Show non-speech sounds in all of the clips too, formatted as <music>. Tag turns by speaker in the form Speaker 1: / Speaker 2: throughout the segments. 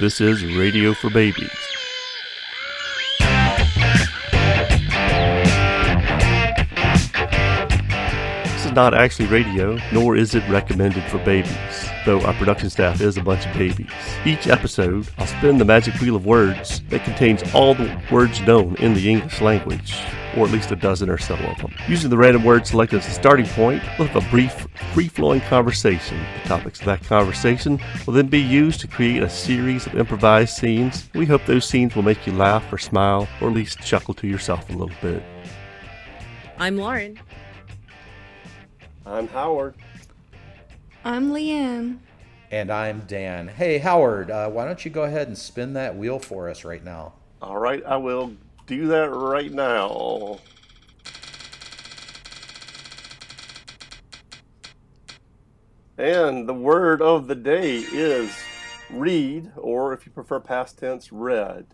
Speaker 1: This is Radio for Babies. This is not actually radio, nor is it recommended for babies, though our production staff is a bunch of babies. Each episode, I'll spin the magic wheel of words that contains all the words known in the English language, or at least a dozen or so of them. Using the random word selected as the starting point, we'll have a brief, free flowing conversation. The topics of that conversation will then be used to create a series of improvised scenes. We hope those scenes will make you laugh or smile, or at least chuckle to yourself a little bit.
Speaker 2: I'm
Speaker 3: <laughs>
Speaker 2: Lauren.
Speaker 3: I'm Howard.
Speaker 4: I'm Leanne.
Speaker 5: And I'm Dan. Hey, Howard, uh, why don't you go ahead and spin that wheel for us right now?
Speaker 3: All right, I will do that right now. And the word of the day is read, or if you prefer past tense, read.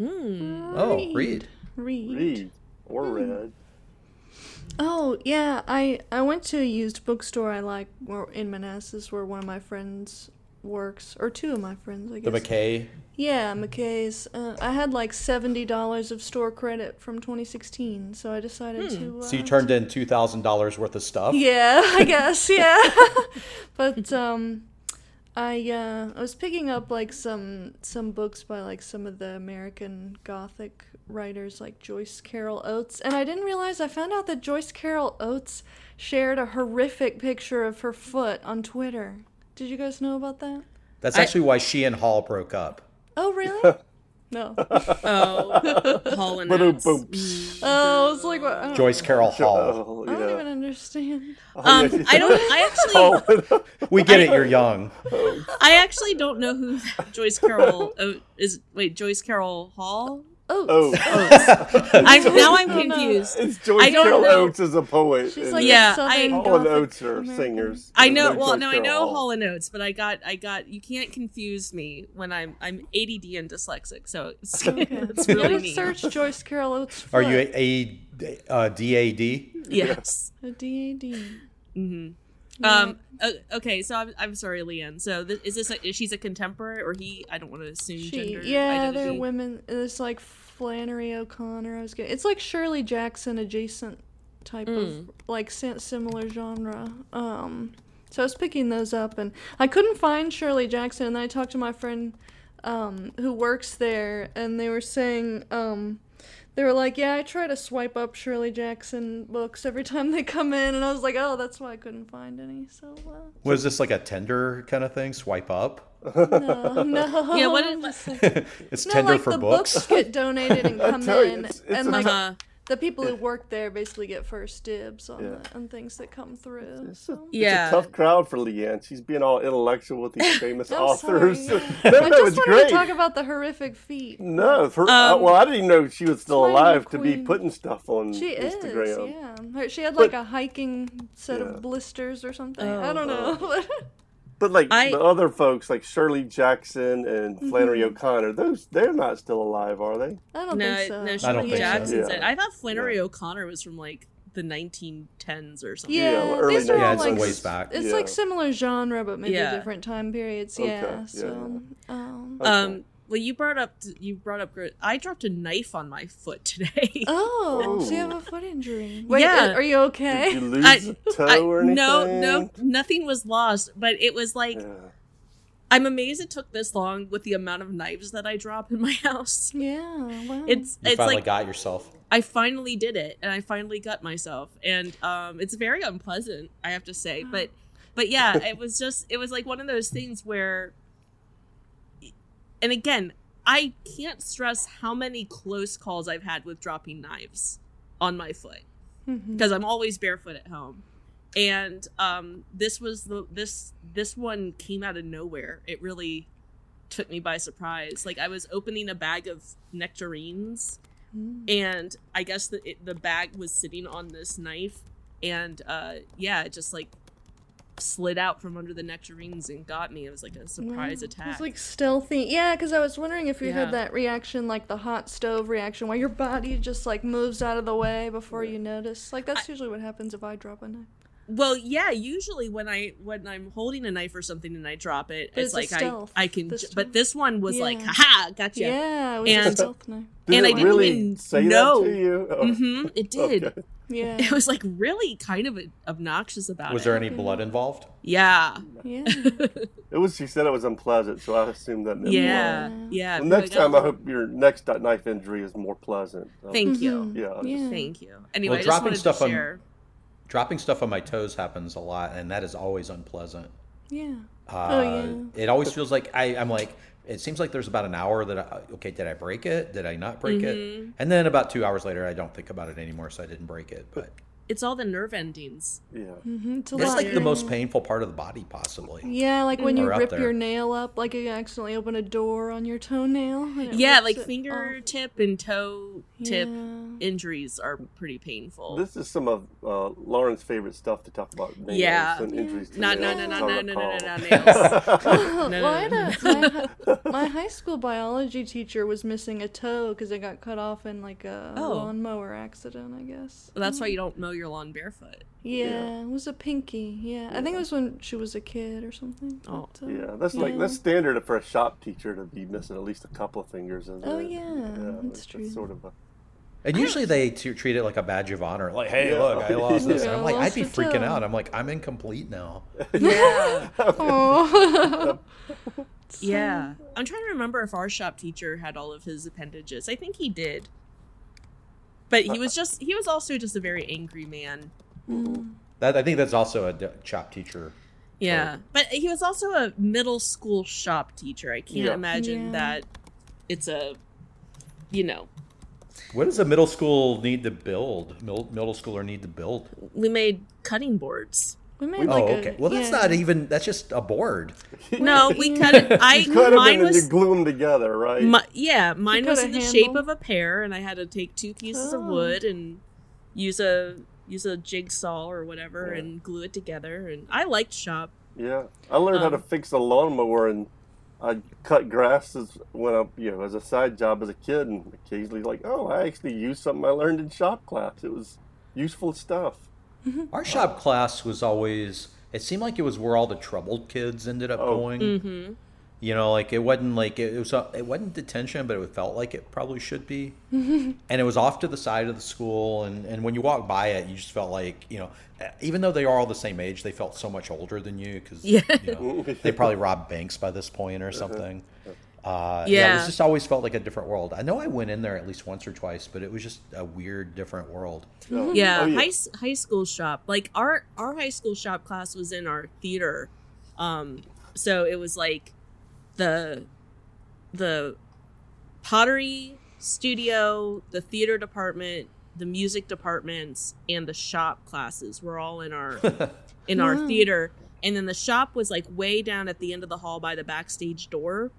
Speaker 5: Oh, read.
Speaker 4: Read.
Speaker 3: Read or
Speaker 2: Hmm.
Speaker 3: read.
Speaker 4: Oh yeah, I I went to a used bookstore I like where- in Manassas where one of my friends works or two of my friends I
Speaker 5: The
Speaker 4: guess.
Speaker 5: McKay.
Speaker 4: Yeah, McKay's. Uh, I had like seventy dollars of store credit from 2016, so I decided to. Uh,
Speaker 5: Hmm. So you turned in two thousand dollars worth of stuff.
Speaker 4: Yeah,
Speaker 3: <laughs>
Speaker 4: I guess. Yeah, <laughs> but um, I uh, I was picking up like some some books by like some of the American Gothic writers like Joyce Carol Oates, and I didn't realize I found out that Joyce Carol Oates shared a horrific picture of her foot on Twitter. Did you guys know about that?
Speaker 5: That's
Speaker 2: I-
Speaker 5: actually why she and Hall broke up.
Speaker 3: <laughs>
Speaker 4: Oh really? No.
Speaker 2: Oh, Hall and
Speaker 3: Boom,
Speaker 2: Oates.
Speaker 3: boom.
Speaker 4: Oh, it's like what? I don't,
Speaker 5: Joyce <laughs> Carol Hall.
Speaker 3: Oh,
Speaker 4: I don't even
Speaker 3: yeah.
Speaker 4: understand.
Speaker 2: Um, I don't. I actually,
Speaker 3: <laughs>
Speaker 5: We get it. You're young.
Speaker 2: I actually don't know who <laughs> Joyce Carol O- is. Wait, Joyce Carol Hall?
Speaker 4: Oates.
Speaker 3: Oh,
Speaker 2: I'm
Speaker 3: <laughs>
Speaker 2: now I'm
Speaker 4: No, no.
Speaker 2: confused.
Speaker 3: it's Joyce
Speaker 2: I don't
Speaker 3: Carol
Speaker 2: know.
Speaker 3: Oates is a poet.
Speaker 4: She's
Speaker 3: and
Speaker 4: like
Speaker 2: Yeah,
Speaker 4: a southern
Speaker 2: I-
Speaker 3: Hall and
Speaker 4: Gothic
Speaker 3: Oates are
Speaker 4: American.
Speaker 3: singers.
Speaker 2: I
Speaker 3: There's
Speaker 2: know.
Speaker 3: no
Speaker 2: well,
Speaker 3: Joyce
Speaker 2: no, I know
Speaker 3: Carol
Speaker 2: Hall and Oates, but I got, I got. You can't confuse me when I'm, I'm ADD and dyslexic, so it's,
Speaker 3: <laughs>
Speaker 2: <laughs>
Speaker 5: <laughs>
Speaker 2: it's
Speaker 4: You
Speaker 2: really
Speaker 4: gotta
Speaker 2: me.
Speaker 4: search Joyce Carol Oates.
Speaker 5: Are you
Speaker 4: foot.
Speaker 5: a, a uh, DAD?
Speaker 2: Yes.
Speaker 4: a DAD?
Speaker 2: Um. o- Okay. So I'm, I'm sorry, Leanne. So this, is this a, she's a contemporary or he? I don't want to assume
Speaker 4: She,
Speaker 2: gender.
Speaker 4: yeah,
Speaker 2: identity.
Speaker 4: they're women. It's like Flannery O'Connor. I was getting. It's like Shirley Jackson adjacent type
Speaker 5: Mm.
Speaker 4: of like si- similar genre. Um, so I was picking those up, and I couldn't find Shirley Jackson. And then I talked to my friend um, who works there, and they were saying. Um, they were like, "Yeah, I try to swipe up Shirley Jackson books every time they come in," and I was like, "Oh, that's why I couldn't find any." So uh,
Speaker 5: Was this like a Tinder kind of thing? Swipe up.
Speaker 4: no, Oh, no.
Speaker 2: Yeah.
Speaker 4: <laughs>
Speaker 2: What? uh-huh. Is,
Speaker 5: It's
Speaker 4: No,
Speaker 5: Tinder
Speaker 4: like
Speaker 5: for
Speaker 4: the <laughs>
Speaker 5: books.
Speaker 4: get
Speaker 3: <laughs>
Speaker 4: donated and come
Speaker 3: tell you,
Speaker 4: in,
Speaker 3: it's- it's
Speaker 4: and
Speaker 3: a
Speaker 4: like
Speaker 2: uh,
Speaker 4: the people who work there basically get first dibs on
Speaker 3: Yeah.
Speaker 4: the, on things that come through.
Speaker 3: It's a,
Speaker 4: So.
Speaker 2: yeah.
Speaker 3: it's a tough crowd for Leanne. She's being all intellectual with
Speaker 2: <laughs>
Speaker 3: these famous
Speaker 4: I'm
Speaker 3: authors. <laughs>
Speaker 4: <laughs> sorry, yeah.
Speaker 3: no,
Speaker 4: I
Speaker 3: no,
Speaker 4: just
Speaker 3: it's
Speaker 4: wanted
Speaker 3: great.
Speaker 4: to talk about the horrific feet.
Speaker 3: no, for, uh,
Speaker 2: Um,
Speaker 3: well, I didn't know she was still
Speaker 4: my new
Speaker 3: alive to be
Speaker 4: queen.
Speaker 3: putting stuff on
Speaker 4: She
Speaker 3: Instagram.
Speaker 4: is, yeah. Her- She had like
Speaker 3: But-
Speaker 4: a hiking set
Speaker 3: Yeah.
Speaker 4: of blisters or something.
Speaker 2: Oh,
Speaker 4: I don't know.
Speaker 3: But like
Speaker 2: I-
Speaker 3: the other folks, like Shirley Jackson and Flannery
Speaker 2: Mm-hmm.
Speaker 3: O'Connor, those they're not still alive, are they?
Speaker 4: <laughs> I don't
Speaker 2: no,
Speaker 4: think
Speaker 2: no.
Speaker 4: so.
Speaker 5: I don't
Speaker 2: Shirley
Speaker 5: think so.
Speaker 2: Jackson's
Speaker 3: Yeah.
Speaker 2: it. I thought Flannery O'Connor was from like the 1910s or something.
Speaker 4: yeah,
Speaker 3: well, early
Speaker 4: these are all
Speaker 3: Yeah,
Speaker 5: it's
Speaker 4: like
Speaker 5: ways
Speaker 4: s-
Speaker 5: back.
Speaker 4: It's
Speaker 3: Yeah.
Speaker 4: like similar genre, but maybe
Speaker 2: Yeah.
Speaker 4: different time periods.
Speaker 3: Okay,
Speaker 4: Yeah.
Speaker 3: yeah,
Speaker 4: So, Um,
Speaker 2: Um. Well, you brought up you brought up. gr- I dropped a knife on my foot today.
Speaker 4: <laughs> oh, so you have a foot injury. Wait,
Speaker 2: Yeah.
Speaker 4: are you okay?
Speaker 3: Did you lose
Speaker 2: <laughs> <laughs> I-
Speaker 3: a
Speaker 2: I-
Speaker 3: toe or anything?
Speaker 2: no, no, nothing was lost. But it was like
Speaker 3: Yeah.
Speaker 2: I'm amazed it took this long with the amount of knives that I drop in my <laughs> house.
Speaker 4: <laughs> Yeah. Wow.
Speaker 2: It's
Speaker 5: You
Speaker 2: it's
Speaker 5: finally
Speaker 2: like
Speaker 5: got yourself.
Speaker 2: I finally did it, and I finally got myself, and um, it's very unpleasant, I have to say. But but yeah, it was just it was like one of those things where, and again, I can't stress how many close calls I've had with dropping knives on my foot
Speaker 4: Mm-hmm.
Speaker 2: because I'm always barefoot at home. And um, this was the this this one came out of nowhere. It really took me by surprise. Like I was opening a bag of nectarines,
Speaker 4: Mm-hmm.
Speaker 2: and I guess the it, the bag was sitting on this knife, and uh, yeah, it just like slid out from under the nectarines and got me. It was like a surprise attack.
Speaker 4: It's like stealthy. Yeah, because I was wondering if you
Speaker 2: Yeah.
Speaker 4: had that reaction, like the hot stove reaction, where your body just like moves out of the way before you notice. Like that's usually what happens if I drop a knife.
Speaker 2: Well, yeah. Usually when I when I'm holding a knife or something and I drop it,
Speaker 4: But
Speaker 2: it's,
Speaker 4: it's a
Speaker 2: like
Speaker 4: stealth
Speaker 2: I I can.
Speaker 4: this
Speaker 2: ju-
Speaker 4: time.
Speaker 2: but this one was like,
Speaker 4: Yeah.
Speaker 2: haha, gotcha.
Speaker 4: Yeah, it was
Speaker 2: And-
Speaker 4: a stealth knife.
Speaker 3: Did
Speaker 2: And
Speaker 3: it
Speaker 2: I didn't
Speaker 3: really
Speaker 2: even
Speaker 3: say
Speaker 2: know.
Speaker 3: that to you? Oh,
Speaker 2: Mm-hmm. It did.
Speaker 3: okay.
Speaker 2: <laughs>
Speaker 4: Yeah.
Speaker 2: It was like really kind of obnoxious about
Speaker 5: Was
Speaker 2: it.
Speaker 5: there any blood involved?
Speaker 2: Yeah.
Speaker 4: Yeah.
Speaker 3: It was. She said it was unpleasant, so I assumed that. Meant
Speaker 2: Mm-hmm. Yeah. Yeah.
Speaker 4: Yeah.
Speaker 2: "Oh,
Speaker 3: Well, next
Speaker 2: because got a
Speaker 3: time, I
Speaker 2: little-
Speaker 3: hope your next knife injury is more pleasant. Um,
Speaker 2: Thank you.
Speaker 4: Mhm.
Speaker 3: Yeah. I'll just-
Speaker 4: Yeah.
Speaker 2: Thank you. Anyway, I just
Speaker 5: dropping
Speaker 2: wanted
Speaker 5: stuff
Speaker 2: to
Speaker 5: on-
Speaker 2: share.
Speaker 5: Dropping stuff on my toes happens a lot, and that is always unpleasant.
Speaker 4: Yeah.
Speaker 5: Uh,
Speaker 4: Oh,
Speaker 5: It always feels like I, I'm like, it seems like there's about an hour that, I, okay, did I break it? Did I not break
Speaker 4: Mm-hmm.
Speaker 2: Mm-hmm.
Speaker 5: it? And then about two hours later, I don't think about it anymore, so I didn't break it. But
Speaker 2: It's all the nerve endings.
Speaker 3: yeah.
Speaker 4: Mm-hmm. It's a
Speaker 5: it's
Speaker 4: lot,
Speaker 5: like the
Speaker 4: yeah.
Speaker 5: most painful part of the body, possibly.
Speaker 4: Yeah, like when you
Speaker 5: Or up
Speaker 4: rip
Speaker 5: there.
Speaker 4: your nail up, like you accidentally open a door on your toenail. and it
Speaker 2: Yeah,
Speaker 4: rips
Speaker 2: like
Speaker 4: it off.
Speaker 2: fingertip and toe tip
Speaker 4: Yeah. <laughs>
Speaker 2: injuries are pretty painful.
Speaker 3: This is some of uh, Lauren's favorite stuff to talk about. nails
Speaker 2: Yeah.
Speaker 3: And injuries to
Speaker 2: No, no,
Speaker 3: nails,
Speaker 2: no,
Speaker 3: as
Speaker 2: no,
Speaker 3: I
Speaker 2: no, no, no, no, no,
Speaker 3: recall. <laughs>
Speaker 2: nails.
Speaker 4: Well,
Speaker 2: no,
Speaker 4: I had
Speaker 2: no,
Speaker 4: a- my, hi-
Speaker 2: <laughs>
Speaker 4: my high school biology teacher was missing a toe because it got cut off in like a
Speaker 2: Oh.
Speaker 4: lawnmower accident, I guess.
Speaker 2: Well, that's why you don't mow your lawn barefoot.
Speaker 4: Yeah, it was a pinky. Yeah. I think it was when she was a kid or something.
Speaker 2: Oh.
Speaker 4: but, uh,
Speaker 3: Yeah, that's like
Speaker 4: Yeah.
Speaker 3: that's
Speaker 2: <laughs>
Speaker 3: standard for a shop teacher to be missing at least a couple of fingers. Isn't
Speaker 4: Oh,
Speaker 3: it?
Speaker 4: yeah, that's true.
Speaker 3: sort of a,
Speaker 5: And usually they t- treat it like a badge of honor. Like, hey,
Speaker 3: Yeah.
Speaker 5: look, I lost this.
Speaker 4: Yeah,
Speaker 5: And I'm like,
Speaker 4: lost
Speaker 5: I'd be
Speaker 4: your
Speaker 5: freaking
Speaker 4: toe.
Speaker 5: out. I'm like, I'm incomplete now. <laughs>
Speaker 2: Yeah.
Speaker 4: Aw. <laughs>
Speaker 2: yeah. I'm trying to remember if our shop teacher had all of his appendages. I think he did. But he was just he was also just a very angry man.
Speaker 5: That I think that's also a d- chop teacher.
Speaker 2: Yeah. But he was also a middle school shop teacher. I can't
Speaker 3: Yeah.
Speaker 2: imagine
Speaker 4: Yeah.
Speaker 2: that it's a you know,
Speaker 5: What does a middle school need to build? Middle, middle schooler need to build?
Speaker 2: we made cutting boards.
Speaker 4: We made like
Speaker 5: oh,
Speaker 4: a-
Speaker 5: okay. Well, that's
Speaker 4: yeah.
Speaker 5: not even. That's just a board.
Speaker 2: No, we
Speaker 4: <laughs>
Speaker 2: cut it.
Speaker 3: <laughs>
Speaker 2: I
Speaker 3: Cut 'em
Speaker 2: mine
Speaker 3: in and you
Speaker 2: was
Speaker 3: glue them together, right?
Speaker 2: my, yeah, mine
Speaker 4: cut
Speaker 2: was
Speaker 4: a
Speaker 2: in the shape
Speaker 4: handle?
Speaker 2: of a pear, and I had to take two pieces of
Speaker 4: Oh.
Speaker 2: wood and use a use a jigsaw or whatever
Speaker 3: Yeah.
Speaker 2: and glue it together. And I liked shop.
Speaker 3: Yeah, I learned how to
Speaker 2: Um,
Speaker 3: fix a lawnmower, and I cut grass as when I, you know, as a side job as a kid, and occasionally like, oh, I actually used something I learned in shop class. It was useful stuff.
Speaker 5: Our shop class was always. It seemed like it was where all the troubled kids ended up
Speaker 3: Oh.
Speaker 5: going.
Speaker 2: Mm-hmm.
Speaker 5: You know, like it wasn't like it, was. A, it wasn't detention, but it felt like it probably
Speaker 2: <laughs>
Speaker 5: should be. and it was off to the side of the school, and and when you walked by it, you just felt like you know, e, even though they are all the same age, they felt so much older than you because
Speaker 2: Yeah.
Speaker 5: you know, they probably robbed banks by this point or something. Uh, yeah,
Speaker 2: Yeah.
Speaker 5: this just always felt like a different world. I know I went in there at least once or twice, but it was just a weird, different world.
Speaker 3: So-
Speaker 2: Yeah,
Speaker 3: Oh,
Speaker 2: high high s- high school shop. Like our our high school shop class was in our theater, um, so it was like the the pottery studio, the theater department, the music departments, and the shop classes were all in our in our
Speaker 4: Wow.
Speaker 2: theater. And then the shop was like way down at the end of the hall by the backstage door.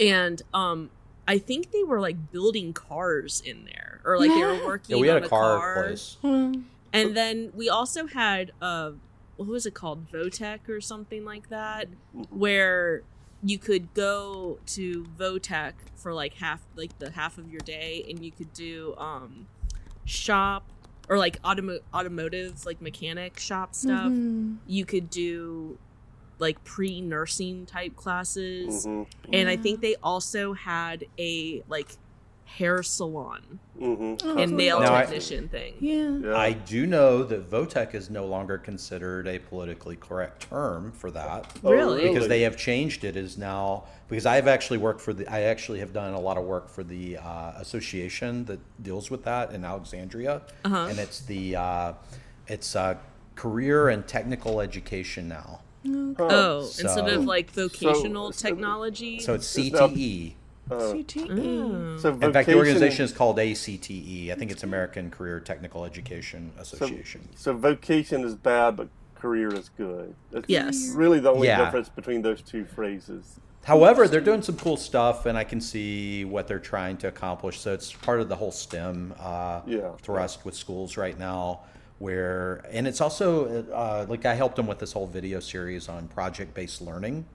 Speaker 2: And um I think they were like building cars in there or like they were working
Speaker 5: Yeah, we had
Speaker 2: on
Speaker 5: a car, place.
Speaker 4: Well,
Speaker 2: and then we also had uh what was it called? Votech or something like that,
Speaker 5: Mm-hmm.
Speaker 2: where you could go to Votech for like half like the half of your day and you could do um shop or like automo- automotive like mechanic shop stuff.
Speaker 4: mhm.
Speaker 2: You could do like pre-nursing type classes.
Speaker 3: Mhm,
Speaker 5: Mm-hmm.
Speaker 2: And I
Speaker 4: Yeah.
Speaker 2: think they also had a like hair salon
Speaker 3: mhm.
Speaker 4: Oh,
Speaker 2: and nail
Speaker 5: Now I-
Speaker 2: technician thing.
Speaker 4: Yeah.
Speaker 3: Yeah.
Speaker 5: I do know that Votech is no longer considered a politically correct term for that.
Speaker 3: Oh,
Speaker 2: Really?
Speaker 5: because they have changed it is now because I've actually worked for the I actually have done a lot of work for the uh, association that deals with that in Alexandria,
Speaker 2: Uh-huh.
Speaker 5: and it's the uh, it's uh, career and technical education now,
Speaker 3: Huh.
Speaker 2: Oh,
Speaker 5: So-
Speaker 2: instead of like vocational
Speaker 3: so-
Speaker 2: technology.
Speaker 5: so it's
Speaker 3: Is that-
Speaker 5: CTE.
Speaker 4: E. CTE.
Speaker 2: Mm.
Speaker 3: So
Speaker 5: In fact, the
Speaker 3: vocation-
Speaker 5: organization is called ACTE. E. I think it's American Career Technical Education
Speaker 3: so,
Speaker 5: Association.
Speaker 3: so vocation is bad, but career is good. That's
Speaker 2: Yes.
Speaker 3: really the only
Speaker 5: Yeah.
Speaker 3: difference between those two phrases.
Speaker 5: However, they're doing some cool stuff, and I can see what they're trying to accomplish. So it's part of the whole STEM uh,
Speaker 3: Yeah.
Speaker 5: thrust with schools right now. Where and it's also uh, like I helped them with this whole video series on project-based learning,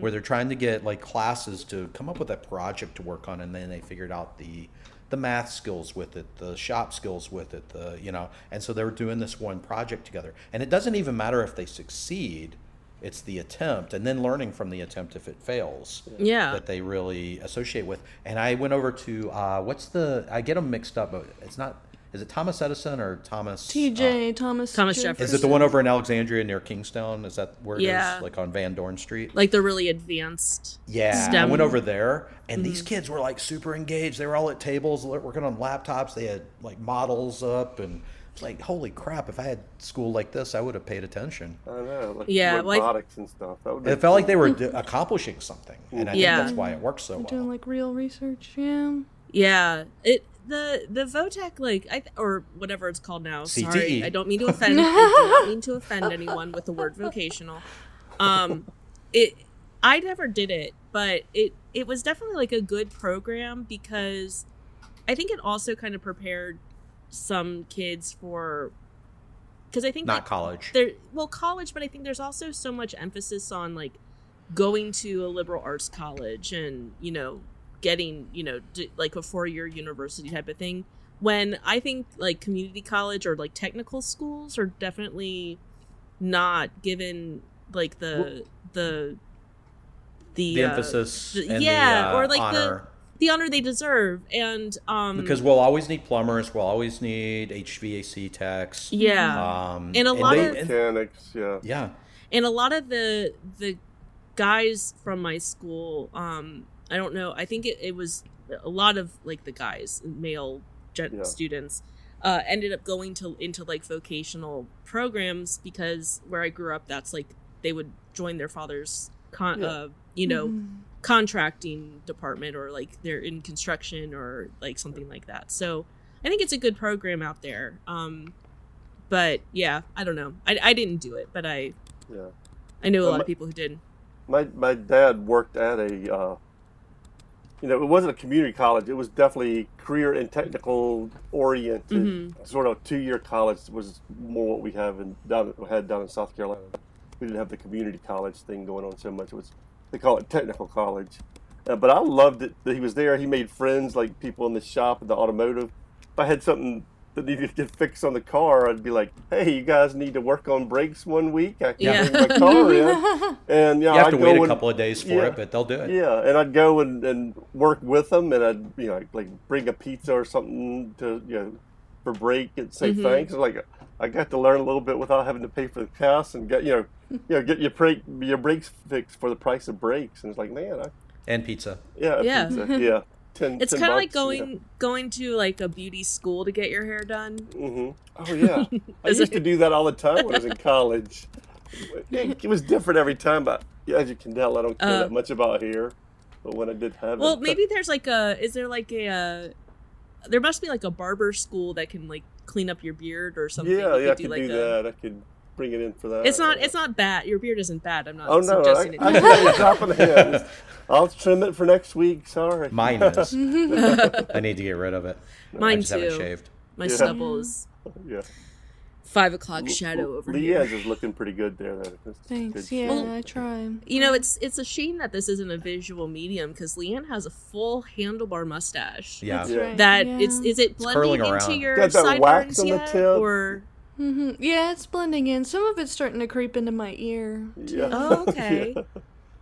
Speaker 5: where they're trying to get like classes to come up with a project to work on, and then they figured out the the math skills with it, the shop skills with it, the you know, and so they were doing this one project together. And it doesn't even matter if they succeed; it's the attempt, and then learning from the attempt if it fails
Speaker 2: Yeah.
Speaker 5: that they really associate with. And I went over to uh, what's the? I get them mixed up, but it's not. Is it Thomas Edison or Thomas uh,
Speaker 4: TJ Thomas.
Speaker 2: Thomas
Speaker 5: is it the one over in Alexandria near Kingstown? Is that where it is?
Speaker 2: Yeah.
Speaker 5: Like on Van Dorn Street?
Speaker 2: like the really advanced.
Speaker 5: Yeah, I
Speaker 2: STEM. Mm-hmm.
Speaker 5: went over there, and these kids were like super engaged. They were all at tables, like, working on laptops. They had like models up, and it's like, holy crap! If I had school like this, I would have paid attention.
Speaker 3: I don't know, like
Speaker 2: Yeah, like-
Speaker 3: robotics and stuff. That would be
Speaker 5: It felt like they were d- accomplishing something, and I
Speaker 2: Mm-hmm. Yeah.
Speaker 5: think that's why it works so
Speaker 4: Doing
Speaker 5: well.
Speaker 4: like real research. Yeah.
Speaker 2: Yeah. It the the Votech like I th- or whatever it's called now. Sorry,
Speaker 5: CTE.
Speaker 2: I don't mean to offend. I do not mean to offend anyone with the word vocational. Um, it I never did it, but it it was definitely like a good program because I think it also kind of prepared some kids for because I think that
Speaker 5: Not college.
Speaker 2: there well college but i think there's also so much emphasis on like going to a liberal arts college and you know getting you know d- like a four-year university type of thing when i think like community college or like technical schools are definitely not given like the the the,
Speaker 5: The
Speaker 2: uh,
Speaker 5: emphasis,
Speaker 2: the-
Speaker 5: and
Speaker 2: yeah,
Speaker 5: the, uh,
Speaker 2: or like the-
Speaker 5: honor.
Speaker 2: the honor they deserve and um
Speaker 5: because we'll always need plumbers. We'll always need HVAC techs.
Speaker 4: Mm-hmm.
Speaker 2: yeah
Speaker 5: Um,
Speaker 2: And a lot
Speaker 5: they-
Speaker 2: of-
Speaker 5: and-
Speaker 3: mechanics. Yeah,
Speaker 5: yeah,
Speaker 2: and a lot of the the guys from my school um i don't know i think it, it was a lot of like the guys male gen-
Speaker 3: Yeah.
Speaker 2: students uh ended up going to into like vocational programs because where i grew up that's like they would join their father's con
Speaker 3: Yeah.
Speaker 2: uh, you know
Speaker 4: Mhm.
Speaker 2: contracting department or like they're in construction or like something like that. So I think it's a good program out there. Um, but yeah, I don't know. I, I didn't do it, but I
Speaker 3: yeah.
Speaker 2: I know a
Speaker 3: Well,
Speaker 2: lot
Speaker 3: my-
Speaker 2: of people who did.
Speaker 3: My my dad worked at a, uh, you know, it wasn't a community college. It was definitely career and technical oriented,
Speaker 2: Mm-hmm.
Speaker 3: sort of two year college was more what we have in down had down in South Carolina. We didn't have the community college thing going on so much. It was they call it technical college, uh, but I loved it that he was there. He made friends like people in the shop and the automotive. If I had something. That needed to get fixed on the car, I'd be like, "Hey, you guys need to work on brakes one week. I can't
Speaker 2: Yeah.
Speaker 3: bring my car in." And yeah,
Speaker 5: you have
Speaker 3: I'd
Speaker 5: to
Speaker 3: go
Speaker 5: wait a
Speaker 3: and-
Speaker 5: couple of days for
Speaker 3: yeah.
Speaker 5: it, but they'll do it.
Speaker 3: yeah, and I'd go and, and work with them, and I'd you know like bring a pizza or something to you know for break and say
Speaker 2: Mm-hmm.
Speaker 3: thanks. Like I got to learn a little bit without having to pay for the pass and get you know you know get your break your brakes fixed for the price of brakes. And it's like man, I,
Speaker 5: And pizza.
Speaker 3: yeah,
Speaker 2: Yeah.
Speaker 3: pizza,
Speaker 2: <laughs>
Speaker 3: yeah, ten.
Speaker 2: It's
Speaker 3: 10
Speaker 2: kind of like
Speaker 3: bucks, you
Speaker 2: going going to like a beauty school to get your hair done. <laughs>
Speaker 3: know. Mhm. Oh yeah, I
Speaker 2: Is
Speaker 3: used
Speaker 2: it-
Speaker 3: to do that all the time when I was in
Speaker 2: <laughs>
Speaker 3: college. It, it was different every time, but yeah, as you can tell, I don't care
Speaker 2: Uh.
Speaker 3: that much about hair. But when I did have
Speaker 2: Well,
Speaker 3: it,
Speaker 2: maybe there's like a is there like a uh, there must be like a barber school that can like clean up your beard or something.
Speaker 3: Yeah,
Speaker 2: You
Speaker 3: yeah, I
Speaker 2: do,
Speaker 3: could
Speaker 2: like,
Speaker 3: do
Speaker 2: a-
Speaker 3: that. I could bring it in for that.
Speaker 2: It's not it's not bad. Your beard isn't bad. I'm not
Speaker 3: Oh no, I,
Speaker 2: suggesting
Speaker 3: I
Speaker 2: it.
Speaker 3: got you top of the head. I'll trim it for next week. Sorry.
Speaker 2: <laughs>
Speaker 5: Mine is. I need to get rid of it. I
Speaker 2: Mine
Speaker 5: just haven't
Speaker 2: too.
Speaker 5: shaved.
Speaker 2: My
Speaker 3: Yeah.
Speaker 2: stubble is
Speaker 3: <laughs> yeah.
Speaker 2: five o'clock shadow over here.
Speaker 3: Leanne's is looking pretty good there. Though. That's good
Speaker 4: Thanks.
Speaker 3: shit.
Speaker 4: Yeah,
Speaker 2: Well-
Speaker 4: I try.
Speaker 2: You know, it's it's a shame that this isn't a visual medium because Leanne has a full handlebar mustache.
Speaker 5: Yeah.
Speaker 4: That's right.
Speaker 2: That
Speaker 4: yeah.
Speaker 2: it's is it blending
Speaker 5: curling
Speaker 2: into
Speaker 5: around.
Speaker 2: your
Speaker 3: Got that
Speaker 2: sideburns
Speaker 3: wax on the
Speaker 2: yet,
Speaker 3: tip.
Speaker 2: or
Speaker 4: hmm Yeah, it's blending in. Some of it's starting to creep into my ear.
Speaker 3: Yeah.
Speaker 2: Oh, okay.
Speaker 3: <laughs> Yeah.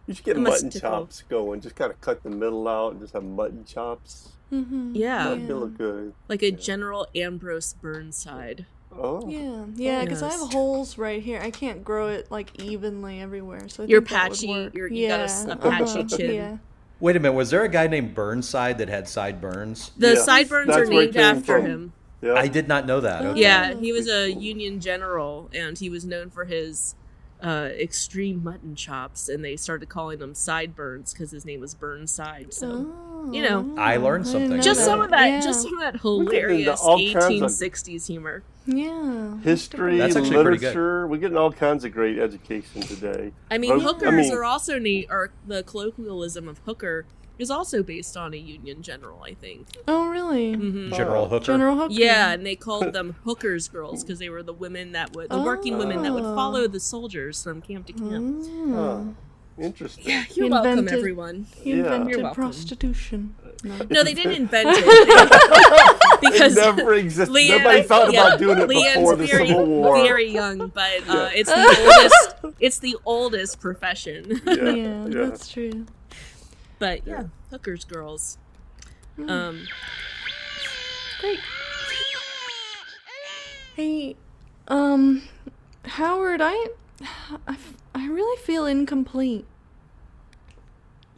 Speaker 3: You should get
Speaker 2: I'm a
Speaker 3: mutton
Speaker 2: stickle.
Speaker 3: chops going. Just kind of cut the middle out and just have mutton chops.
Speaker 4: Mm-hmm.
Speaker 2: Yeah.
Speaker 3: That'd look good.
Speaker 2: like a General Ambrose Burnside?
Speaker 3: Oh.
Speaker 4: Yeah, yeah, because I have
Speaker 2: Almost.
Speaker 4: holes right here. I can't grow it like evenly everywhere. So I
Speaker 2: You're
Speaker 4: think that would
Speaker 2: patchy-
Speaker 4: work.
Speaker 2: you're- you got a s- a patchy chin.
Speaker 4: Yeah.
Speaker 5: Wait a minute. Was there a guy named Burnside that had sideburns?
Speaker 3: Yeah,
Speaker 2: The sideburns
Speaker 3: that's
Speaker 2: are
Speaker 3: where it
Speaker 2: named
Speaker 3: came
Speaker 2: after
Speaker 3: from.
Speaker 2: him.
Speaker 3: Yeah.
Speaker 5: I did not know that. Okay.
Speaker 2: Yeah,
Speaker 4: Oh.
Speaker 2: he was a Union general, and he was known for his uh, extreme mutton chops. And they started calling him sideburns because his name was Burnside. So.
Speaker 4: Oh,
Speaker 2: <laughs> You know.
Speaker 5: I learned
Speaker 4: didn't
Speaker 5: something.
Speaker 4: know
Speaker 2: just
Speaker 5: Yeah.
Speaker 2: some of that
Speaker 4: Yeah.
Speaker 2: just some of that
Speaker 3: getting into
Speaker 2: hilarious
Speaker 3: all kinds of-
Speaker 2: 1860s humor
Speaker 4: Yeah.
Speaker 3: History,
Speaker 5: That's actually pretty good.
Speaker 3: literature. We're getting all kinds of great education today.
Speaker 2: i mean
Speaker 3: Oh, I
Speaker 2: hookers
Speaker 3: mean-
Speaker 2: are also neat or the colloquialism of hooker is also based on a union general i think
Speaker 4: Oh, really?
Speaker 2: hmm
Speaker 5: General Hooker.
Speaker 4: General Hooker.
Speaker 2: yeah and they called them hookers girls because they were the women that would the working women that would
Speaker 4: Oh.
Speaker 2: follow the soldiers from camp to camp
Speaker 4: Oh,
Speaker 2: Mm.
Speaker 3: Huh. Interesting.
Speaker 2: yeah you're welcome
Speaker 4: Invented-
Speaker 2: everyone
Speaker 4: he
Speaker 3: Uh, Yeah.
Speaker 4: invented
Speaker 2: You're welcome.
Speaker 4: prostitution.
Speaker 2: No, they didn't invent
Speaker 4: <laughs>
Speaker 2: it. They-
Speaker 3: It
Speaker 2: because
Speaker 3: never existed.
Speaker 2: Leanne-
Speaker 3: Nobody thought
Speaker 2: yeah,
Speaker 3: about doing it
Speaker 2: Leanne's
Speaker 3: before the
Speaker 2: very,
Speaker 3: Civil War.
Speaker 2: Very young, but uh, it's
Speaker 4: <laughs>
Speaker 2: the oldest. It's the oldest profession.
Speaker 3: yeah,
Speaker 4: yeah,
Speaker 3: <laughs> yeah.
Speaker 4: that's true.
Speaker 2: <laughs> but yeah, hookers, girls.
Speaker 4: Hmm.
Speaker 2: Um,
Speaker 4: Great. Hey, um, Howard, I, I, f- I really feel incomplete.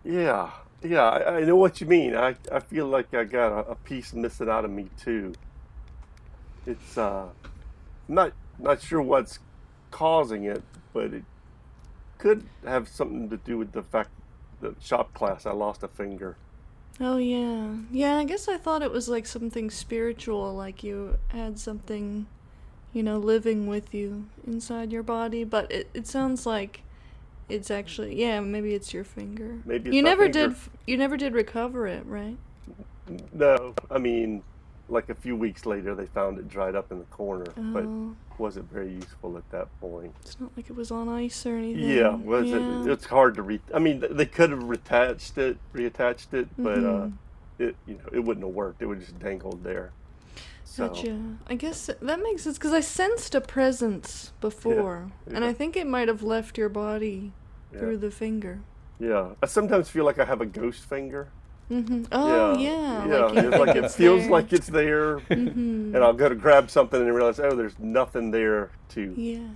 Speaker 3: Yeah, yeah, I, I know what you mean. I, I feel like I got a, a piece missing out of me too. It's uh, not not sure what's causing it, but it could have something to do with the fact that shop class I lost a finger.
Speaker 4: Oh yeah, yeah. I guess I thought it was like something spiritual, like you had something, you know, living with you inside your body. But it, it sounds like it's actually yeah. Maybe it's your finger.
Speaker 3: Maybe it's
Speaker 4: you
Speaker 3: my
Speaker 4: never
Speaker 3: finger.
Speaker 4: did. f- You never did recover it, right?
Speaker 3: No, I mean, like a few weeks later, they found it dried up in the corner, but
Speaker 4: Oh,
Speaker 3: wasn't very useful at that point.
Speaker 4: it's not like it was on ice or anything.
Speaker 3: Yeah, was
Speaker 4: Yeah.
Speaker 3: it? It's hard to re. I mean, th- they could have retached it, reattached it, but uh,
Speaker 4: Mm-hmm.
Speaker 3: it you know it wouldn't have worked. It would have just dangled there. So
Speaker 4: Gotcha. I guess that makes sense because I sensed a presence before, and
Speaker 3: yeah.
Speaker 4: I think it might have left your body
Speaker 3: Yeah.
Speaker 4: through the finger.
Speaker 3: yeah, I sometimes feel like I have a ghost finger.
Speaker 4: hmm Oh yeah,
Speaker 3: yeah,
Speaker 4: like you
Speaker 3: it's like
Speaker 4: think
Speaker 3: it
Speaker 4: it's
Speaker 3: feels
Speaker 4: there. Mm-hmm.
Speaker 3: like it's there,
Speaker 4: <laughs>
Speaker 3: and I'll go to grab something and realize oh, there's nothing there to.
Speaker 4: Yeah.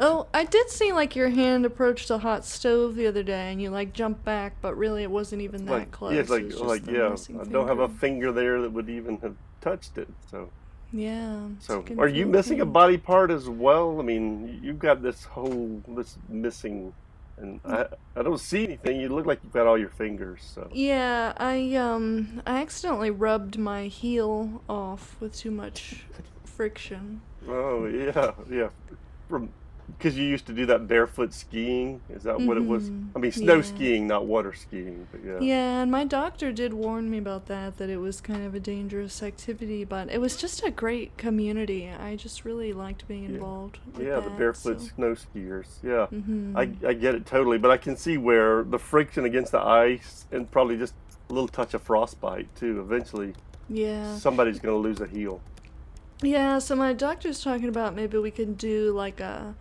Speaker 4: Oh, I did see like your hand approach the hot stove the other day, and you like jumped back, but really it wasn't even that
Speaker 3: Like,
Speaker 4: close.
Speaker 3: yeah, it's
Speaker 4: it
Speaker 3: like,
Speaker 4: was just
Speaker 3: like
Speaker 4: the
Speaker 3: yeah,
Speaker 4: missing
Speaker 3: I don't have a
Speaker 4: finger.
Speaker 3: finger there that would even have touched it. So,
Speaker 4: Yeah. it's
Speaker 3: so
Speaker 4: like an
Speaker 3: are you missing a
Speaker 4: infinity.
Speaker 3: body part as well? I mean, y- you've got this whole this missing, and I I don't see anything. You look like you've got all your fingers. So
Speaker 4: E Yeah, I um I accidentally rubbed my heel off with too much friction.
Speaker 3: oh yeah yeah, because you used to do that barefoot skiing. Is that what it was? I mean, snow
Speaker 4: Mm-hmm. yeah.
Speaker 3: skiing, not water skiing. But yeah,
Speaker 4: Yeah, and my doctor did warn me about that, that it was kind of a dangerous activity, but it was just a great community. I just really liked being involved. with
Speaker 3: Yeah, the
Speaker 4: that,
Speaker 3: barefoot
Speaker 4: so- Mm-hmm.
Speaker 3: snow skiers. Yeah, I, I get it totally, but I can see where the friction against the ice and probably just a little touch of frostbite too. Eventually,
Speaker 4: Yeah.
Speaker 3: somebody's going to lose a heel.
Speaker 4: Yeah, so my doctor's talking about maybe we can do like a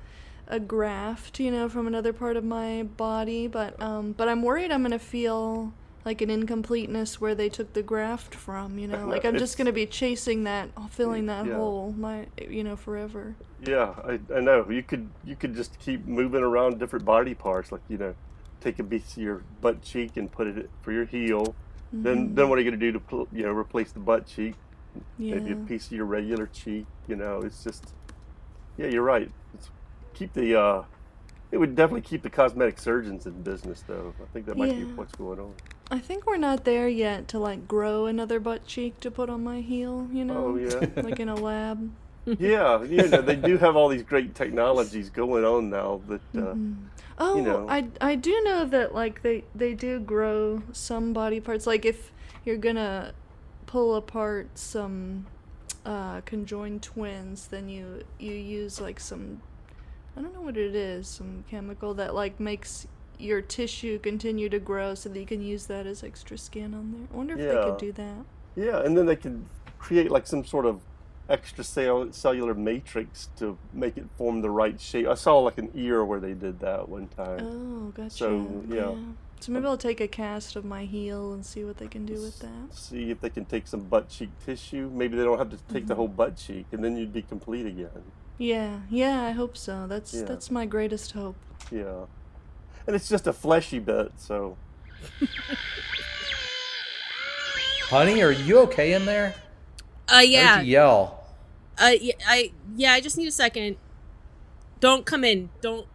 Speaker 4: a graft, you know, from another part of my body, but um but I'm worried I'm going to feel like an incompleteness where they took the graft from, you
Speaker 3: <laughs>
Speaker 4: know. Like I'm
Speaker 3: It's-
Speaker 4: just going to be chasing that, filling that
Speaker 3: Yeah.
Speaker 4: hole my you know forever.
Speaker 3: Yeah, I, I know. You could you could just keep moving around different body parts, like you know, take a piece of your butt cheek and put it for your heel.
Speaker 4: Mm-hmm.
Speaker 3: Then then what are you going to do to pl- you know replace the butt cheek?
Speaker 4: Yeah.
Speaker 3: Maybe a piece of your regular cheek. You know, it's just yeah, you're right. It's, keep the uh, it would definitely keep the cosmetic surgeons in business, though. I think that might be
Speaker 4: Yeah.
Speaker 3: what's going
Speaker 4: <laughs>
Speaker 3: on.
Speaker 4: I think we're not there yet to like grow another butt cheek to put on my heel, you know?
Speaker 3: Oh yeah,
Speaker 4: <laughs> Like in a
Speaker 3: <laughs>
Speaker 4: lab.
Speaker 3: yeah. You know, they do have all these great technologies going on now that. Uh,
Speaker 4: Oh,
Speaker 3: know.
Speaker 4: I, I do know that like they they do grow some body parts. Like if you're gonna pull apart some uh, conjoined twins, then you you use like some I don't know what it is, some chemical that like makes your tissue continue to grow so that you can use that as extra skin on there. I wonder if they
Speaker 3: Yeah.
Speaker 4: could do that.
Speaker 3: Yeah, and then they can create like some sort of extracellular matrix to make it form the right shape. I saw like an ear where they did that one time.
Speaker 4: Oh, gotcha.
Speaker 3: So, yeah.
Speaker 4: So maybe I'll take a cast of my heel and see what they can do with that.
Speaker 3: See if they can take some butt cheek tissue. Maybe they don't have to take the whole butt cheek, and then you'd be complete again.
Speaker 4: Yeah, yeah, I hope so. That's
Speaker 3: Yeah.
Speaker 4: that's my greatest hope.
Speaker 3: Yeah, and it's just a fleshy bit, so
Speaker 5: Honey, are you okay in there?
Speaker 2: uh,
Speaker 5: Why
Speaker 2: yeah,
Speaker 5: did you yell?
Speaker 2: uh, yeah, I yeah, I just need a second. Don't come in. Don't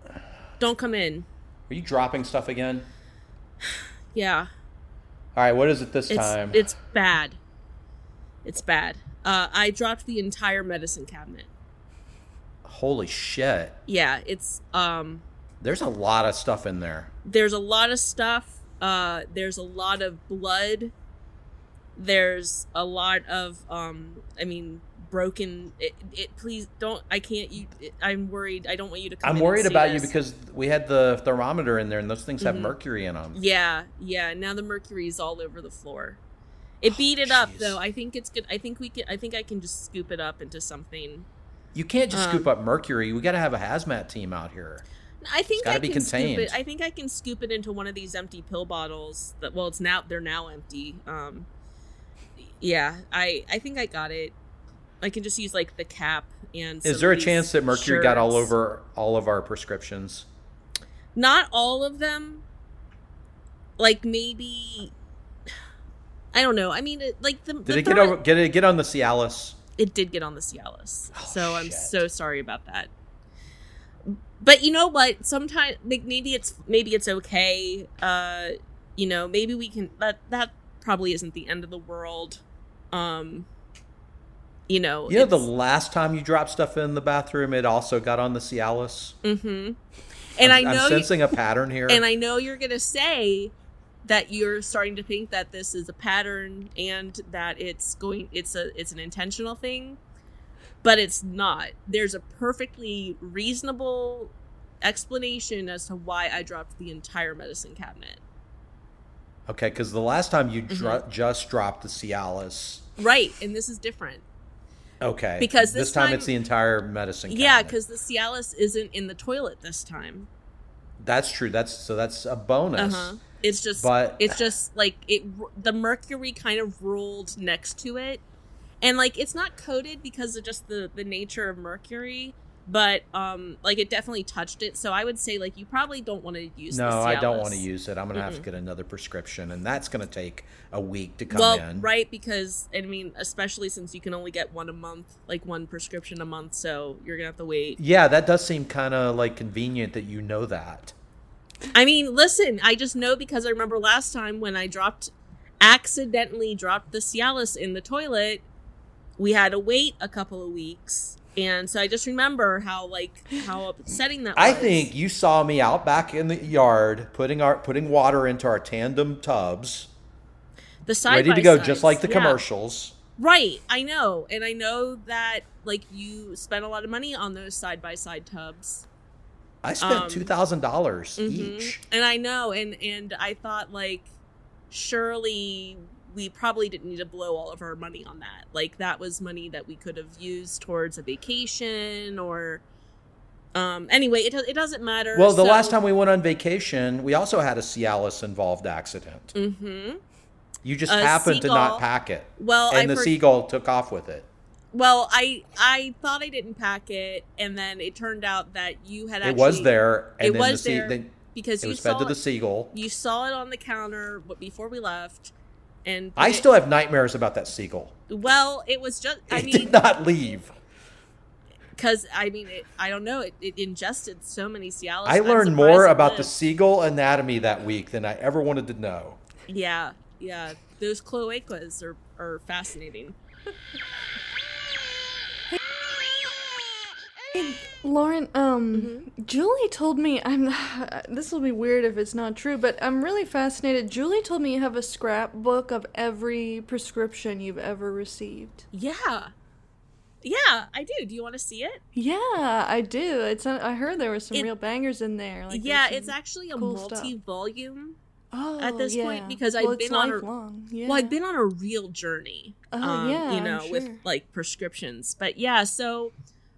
Speaker 2: don't come in.
Speaker 5: Are you dropping stuff again?
Speaker 2: Yeah,
Speaker 5: All right, what is it this
Speaker 2: it's
Speaker 5: time?
Speaker 2: it's bad. It's bad. Uh, I dropped the entire medicine cabinet.
Speaker 5: Holy shit.
Speaker 2: Yeah, it's um.
Speaker 5: There's a lot of stuff in there.
Speaker 2: there's a lot of stuff. Uh, there's a lot of blood. There's a lot of, um, I mean, broken. It, it please don't. I can't. You. It, I'm worried. I don't want you to. Come in
Speaker 5: I'm
Speaker 2: and
Speaker 5: worried
Speaker 2: see
Speaker 5: about you
Speaker 2: this.
Speaker 5: because we had the
Speaker 2: Mm-hmm.
Speaker 5: thermometer in there and those things have mercury in them.
Speaker 2: Yeah, yeah. Now the mercury's all over the floor, It beat it up
Speaker 5: jeez.
Speaker 2: though. I think it's good. I think we can. I think I can just scoop it up into something.
Speaker 5: You can't just
Speaker 2: Um,
Speaker 5: scoop up mercury. We got to have a hazmat team out here.
Speaker 2: I think
Speaker 5: gotta
Speaker 2: I
Speaker 5: be
Speaker 2: can scoop
Speaker 5: contained.
Speaker 2: it. I think I can scoop it into one of these empty pill bottles. That well, it's now they're now empty. Um, yeah, I I think I got it. I can just use like the cap and. some
Speaker 5: Is there a
Speaker 2: of these
Speaker 5: chance that mercury got all
Speaker 2: shirts.
Speaker 5: over all of our prescriptions?
Speaker 2: Not all of them. Like maybe. <sighs> I don't know. I mean, it, like the
Speaker 5: Did it get over? Get it? Get on the Cialis?
Speaker 2: it did get on the Cialis.
Speaker 5: Oh,
Speaker 2: so I'm
Speaker 5: shit.
Speaker 2: so sorry about that. But you know what? Sometimes like maybe it's maybe it's okay. Uh you know, maybe we can that that probably isn't the end of the world. Um you know,
Speaker 5: You know, the last time you dropped stuff in the bathroom, it also got on the Cialis.
Speaker 2: hmm And i
Speaker 5: I'm,
Speaker 2: know
Speaker 5: I'm
Speaker 2: you-
Speaker 5: sensing a pattern here.
Speaker 2: and I know you're going to say that you're starting to think that this is a pattern and that it's going it's a it's an intentional thing but it's not there's a perfectly reasonable explanation as to why I dropped the entire medicine cabinet
Speaker 5: okay, because the last time you
Speaker 2: Mm-hmm.
Speaker 5: dro- just dropped the Cialis.
Speaker 2: right and this is different
Speaker 5: Okay.
Speaker 2: Because this
Speaker 5: time,
Speaker 2: time-
Speaker 5: it's the entire medicine.
Speaker 2: yeah
Speaker 5: cabinet.
Speaker 2: cuz the Cialis isn't in the toilet this time
Speaker 5: that's true. That's so that's a bonus.
Speaker 2: uh-huh it's just
Speaker 5: But-
Speaker 2: it's just like it the mercury kind of rolled next to it and like it's not coated because of just the the nature of mercury but um like it definitely touched it so i would say like you probably don't want to use
Speaker 5: No,
Speaker 2: the
Speaker 5: I don't
Speaker 2: Cialis.
Speaker 5: want to use it. I'm gonna have to get another prescription, and that's gonna take a week to come
Speaker 2: well
Speaker 5: in.
Speaker 2: right because i mean especially since you can only get one a month like one prescription a month so you're gonna have to wait
Speaker 5: Yeah, that does seem kind of like convenient that you know that.
Speaker 2: I mean, listen, I just know because I remember last time when I dropped, accidentally dropped the Cialis in the toilet, we had to wait a couple of weeks. And so I just remember how, like, how upsetting that was.
Speaker 5: I think you saw me out back in the yard putting our putting water into our tandem tubs,
Speaker 2: the side
Speaker 5: ready
Speaker 2: by
Speaker 5: to go,
Speaker 2: sides,
Speaker 5: just like the
Speaker 2: yeah.
Speaker 5: commercials.
Speaker 2: Right. I know. And I know that, like, you spent a lot of money on those side by side tubs.
Speaker 5: I spent
Speaker 2: Um,
Speaker 5: two thousand dollars
Speaker 2: Mhm.
Speaker 5: each.
Speaker 2: And I know, and and I thought like, surely we probably didn't need to blow all of our money on that. Like that was money that we could have used towards a vacation or, um. Anyway, it do- it doesn't matter.
Speaker 5: Well, the last time we went on vacation, we also had a Cialis involved accident.
Speaker 2: Mm-hmm.
Speaker 5: You just
Speaker 2: A
Speaker 5: happened to
Speaker 2: seagull.
Speaker 5: not pack it,
Speaker 2: Well,
Speaker 5: and
Speaker 2: I
Speaker 5: the
Speaker 2: for-
Speaker 5: seagull took off with it.
Speaker 2: well, I I thought I didn't pack it, and then it turned out that you had.
Speaker 5: it
Speaker 2: Actually,
Speaker 5: was there, and
Speaker 2: it
Speaker 5: then
Speaker 2: was
Speaker 5: the sea,
Speaker 2: there
Speaker 5: then
Speaker 2: because
Speaker 5: it
Speaker 2: you
Speaker 5: was fed
Speaker 2: saw
Speaker 5: to the
Speaker 2: it,
Speaker 5: seagull.
Speaker 2: you saw it on the counter but before we left, and
Speaker 5: I
Speaker 2: put it-
Speaker 5: still have nightmares about that seagull.
Speaker 2: well, it was just. I
Speaker 5: <laughs> it
Speaker 2: mean,
Speaker 5: did not leave.
Speaker 2: because I mean, it, I don't know. It, it ingested so many Cialis.
Speaker 5: I
Speaker 2: I'm
Speaker 5: learned
Speaker 2: surprised
Speaker 5: more
Speaker 2: it
Speaker 5: about the
Speaker 2: lived.
Speaker 5: seagull anatomy that week than I ever wanted to know.
Speaker 2: Yeah, yeah. Those cloacas are are fascinating.
Speaker 4: Lauren, um,
Speaker 2: Mm-hmm.
Speaker 4: Julie told me I'm. <sighs> This will be weird if it's not true, but I'm really fascinated. Julie told me you have a scrapbook of every prescription you've ever received.
Speaker 2: Yeah, yeah. I do. Do you want to see it?
Speaker 4: Yeah, I do. It's. I heard there were some
Speaker 2: It-
Speaker 4: real bangers in there. Like
Speaker 2: yeah,
Speaker 4: there's
Speaker 2: it's
Speaker 4: some-
Speaker 2: actually a
Speaker 4: cool stuff.
Speaker 2: multi-volume.
Speaker 4: oh,
Speaker 2: at this point,
Speaker 4: yeah.
Speaker 2: because I've
Speaker 4: well, it's
Speaker 2: been on a-
Speaker 4: lifelong. Yeah.
Speaker 2: Well, I've been on a real journey.
Speaker 4: Oh,
Speaker 2: um,
Speaker 4: yeah,
Speaker 2: you
Speaker 4: I'm
Speaker 2: know, with
Speaker 4: sure.
Speaker 2: like prescriptions. But yeah, so.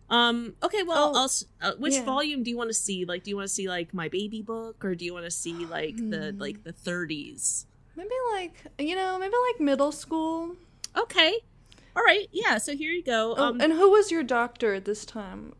Speaker 2: Um. Okay. Well,
Speaker 4: Oh,
Speaker 2: I'll s uh, which
Speaker 4: yeah.
Speaker 2: volume do you want to see? Like, do you want to see like my baby book, or do you want to see like the
Speaker 4: Mm.
Speaker 2: like the thirties?
Speaker 4: maybe like you know maybe like middle school.
Speaker 2: Okay. All right. Yeah. So here you go.
Speaker 4: Oh,
Speaker 2: Um,
Speaker 4: and who was your doctor at this time?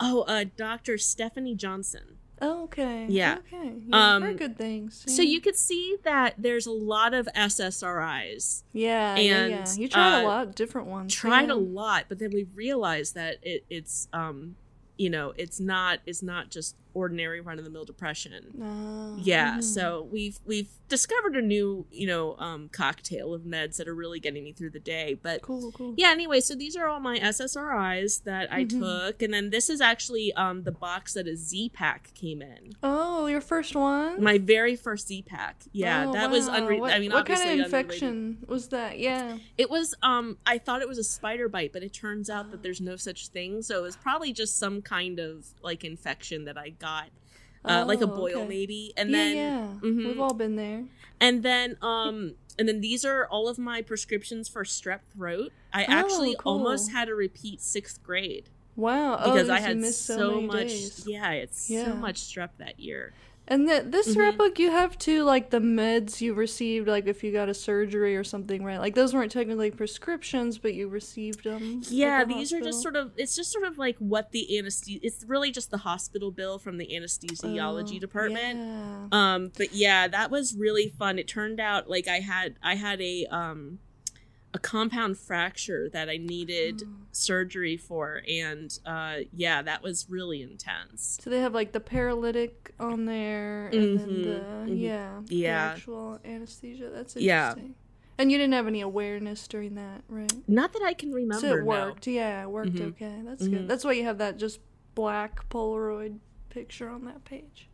Speaker 2: oh, uh, Dr. Stephanie Johnson.
Speaker 4: Oh, okay.
Speaker 2: Yeah.
Speaker 4: Okay. Yeah,
Speaker 2: Um,
Speaker 4: heard good things.
Speaker 2: So
Speaker 4: yeah.
Speaker 2: you could see that there's a lot of SSRIs.
Speaker 4: Yeah, yeah, yeah.
Speaker 2: And,
Speaker 4: You tried
Speaker 2: uh,
Speaker 4: a lot of different ones.
Speaker 2: Tried
Speaker 4: yeah.
Speaker 2: a lot, but then we realized that it, it's, um, you know, it's not it's not just ordinary run of the mill depression.
Speaker 4: No.
Speaker 2: Yeah.
Speaker 4: Mhm.
Speaker 2: So we've we've discovered a new you know um, cocktail of meds that are really getting me through the day. But
Speaker 4: cool, cool.
Speaker 2: yeah anyway so these are all my ssris that i
Speaker 4: Mhm.
Speaker 2: took and then this is actually um the box that a z-pack came in
Speaker 4: Oh, your first one.
Speaker 2: my very first z-pack yeah
Speaker 4: Oh,
Speaker 2: that was
Speaker 4: wow.
Speaker 2: unre-
Speaker 4: What,
Speaker 2: i mean
Speaker 4: what
Speaker 2: obviously
Speaker 4: kind of
Speaker 2: unrelated.
Speaker 4: infection was that? Yeah.
Speaker 2: it was um i thought it was a spider bite but it turns out that there's no such thing so it was probably just some kind of like infection that i got uh, like a
Speaker 4: Oh,
Speaker 2: boil
Speaker 4: okay.
Speaker 2: maybe and
Speaker 4: yeah,
Speaker 2: then
Speaker 4: yeah.
Speaker 2: mhm.
Speaker 4: We've all been there.
Speaker 2: and then um and then these are all of my prescriptions for strep throat. I actually
Speaker 4: Oh, cool.
Speaker 2: almost had to repeat sixth grade
Speaker 4: Wow. Oh,
Speaker 2: because I
Speaker 4: you
Speaker 2: had
Speaker 4: missed so, many
Speaker 2: much.
Speaker 4: days.
Speaker 2: Yeah, it's
Speaker 4: Yeah.
Speaker 2: so much strep that year.
Speaker 4: And th- this
Speaker 2: Mm-hmm.
Speaker 4: rep book, you have to like the meds you received, like if you got a surgery or something, right? Like those weren't technically prescriptions, but you received them. at
Speaker 2: Yeah,
Speaker 4: the
Speaker 2: these are just
Speaker 4: hospital.
Speaker 2: sort of it's just sort of like what the anesthesia it's really just the hospital bill from the anesthesiology
Speaker 4: Oh,
Speaker 2: department.
Speaker 4: yeah.
Speaker 2: Um but yeah, that was really fun. It turned out like I had I had a um a compound fracture that I needed
Speaker 4: Mm.
Speaker 2: surgery for and uh yeah, that was really intense.
Speaker 4: So they have like the paralytic on there, and then
Speaker 2: Mhm,
Speaker 4: the
Speaker 2: mhm.
Speaker 4: yeah, the
Speaker 2: Yeah.
Speaker 4: actual anesthesia. That's
Speaker 2: Yeah.
Speaker 4: interesting. And you didn't have any awareness during that, right?
Speaker 2: Not that I can remember.
Speaker 4: so it
Speaker 2: no.
Speaker 4: worked. Yeah, it worked.
Speaker 2: Mhm.
Speaker 4: Okay, that's
Speaker 2: Mhm.
Speaker 4: good. That's why you have that just black Polaroid picture on that page.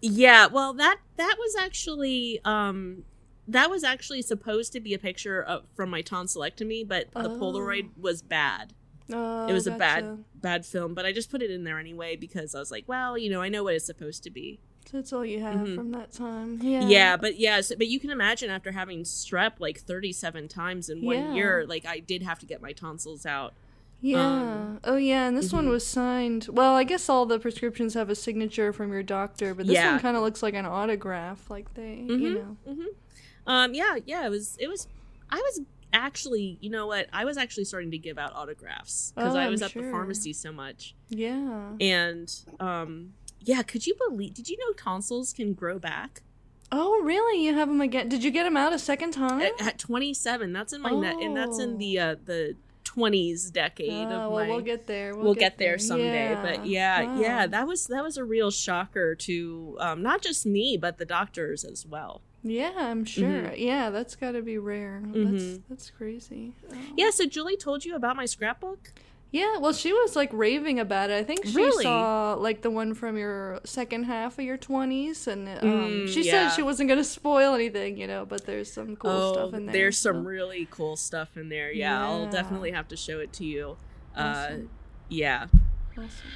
Speaker 2: Yeah, well that that was actually um that was actually supposed to be a picture of, from my tonsillectomy, but the
Speaker 4: Oh.
Speaker 2: Polaroid was bad.
Speaker 4: Oh,
Speaker 2: it was a bad
Speaker 4: gotcha.
Speaker 2: bad film, but I just put it in there anyway because I was like, well, you know, I know what it's supposed to be.
Speaker 4: So that's all you have
Speaker 2: Mhm.
Speaker 4: from that time. Yeah.
Speaker 2: Yeah, um, but yeah, so, but you can imagine after having strep like 37 times in one
Speaker 4: Yeah.
Speaker 2: year, like I did have to get my tonsils out.
Speaker 4: Yeah. oh, yeah. And this one
Speaker 2: mm-hmm.
Speaker 4: was signed. Well, I guess all the prescriptions have a signature from your doctor, but this
Speaker 2: Yeah.
Speaker 4: one kind of looks like an autograph. Like they, you know.
Speaker 2: hmm Um yeah, yeah, it was it was I was actually, you know what? I was actually starting to give out autographs because
Speaker 4: Oh,
Speaker 2: I
Speaker 4: I'm
Speaker 2: was at
Speaker 4: sure.
Speaker 2: the pharmacy so much.
Speaker 4: Yeah.
Speaker 2: And um yeah, could you believe did you know tonsils can grow back?
Speaker 4: Oh, really? You have them again? Did you get them out a second time?
Speaker 2: at, at 27 that's in my net and that's in the uh the 20s decade
Speaker 4: Oh,
Speaker 2: of
Speaker 4: well,
Speaker 2: my
Speaker 4: we'll get there. We'll,
Speaker 2: we'll get there someday but yeah yeah
Speaker 4: Wow.
Speaker 2: that was that was a real shocker to um not just me but the doctors as well
Speaker 4: yeah, I'm sure.
Speaker 2: Mm-hmm.
Speaker 4: Yeah, that's got to be rare. That's
Speaker 2: Mhm.
Speaker 4: that's crazy. Oh.
Speaker 2: yeah so julie told you about my scrapbook
Speaker 4: Yeah, well, she was like raving about it. I think she
Speaker 2: Really?
Speaker 4: saw like the one from your second half of your 20s, and um,
Speaker 2: Mm,
Speaker 4: she
Speaker 2: yeah.
Speaker 4: said she wasn't going to spoil anything, you know, but there's some cool stuff in there.
Speaker 2: Oh, there's some
Speaker 4: so-
Speaker 2: really cool stuff in there yeah, i'll
Speaker 4: Yeah.
Speaker 2: definitely have to show it to you uh
Speaker 4: Awesome.
Speaker 2: yeah
Speaker 4: awesome.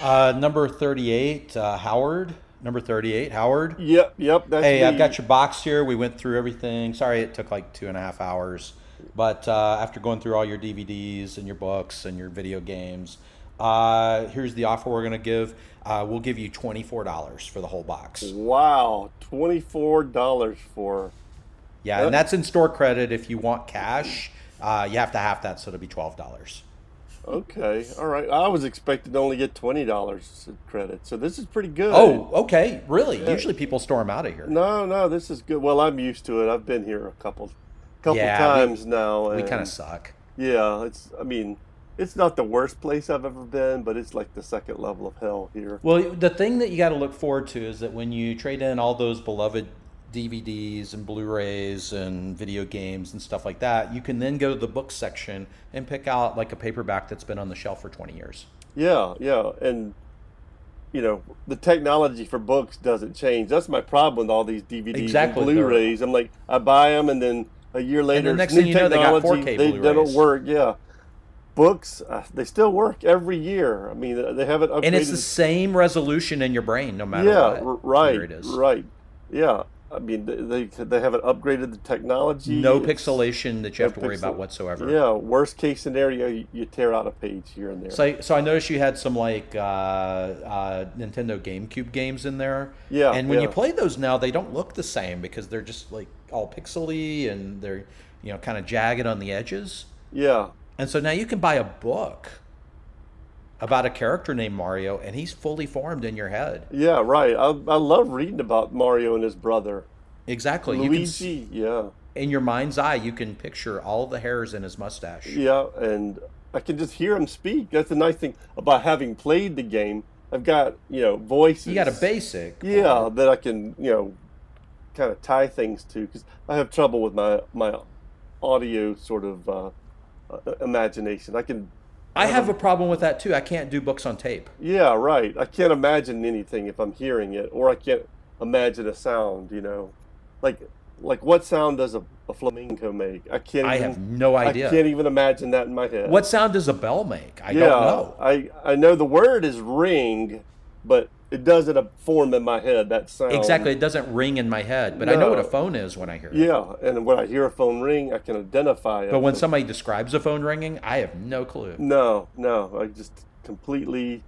Speaker 5: Uh, number 38, uh, Howard. Number 38, Howard.
Speaker 2: Mm.
Speaker 3: Yep, yep. That's
Speaker 5: Hey, I've
Speaker 3: me.
Speaker 5: got your box here. We went through everything. Sorry it took like two and a half hours. But uh, after going through all your DVDs and your books and your video games, uh, here's the offer we're going to give. Uh, we'll give you $24 for the whole box.
Speaker 3: Wow, twenty four dollars for
Speaker 5: Yeah, and that's in store credit. If you want cash, uh, you have to have that, so it'll be $12.
Speaker 3: okay. All right, I was expecting to only get twenty dollars in credit, so this is pretty good.
Speaker 5: Oh, okay. Really? Usually people storm out of here.
Speaker 3: no, no, this is good. Well, I'm used to it. I've been here a couple, couple
Speaker 5: Yeah, we-
Speaker 3: times now.
Speaker 5: We
Speaker 3: and-
Speaker 5: kind of suck.
Speaker 3: Yeah, it's. I mean, it's not the worst place I've ever been, but it's like the second level of hell here.
Speaker 5: Well, the thing that you got to look forward to is that when you trade in all those beloved DVDs and Blu-rays and video games and stuff like that, you can then go to the book section and pick out like a paperback that's been on the shelf for 20 years.
Speaker 3: Yeah, yeah, and you know the technology for books doesn't change. That's my problem with all these DVDs
Speaker 5: Exactly,
Speaker 3: and
Speaker 5: they're-
Speaker 3: Blu-rays. I'm like, I buy them, and then a year later,
Speaker 5: next
Speaker 3: it's new
Speaker 5: thing you know, they got
Speaker 3: technology,
Speaker 5: 4K
Speaker 3: they, they don't
Speaker 5: Blu-rays.
Speaker 3: work. Yeah, books uh, they still work every year. I mean, uh, they haven't upgraded.
Speaker 5: And it's the same resolution in your brain no matter
Speaker 3: yeah,
Speaker 5: what
Speaker 3: r-
Speaker 5: year
Speaker 3: right,
Speaker 5: it is.
Speaker 3: right. Yeah, I mean, they they, they haven't upgraded the technology.
Speaker 5: No
Speaker 3: It's-
Speaker 5: pixelation that you
Speaker 3: no
Speaker 5: have to worry
Speaker 3: pixel-
Speaker 5: about whatsoever.
Speaker 3: Yeah, worst case scenario, you, you tear out a page here and there.
Speaker 5: So, I- so I noticed you had some like uh, uh, Nintendo GameCube games in there.
Speaker 3: Yeah,
Speaker 5: And when you
Speaker 3: yeah.
Speaker 5: play those now, they don't look the same because they're just like all pixely and they're you know kind of jagged on the edges.
Speaker 3: yeah,
Speaker 5: And so now you can buy a book about a character named Mario, and he's fully formed in your head.
Speaker 3: yeah, right. I I love reading about Mario and his brother.
Speaker 5: Exactly. You can, s-
Speaker 3: Luigi, yeah,
Speaker 5: in your mind's eye, you can picture all the hairs in his mustache.
Speaker 3: yeah, and I can just hear him speak. That's the nice thing about having played the game. I've got you know voices.
Speaker 5: You got a basic.
Speaker 3: Yeah, that I can you know kind of tie things to because I have trouble with my my audio sort of uh, uh, imagination. I can.
Speaker 5: I have a problem with that too. I can't do books on tape.
Speaker 3: Yeah, right. I can't imagine anything if I'm hearing it, or I can't imagine a sound. You know, like like what sound does a, a flamingo make? I can't.
Speaker 5: I
Speaker 3: even,
Speaker 5: have no idea.
Speaker 3: I can't even imagine that in my head.
Speaker 5: What sound does a bell make? I
Speaker 3: yeah,
Speaker 5: don't know.
Speaker 3: I I know the word is ring, but it doesn't form in my head that sound.
Speaker 5: Exactly. It doesn't ring in my head, but I know
Speaker 3: No.
Speaker 5: what a phone is when I hear it.
Speaker 3: Yeah, and when I hear a phone ring, I can identify it.
Speaker 5: But when somebody describes a phone ringing, I have no clue.
Speaker 3: no, no, I just completely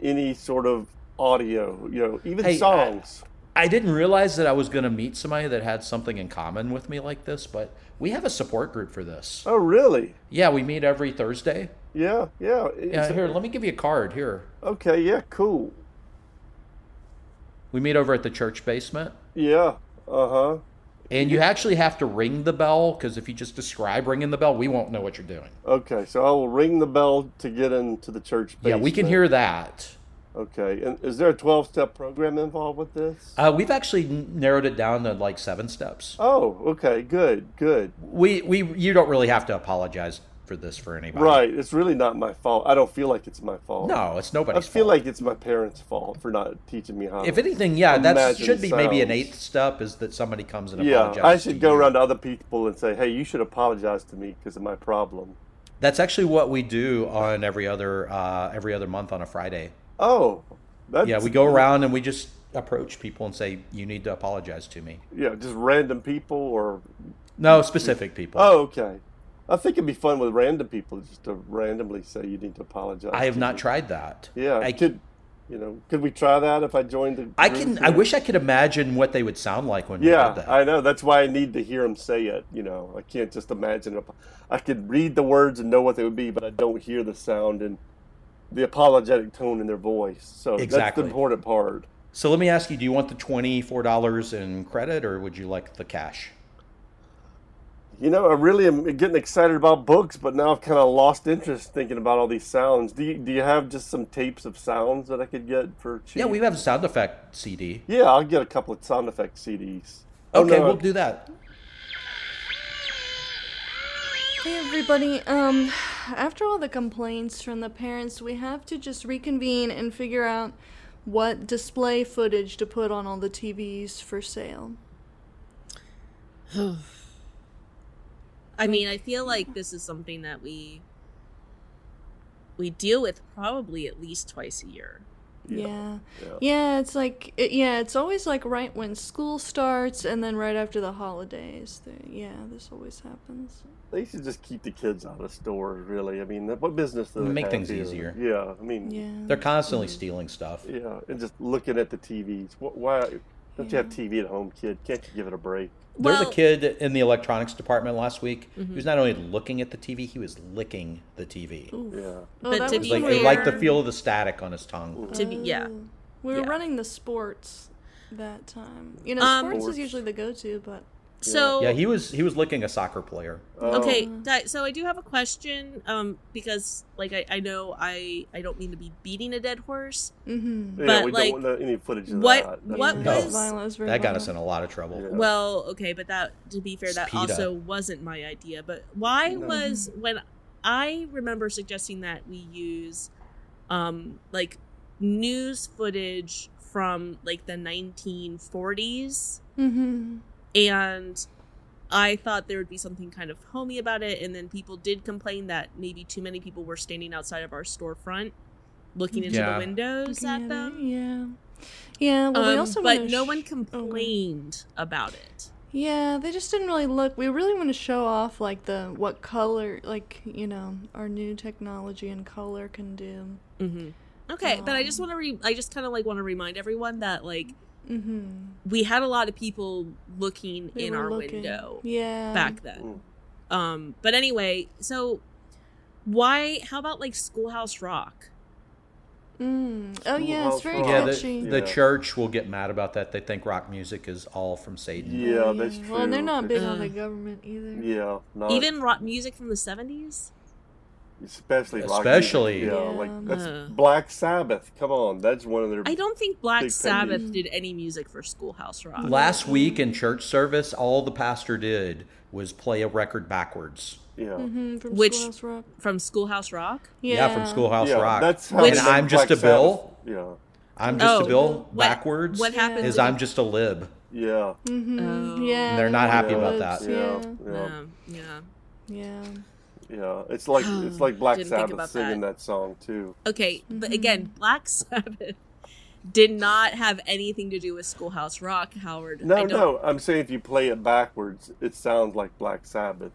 Speaker 3: any sort of audio, you know, even
Speaker 5: Hey, I-
Speaker 3: songs.
Speaker 5: I didn't realize that I was going to meet somebody that had something in common with me like this, but we have a support group for this.
Speaker 3: oh, really?
Speaker 5: Yeah, we meet every Thursday.
Speaker 3: Yeah, yeah.
Speaker 5: Yeah,
Speaker 3: It's-
Speaker 5: here, let me give you a card. Here.
Speaker 3: Okay, yeah, cool.
Speaker 5: We meet over at the church basement.
Speaker 3: Yeah, uh huh.
Speaker 5: And you actually have to ring the bell because if you just describe ringing the bell, we won't know what you're doing.
Speaker 3: Okay, so I will ring the bell to get into the church.
Speaker 5: Yeah, we can
Speaker 3: basement.
Speaker 5: hear that.
Speaker 3: Okay, and is there a twelve-step program involved with this?
Speaker 5: Uh, we've actually n- narrowed it down to like seven steps.
Speaker 3: oh, okay, good, good.
Speaker 5: We we you don't really have to apologize for this for anybody.
Speaker 3: Right, it's really not my fault. I don't feel like it's my fault.
Speaker 5: No, it's
Speaker 3: I
Speaker 5: nobody's
Speaker 3: feel
Speaker 5: fault.
Speaker 3: like it's my parents' fault for not teaching me how.
Speaker 5: if
Speaker 3: to-
Speaker 5: anything, yeah, that
Speaker 3: Imagine
Speaker 5: should be maybe an
Speaker 3: sounds.
Speaker 5: eighth step is that somebody comes and
Speaker 3: yeah,
Speaker 5: apologizes.
Speaker 3: I should
Speaker 5: to
Speaker 3: go
Speaker 5: you.
Speaker 3: around to other people and say, "Hey, you should apologize to me because of my problem."
Speaker 5: That's actually what we do on every other uh, every other month on a Friday.
Speaker 3: Oh, that's
Speaker 5: Yeah, we go around and we just approach people and say, "You need to apologize to me."
Speaker 3: yeah, just random people or
Speaker 5: No, specific people.
Speaker 3: oh, okay. I think it'd be fun with random people just to randomly say you need to apologize.
Speaker 5: I have
Speaker 3: to
Speaker 5: not
Speaker 3: me."
Speaker 5: tried that.
Speaker 3: Yeah,
Speaker 5: I
Speaker 3: could you know? Could we try that if I joined the?
Speaker 5: I
Speaker 3: group
Speaker 5: can.
Speaker 3: here?
Speaker 5: I wish I could imagine what they would sound like when we
Speaker 3: Yeah,
Speaker 5: did that.
Speaker 3: I know. That's why I need to hear him say it. You know, I can't just imagine. It. I could read the words and know what they would be, but I don't hear the sound and the apologetic tone in their voice. So that's
Speaker 5: Exactly.
Speaker 3: the important part.
Speaker 5: so let me ask you: Do you want the twenty-four dollars in credit, or would you like the cash?
Speaker 3: You know, I really am getting excited about books, but now I've kind of lost interest thinking about all these sounds. Do you, do you have just some tapes of sounds that I could get for cheap?
Speaker 5: Yeah, we have a sound effect CD.
Speaker 3: Yeah, I'll get a couple of sound effect CDs. Oh,
Speaker 5: Okay,
Speaker 3: no,
Speaker 5: we'll do that.
Speaker 4: Hey everybody, um, after all the complaints from the parents, we have to just reconvene and figure out what display footage to put on all the TVs for sale.
Speaker 2: <sighs> I mean, I feel like this is something that we we deal with probably at least twice a year.
Speaker 4: Yeah.
Speaker 3: yeah.
Speaker 4: Yeah, it's like, it, yeah, it's always like right when school starts and then right after the holidays. The- Yeah, this always happens.
Speaker 3: They should just keep the kids out of the store, really. I mean, what business do they
Speaker 5: Make
Speaker 3: have
Speaker 5: things
Speaker 3: here?
Speaker 5: easier.
Speaker 3: Yeah, I mean,
Speaker 4: Yeah.
Speaker 5: They're constantly stealing stuff.
Speaker 3: Yeah, and just looking at the TVs. Wh- Why don't you have TV at home, kid? Can't you give it a break?
Speaker 5: There's
Speaker 2: Well-
Speaker 5: a kid in the electronics department last week who was not only looking at the TV, he was licking the TV.
Speaker 3: Yeah.
Speaker 4: Oh,
Speaker 2: But
Speaker 4: that
Speaker 2: to
Speaker 4: was
Speaker 2: be
Speaker 5: Like
Speaker 4: when
Speaker 5: he
Speaker 4: we
Speaker 5: liked
Speaker 4: were-
Speaker 5: the feel of the static on his tongue.
Speaker 2: To be yeah.
Speaker 4: Oh. We were
Speaker 2: Yeah.
Speaker 4: running the sports that time. You know,
Speaker 2: Um,
Speaker 4: sports
Speaker 3: Sports.
Speaker 4: is usually the go to, but
Speaker 2: So
Speaker 5: Yeah, he was he was licking a soccer player.
Speaker 3: Oh,
Speaker 2: okay, guys. So I do have a question, um, because like I, I know I I don't mean to be beating a dead horse.
Speaker 4: mm-hmm.
Speaker 3: Yeah,
Speaker 2: but,
Speaker 3: we
Speaker 2: like,
Speaker 3: don't want any footage of
Speaker 2: what-
Speaker 3: that.
Speaker 2: what
Speaker 5: No. was-
Speaker 4: violence, very
Speaker 5: That got us in
Speaker 4: violent.
Speaker 5: a lot of trouble.
Speaker 3: Yeah.
Speaker 2: Well, okay, but that to be fair,
Speaker 5: It's
Speaker 2: that
Speaker 5: PETA.
Speaker 2: also wasn't my idea. But why
Speaker 3: No.
Speaker 2: was when I remember suggesting that we use um like news footage from like the 1940s
Speaker 4: Mm-hmm.
Speaker 2: and I thought there would be something kind of homey about it and then people did complain that maybe too many people were standing outside of our storefront looking into
Speaker 5: Yeah.
Speaker 2: the windows
Speaker 4: Looking
Speaker 2: at
Speaker 4: at
Speaker 2: them.
Speaker 4: it, Yeah. Yeah, well, we
Speaker 2: Um,
Speaker 4: also
Speaker 2: but
Speaker 4: wanna
Speaker 2: no
Speaker 4: sh-
Speaker 2: one
Speaker 4: oh, go ahead.
Speaker 2: complained about it.
Speaker 4: Yeah, they just didn't really look. We really want to show off, like, the what color, like, you know, our new technology and color can do.
Speaker 2: hmm Okay, but I just
Speaker 4: Um,
Speaker 2: want to re- I just kind of like want to remind everyone that like
Speaker 4: Mm-hmm.
Speaker 2: we had a lot of people looking in our window
Speaker 4: Yeah.
Speaker 2: back then.
Speaker 5: Mm.
Speaker 2: Um, but anyway, so why? How about like Schoolhouse Rock?
Speaker 4: Mm. Oh, yeah,
Speaker 3: Schoolhouse
Speaker 4: it's very
Speaker 3: Rock.
Speaker 5: Yeah,
Speaker 4: catchy.
Speaker 5: the, the
Speaker 3: Yeah.
Speaker 5: church will get mad about that. They think rock music is all from Satan.
Speaker 3: Yeah,
Speaker 4: Oh,
Speaker 3: that's
Speaker 4: Well, they're
Speaker 3: true.
Speaker 4: not big on the
Speaker 2: Ugh.
Speaker 4: government either.
Speaker 3: Yeah,
Speaker 5: Uh,
Speaker 3: not
Speaker 2: Uh, Even rock music from the seventies.
Speaker 3: especially rock music.
Speaker 5: Especially.
Speaker 3: yeah,
Speaker 4: Yeah. um,
Speaker 3: like that's
Speaker 2: Uh.
Speaker 3: Black Sabbath. Come on, that's one of their.
Speaker 2: I don't think Black
Speaker 3: Big
Speaker 2: Sabbath
Speaker 4: Penny.
Speaker 2: did any music for Schoolhouse Rock.
Speaker 5: Last week in church service, all the pastor did was play a record backwards.
Speaker 3: yeah,
Speaker 4: Mm-hmm, from
Speaker 2: Which-
Speaker 4: Schoolhouse Rock.
Speaker 2: from Schoolhouse Rock.
Speaker 5: Yeah, from Schoolhouse
Speaker 3: yeah,
Speaker 5: Rock.
Speaker 3: That's how
Speaker 2: Which-
Speaker 5: and
Speaker 3: they
Speaker 5: I'm
Speaker 3: make
Speaker 5: just a
Speaker 3: Black
Speaker 5: bill.
Speaker 3: Sabbath. Yeah,
Speaker 5: I'm just
Speaker 2: Oh,
Speaker 5: a bill
Speaker 2: what-
Speaker 5: backwards
Speaker 2: What happened?
Speaker 5: is
Speaker 2: to-
Speaker 5: I'm just a lib.
Speaker 3: yeah,
Speaker 4: Mm-hmm.
Speaker 2: Oh.
Speaker 4: Yeah.
Speaker 5: They're not happy
Speaker 3: Yeah.
Speaker 5: about
Speaker 4: Libs,
Speaker 5: that.
Speaker 3: yeah,
Speaker 4: Yeah.
Speaker 3: yeah,
Speaker 2: Um, yeah.
Speaker 4: Yeah.
Speaker 3: yeah. It's like
Speaker 2: <sighs>
Speaker 3: it's like Black
Speaker 2: Didn't think
Speaker 3: Sabbath
Speaker 2: about
Speaker 3: singing
Speaker 2: that.
Speaker 3: that song too.
Speaker 2: Okay, but again, Black <laughs> Sabbath did not have anything to do with Schoolhouse Rock, Howard. I
Speaker 3: No,
Speaker 2: don't-
Speaker 3: no. I'm saying if you play it backwards, it sounds like Black Sabbath.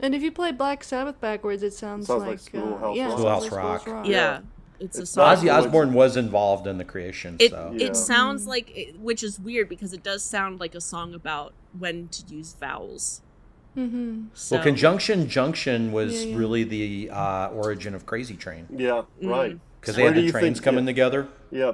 Speaker 4: And if you play Black Sabbath backwards, it sounds,
Speaker 3: Sounds like
Speaker 4: like, uh,
Speaker 3: Schoolhouse
Speaker 4: yeah, it
Speaker 3: Rock.
Speaker 4: sounds like
Speaker 5: Schoolhouse Rock.
Speaker 4: Schoolhouse Rock.
Speaker 2: Yeah,
Speaker 3: Yeah.
Speaker 2: it's a
Speaker 3: It's
Speaker 2: song.
Speaker 3: not-
Speaker 5: Ozzy Osbourne was involved in the creation,
Speaker 2: It
Speaker 5: so
Speaker 3: Yeah.
Speaker 2: it sounds like it, which is weird because it does sound like a song about when to use vowels.
Speaker 4: Mm-hmm.
Speaker 2: So,
Speaker 5: well, conjunction junction was
Speaker 4: Yeah, yeah.
Speaker 5: really the uh, origin of Crazy Train
Speaker 3: Yeah, right.
Speaker 5: because they
Speaker 3: Where
Speaker 5: had
Speaker 3: do
Speaker 5: the
Speaker 3: you
Speaker 5: trains
Speaker 3: think-
Speaker 5: coming
Speaker 3: yeah,
Speaker 5: together.
Speaker 3: Yeah,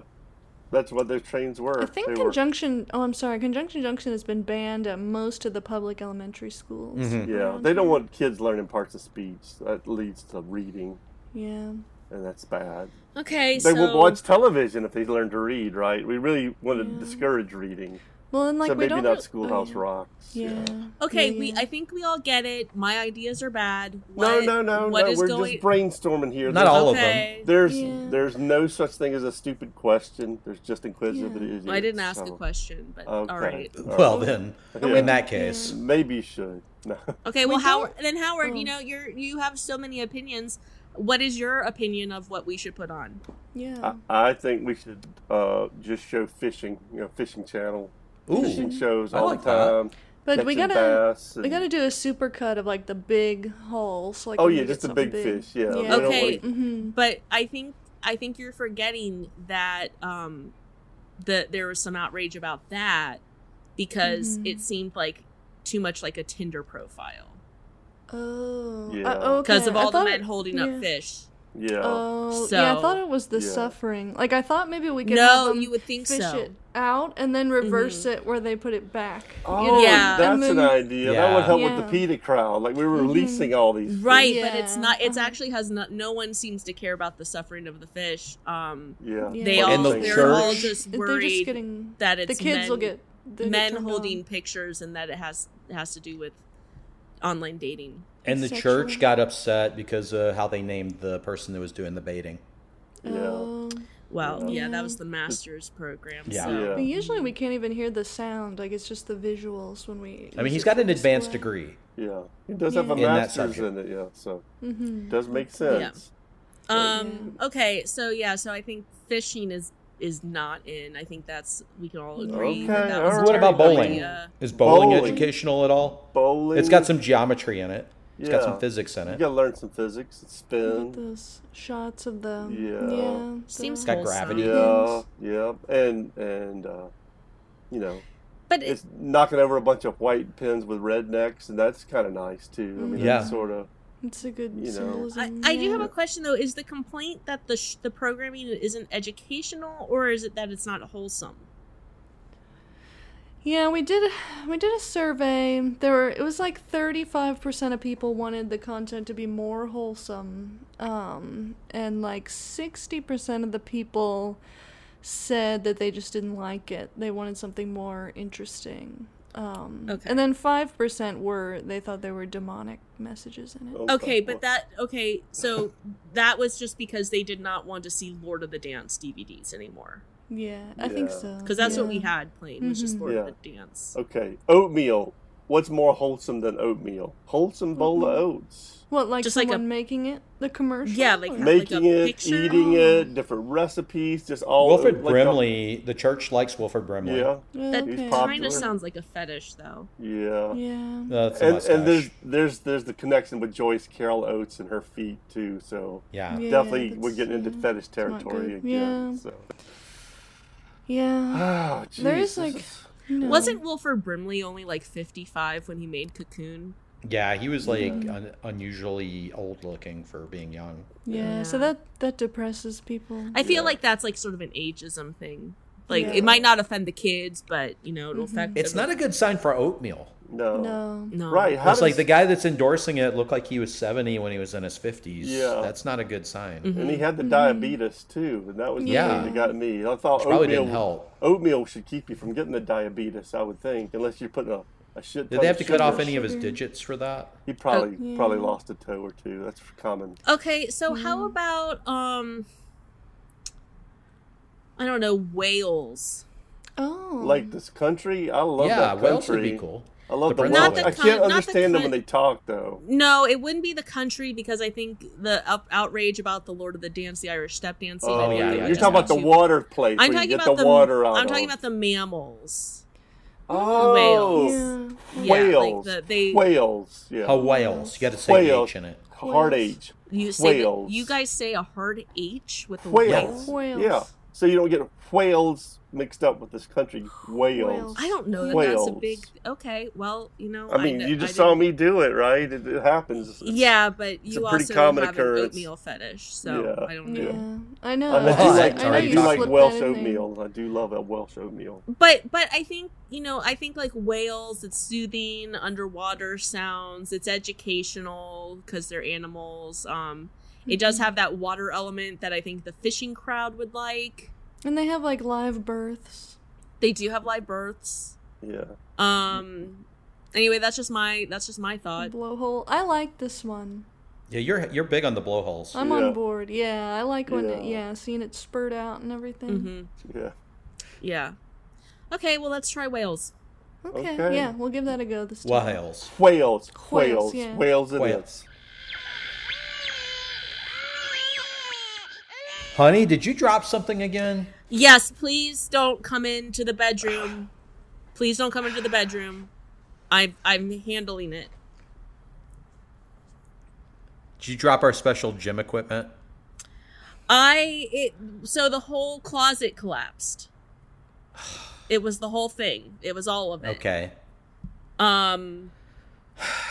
Speaker 3: that's what those trains were.
Speaker 4: I think
Speaker 3: They were-
Speaker 4: Conjunction. Oh, I'm sorry. Conjunction Junction has been banned at most of the public elementary schools.
Speaker 5: Mhm.
Speaker 3: Yeah, they don't want kids learning parts of speech. That leads to reading,
Speaker 4: Yeah.
Speaker 3: and that's bad.
Speaker 2: okay,
Speaker 3: They
Speaker 2: so
Speaker 3: would watch television if they learn to read, right? We really want to discourage reading,
Speaker 4: Well, and like
Speaker 3: so
Speaker 4: we
Speaker 3: maybe
Speaker 4: don't.
Speaker 3: not
Speaker 4: re-
Speaker 3: Schoolhouse
Speaker 4: oh,
Speaker 3: Rocks.
Speaker 4: Yeah. yeah.
Speaker 2: okay,
Speaker 4: Yeah,
Speaker 2: we
Speaker 4: yeah.
Speaker 2: I think we all get it. My ideas are bad.
Speaker 3: No,
Speaker 2: What,
Speaker 3: no, no,
Speaker 2: what
Speaker 3: no.
Speaker 2: is
Speaker 3: We're
Speaker 2: going?
Speaker 3: just brainstorming here.
Speaker 5: Not all of them.
Speaker 2: okay.
Speaker 3: There's
Speaker 4: Yeah.
Speaker 3: there's no such thing as a stupid question. There's just inquisitive
Speaker 4: Yeah.
Speaker 3: idiots.
Speaker 2: I didn't ask
Speaker 3: so-
Speaker 2: a question, but
Speaker 3: Okay.
Speaker 2: all right.
Speaker 5: Well, then,
Speaker 3: Oh. Yeah.
Speaker 5: in that case,
Speaker 3: Maybe you should.
Speaker 2: <laughs>
Speaker 3: No.
Speaker 2: Okay, well,
Speaker 4: don't-
Speaker 2: Howard. Then Howard, you
Speaker 4: Oh.
Speaker 2: know you're you have so many opinions. What is your opinion of what we should put on?
Speaker 4: Yeah.
Speaker 3: I, I think we should uh, just show fishing, you know, fishing channel, fishing
Speaker 5: ooh,
Speaker 3: shows
Speaker 5: I
Speaker 3: all
Speaker 5: like
Speaker 3: the time.
Speaker 4: But we
Speaker 3: catching
Speaker 4: gotta
Speaker 3: bass
Speaker 4: we
Speaker 3: and-
Speaker 4: gotta do a supercut of like the big hauls. Like
Speaker 3: Oh
Speaker 4: when
Speaker 3: yeah,
Speaker 4: we get
Speaker 3: just the
Speaker 4: something
Speaker 3: big, fish. Yeah. we
Speaker 4: Yeah.
Speaker 3: don't
Speaker 2: Okay.
Speaker 3: want-
Speaker 4: Mm-hmm.
Speaker 2: But I think I think you're forgetting that um that there was some outrage about that because
Speaker 4: Mhm.
Speaker 2: it seemed like too much like a Tinder profile
Speaker 4: Oh.
Speaker 3: Yeah.
Speaker 4: I- okay.
Speaker 2: because of
Speaker 4: I
Speaker 2: all the
Speaker 4: thought
Speaker 2: men
Speaker 4: it-
Speaker 2: holding
Speaker 4: yeah.
Speaker 2: up fish.
Speaker 3: yeah.
Speaker 4: Oh, yeah. I
Speaker 2: So-
Speaker 4: thought it was the
Speaker 3: Yeah.
Speaker 4: suffering. Like I thought maybe we could have
Speaker 2: No,
Speaker 4: them
Speaker 2: you would think
Speaker 4: fish
Speaker 2: so. Mm-hmm.
Speaker 4: it out and then reverse it where they put it back. you
Speaker 3: Oh,
Speaker 4: know?
Speaker 2: Yeah.
Speaker 3: that's
Speaker 4: And then-
Speaker 3: an idea. That would
Speaker 5: Yeah.
Speaker 3: help with
Speaker 4: Yeah.
Speaker 3: the PETA crowd. Like we were releasing all these. fish.
Speaker 2: Right, but it's
Speaker 4: Yeah.
Speaker 2: not. It's
Speaker 4: Uh-huh.
Speaker 2: actually has not. No one seems to care about the suffering of the fish. Um,
Speaker 3: Yeah.
Speaker 4: Yeah.
Speaker 2: they
Speaker 4: Well,
Speaker 2: all
Speaker 5: in the
Speaker 2: they're
Speaker 5: church-
Speaker 2: all just
Speaker 4: They're
Speaker 2: worried
Speaker 4: just getting
Speaker 2: that
Speaker 4: the
Speaker 2: it's
Speaker 4: kids
Speaker 2: men,
Speaker 4: will get they'll get
Speaker 2: men
Speaker 4: turned on.
Speaker 2: holding pictures and that it has has to do with online dating.
Speaker 5: and the church
Speaker 4: Sexual.
Speaker 5: got upset because of how they named the person that was doing the baiting.
Speaker 3: Yeah.
Speaker 4: Oh.
Speaker 2: Well,
Speaker 3: Mm-hmm.
Speaker 2: yeah,
Speaker 4: Yeah.
Speaker 2: that was the master's program.
Speaker 5: Yeah.
Speaker 2: so-
Speaker 3: Yeah.
Speaker 4: But usually we can't even hear the sound. Like it's just the visuals when we.
Speaker 5: I mean, he's got an advanced degree.
Speaker 3: Yeah. He does have
Speaker 4: Yeah.
Speaker 3: a
Speaker 4: In
Speaker 5: that
Speaker 3: master's
Speaker 5: subject.
Speaker 3: in it. Yeah. So
Speaker 4: Mm-hmm.
Speaker 3: does make sense.
Speaker 2: Um. Okay. So yeah. So I think fishing is is not in. I think that's we can all agree. that
Speaker 3: Okay,
Speaker 2: that uh, was a
Speaker 3: all
Speaker 5: What about
Speaker 2: terrible
Speaker 5: bowling?
Speaker 2: idea.
Speaker 5: Is bowling,
Speaker 3: Bowling.
Speaker 5: educational at all?
Speaker 3: Bowling.
Speaker 5: It's got some geometry in it. It's got
Speaker 3: Yeah.
Speaker 5: some physics in
Speaker 3: You
Speaker 5: it.
Speaker 3: gotta learn some physics. and Spin.
Speaker 4: Those shots of the.
Speaker 3: Yeah.
Speaker 4: Yeah.
Speaker 2: Seems
Speaker 4: the-
Speaker 5: got
Speaker 2: wholesome.
Speaker 5: gravity.
Speaker 3: Yeah, yeah, and and uh, you know,
Speaker 2: But it,
Speaker 3: it's knocking over a bunch of white pins with rednecks, and that's kind of nice too. I mean,
Speaker 5: Yeah.
Speaker 3: that's sort of
Speaker 4: It's a good
Speaker 3: You know.
Speaker 4: symbolism.
Speaker 2: I, I do have
Speaker 4: yeah.
Speaker 2: a question though. Is the complaint that the sh- the programming isn't educational, or is it that it's not wholesome?
Speaker 4: Yeah, we did. We did a survey. There were. It was like thirty-five percent of people wanted the content to be more wholesome, um, and like sixty percent of the people said that they just didn't like it. They wanted something more interesting. Um,
Speaker 2: Okay.
Speaker 4: And then five percent were they thought there were demonic messages
Speaker 3: oh,
Speaker 4: in it.
Speaker 2: Okay, but that okay. So that was just because they did not want to see Lord of the Dance DVDs anymore,
Speaker 4: Yeah, I think
Speaker 3: Yeah.
Speaker 4: so.
Speaker 2: because that's what we
Speaker 4: yeah.
Speaker 2: had playing was just
Speaker 4: Mhm.
Speaker 2: Lord
Speaker 3: Mm-hmm. Yeah.
Speaker 2: of the Dance.
Speaker 3: okay. Oatmeal. What's more wholesome than oatmeal? Wholesome bowl of
Speaker 2: Mm-hmm.
Speaker 3: oats.
Speaker 4: What like
Speaker 2: Just like a-
Speaker 4: someone making it the commercial?
Speaker 2: Yeah, like-
Speaker 4: or-
Speaker 2: Have, like, a
Speaker 3: Making it,
Speaker 2: picture?
Speaker 3: eating it, different recipes, just all. uh,
Speaker 5: Wilfred
Speaker 3: like the-
Speaker 5: Brimley, the church likes Wilfred Brimley.
Speaker 3: yeah,
Speaker 2: That
Speaker 3: He's
Speaker 4: Okay.
Speaker 3: pop-
Speaker 2: kind
Speaker 3: Popular.
Speaker 2: of sounds like a fetish, though.
Speaker 3: yeah.
Speaker 4: Yeah.
Speaker 5: That's a
Speaker 3: And,
Speaker 5: mustache.
Speaker 3: and there's there's there's the connection with Joyce Carol Oates and her feet too. So
Speaker 5: yeah.
Speaker 4: Yeah,
Speaker 3: definitely we're
Speaker 4: that's-
Speaker 3: getting into
Speaker 4: yeah.
Speaker 3: fetish
Speaker 4: not
Speaker 3: territory
Speaker 4: good.
Speaker 3: again.
Speaker 4: Yeah.
Speaker 3: So.
Speaker 4: Yeah.
Speaker 3: Oh,
Speaker 4: There is,
Speaker 3: Jesus.
Speaker 4: like, you know.
Speaker 2: Wasn't Wilford Brimley only like 55 when he made Cocoon?
Speaker 5: Yeah, he was like un- unusually old looking for being young.
Speaker 4: Yeah, so
Speaker 2: Yeah.
Speaker 4: that that depresses people.
Speaker 2: I feel
Speaker 3: Yeah.
Speaker 2: like that's like sort of an ageism thing. Like
Speaker 4: Yeah. Mm-hmm.
Speaker 2: it might not offend the kids, but you know it'll affect.
Speaker 5: It's not a good sign for oatmeal.
Speaker 3: no.
Speaker 4: no.
Speaker 2: no
Speaker 3: Right. How
Speaker 5: It's
Speaker 3: does,
Speaker 5: like the guy that's endorsing it looked like he was 70 when he was in his 50s.
Speaker 3: Yeah.
Speaker 5: That's not a good sign.
Speaker 3: And he had the diabetes too, and that was the
Speaker 5: Yeah.
Speaker 3: thing that got me. I thought
Speaker 5: Probably
Speaker 3: oatmeal,
Speaker 5: didn't help.
Speaker 3: oatmeal should keep you from getting the diabetes, I would think, unless you're putting a, a shit.
Speaker 5: Did
Speaker 3: ton
Speaker 5: they have to
Speaker 3: of
Speaker 5: cut off
Speaker 3: sugar.
Speaker 5: any of his digits for that?
Speaker 3: He probably
Speaker 4: Oh, yeah.
Speaker 3: probably lost a toe or two. That's common.
Speaker 2: Okay, so
Speaker 4: Mm-hmm.
Speaker 2: how about um, I don't know whales.
Speaker 4: Oh.
Speaker 2: Oh.
Speaker 3: Like this country, I love
Speaker 5: yeah,
Speaker 3: that
Speaker 5: Wales
Speaker 3: country.
Speaker 5: would be cool.
Speaker 3: I love the,
Speaker 5: The
Speaker 3: world.
Speaker 5: Not the
Speaker 3: I
Speaker 2: con- not
Speaker 3: can't
Speaker 2: the
Speaker 3: understand them when
Speaker 2: con-
Speaker 3: they talk though.
Speaker 2: No, it wouldn't be the country because I think the up- outrage about the Lord of the Dance, the Irish step dancing.
Speaker 3: Oh,
Speaker 2: and
Speaker 5: yeah,
Speaker 2: all
Speaker 5: yeah,
Speaker 2: that
Speaker 5: yeah.
Speaker 3: You're talking about the
Speaker 2: too-
Speaker 3: water place
Speaker 2: I'm
Speaker 3: where you
Speaker 2: talking
Speaker 3: get
Speaker 2: about
Speaker 3: the, water out.
Speaker 2: I'm talking
Speaker 3: of.
Speaker 2: about the mammals.
Speaker 3: oh,
Speaker 4: Yeah.
Speaker 2: Yeah, like
Speaker 3: whales.
Speaker 2: the- they-
Speaker 3: whales. Yeah.
Speaker 5: How whales? You got to say
Speaker 3: Whales.
Speaker 5: H in it.
Speaker 3: Heart age.
Speaker 2: You say that-
Speaker 3: Whales.
Speaker 2: you guys say a hard H with a
Speaker 3: Whales.
Speaker 2: whale.
Speaker 4: Whales.
Speaker 3: Yeah. So you don't get whales mixed up with this country.
Speaker 4: Whales.
Speaker 3: Whales.
Speaker 2: I don't know that that's
Speaker 3: Whales.
Speaker 2: a big. Okay, well, you know.
Speaker 3: I mean,
Speaker 2: kn-
Speaker 3: you just
Speaker 2: didn't-
Speaker 3: saw me do it, right? It, it happens. It's-
Speaker 2: Yeah, but
Speaker 3: a
Speaker 2: you
Speaker 3: pretty
Speaker 2: also
Speaker 3: common
Speaker 2: have an
Speaker 3: occurrence.
Speaker 2: oatmeal fetish, so
Speaker 3: Yeah.
Speaker 2: I don't know.
Speaker 4: Yeah. I know.
Speaker 3: I, mean, I do
Speaker 5: Oh, that's
Speaker 3: like,
Speaker 5: all
Speaker 3: I
Speaker 5: right.
Speaker 3: do
Speaker 5: You
Speaker 3: like
Speaker 4: slipped
Speaker 3: Welsh
Speaker 4: that in there.
Speaker 3: oatmeal. I do love a Welsh oatmeal.
Speaker 2: But but I think you know I think like whales, it's soothing underwater sounds. It's educational because they're animals. Um, it
Speaker 4: Mm-hmm.
Speaker 2: does have that water element that I think the fishing crowd would like.
Speaker 4: And they have like live births.
Speaker 2: They do have live births.
Speaker 3: Yeah.
Speaker 2: Um, anyway, that's just my that's just my thought.
Speaker 4: Blowhole. I like this one.
Speaker 5: Yeah, you're you're big on the blowholes.
Speaker 4: I'm
Speaker 3: Yeah.
Speaker 4: on board. Yeah, I like when it,
Speaker 3: Yeah.
Speaker 4: yeah, seeing it spurt out and everything.
Speaker 2: hmm
Speaker 3: Yeah.
Speaker 2: Yeah. Okay, well let's try whales.
Speaker 4: Okay.
Speaker 3: Okay.
Speaker 4: Yeah, we'll give that a go this time.
Speaker 5: Whales.
Speaker 3: Whales. Whales.
Speaker 4: Whales, yeah.
Speaker 3: Whales it
Speaker 5: Whales.
Speaker 3: is.
Speaker 5: Honey, did you drop something again?
Speaker 2: Yes, please don't come into the bedroom. Please don't come into the bedroom. I'm I'm handling it.
Speaker 5: Did you drop our special gym equipment?
Speaker 2: I it so the whole closet collapsed. It was the whole thing. It was all of it.
Speaker 5: Okay.
Speaker 2: Um.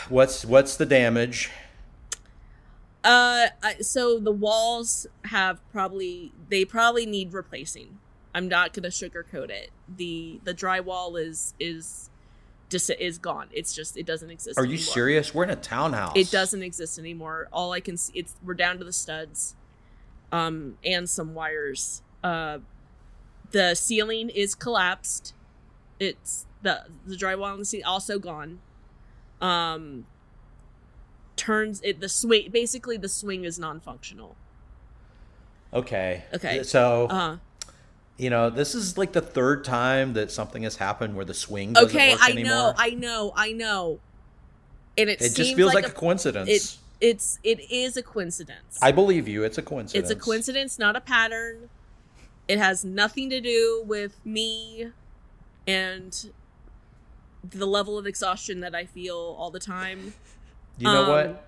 Speaker 5: What's what's the damage?
Speaker 2: Uh. I- So the walls have probably they probably need replacing. I'm not gonna sugarcoat it. the The drywall is is dis- is gone. It's just it doesn't exist.
Speaker 5: Are you
Speaker 2: anymore.
Speaker 5: serious? We're in a townhouse.
Speaker 2: It doesn't exist anymore. All I can see it's we're down to the studs, um, and some wires. Uh, the ceiling is collapsed. It's the the drywall on the ceiling also gone. Um, turns it the swing basically the swing is non-functional.
Speaker 5: Okay.
Speaker 2: Okay.
Speaker 5: So
Speaker 2: Uh,
Speaker 5: you know this is like the third time that something has happened where the swing doesn't
Speaker 2: okay,
Speaker 5: work
Speaker 2: I
Speaker 5: anymore.
Speaker 2: know, I know, I know. And it,
Speaker 5: it
Speaker 2: seems
Speaker 5: just feels like,
Speaker 2: like,
Speaker 5: a, coincidence.
Speaker 2: it it's it is a coincidence.
Speaker 5: I believe you. It's a coincidence.
Speaker 2: It's a coincidence, not a pattern. It has nothing to do with me and the level of exhaustion that I feel all the time.
Speaker 5: You know
Speaker 2: Um,
Speaker 5: what?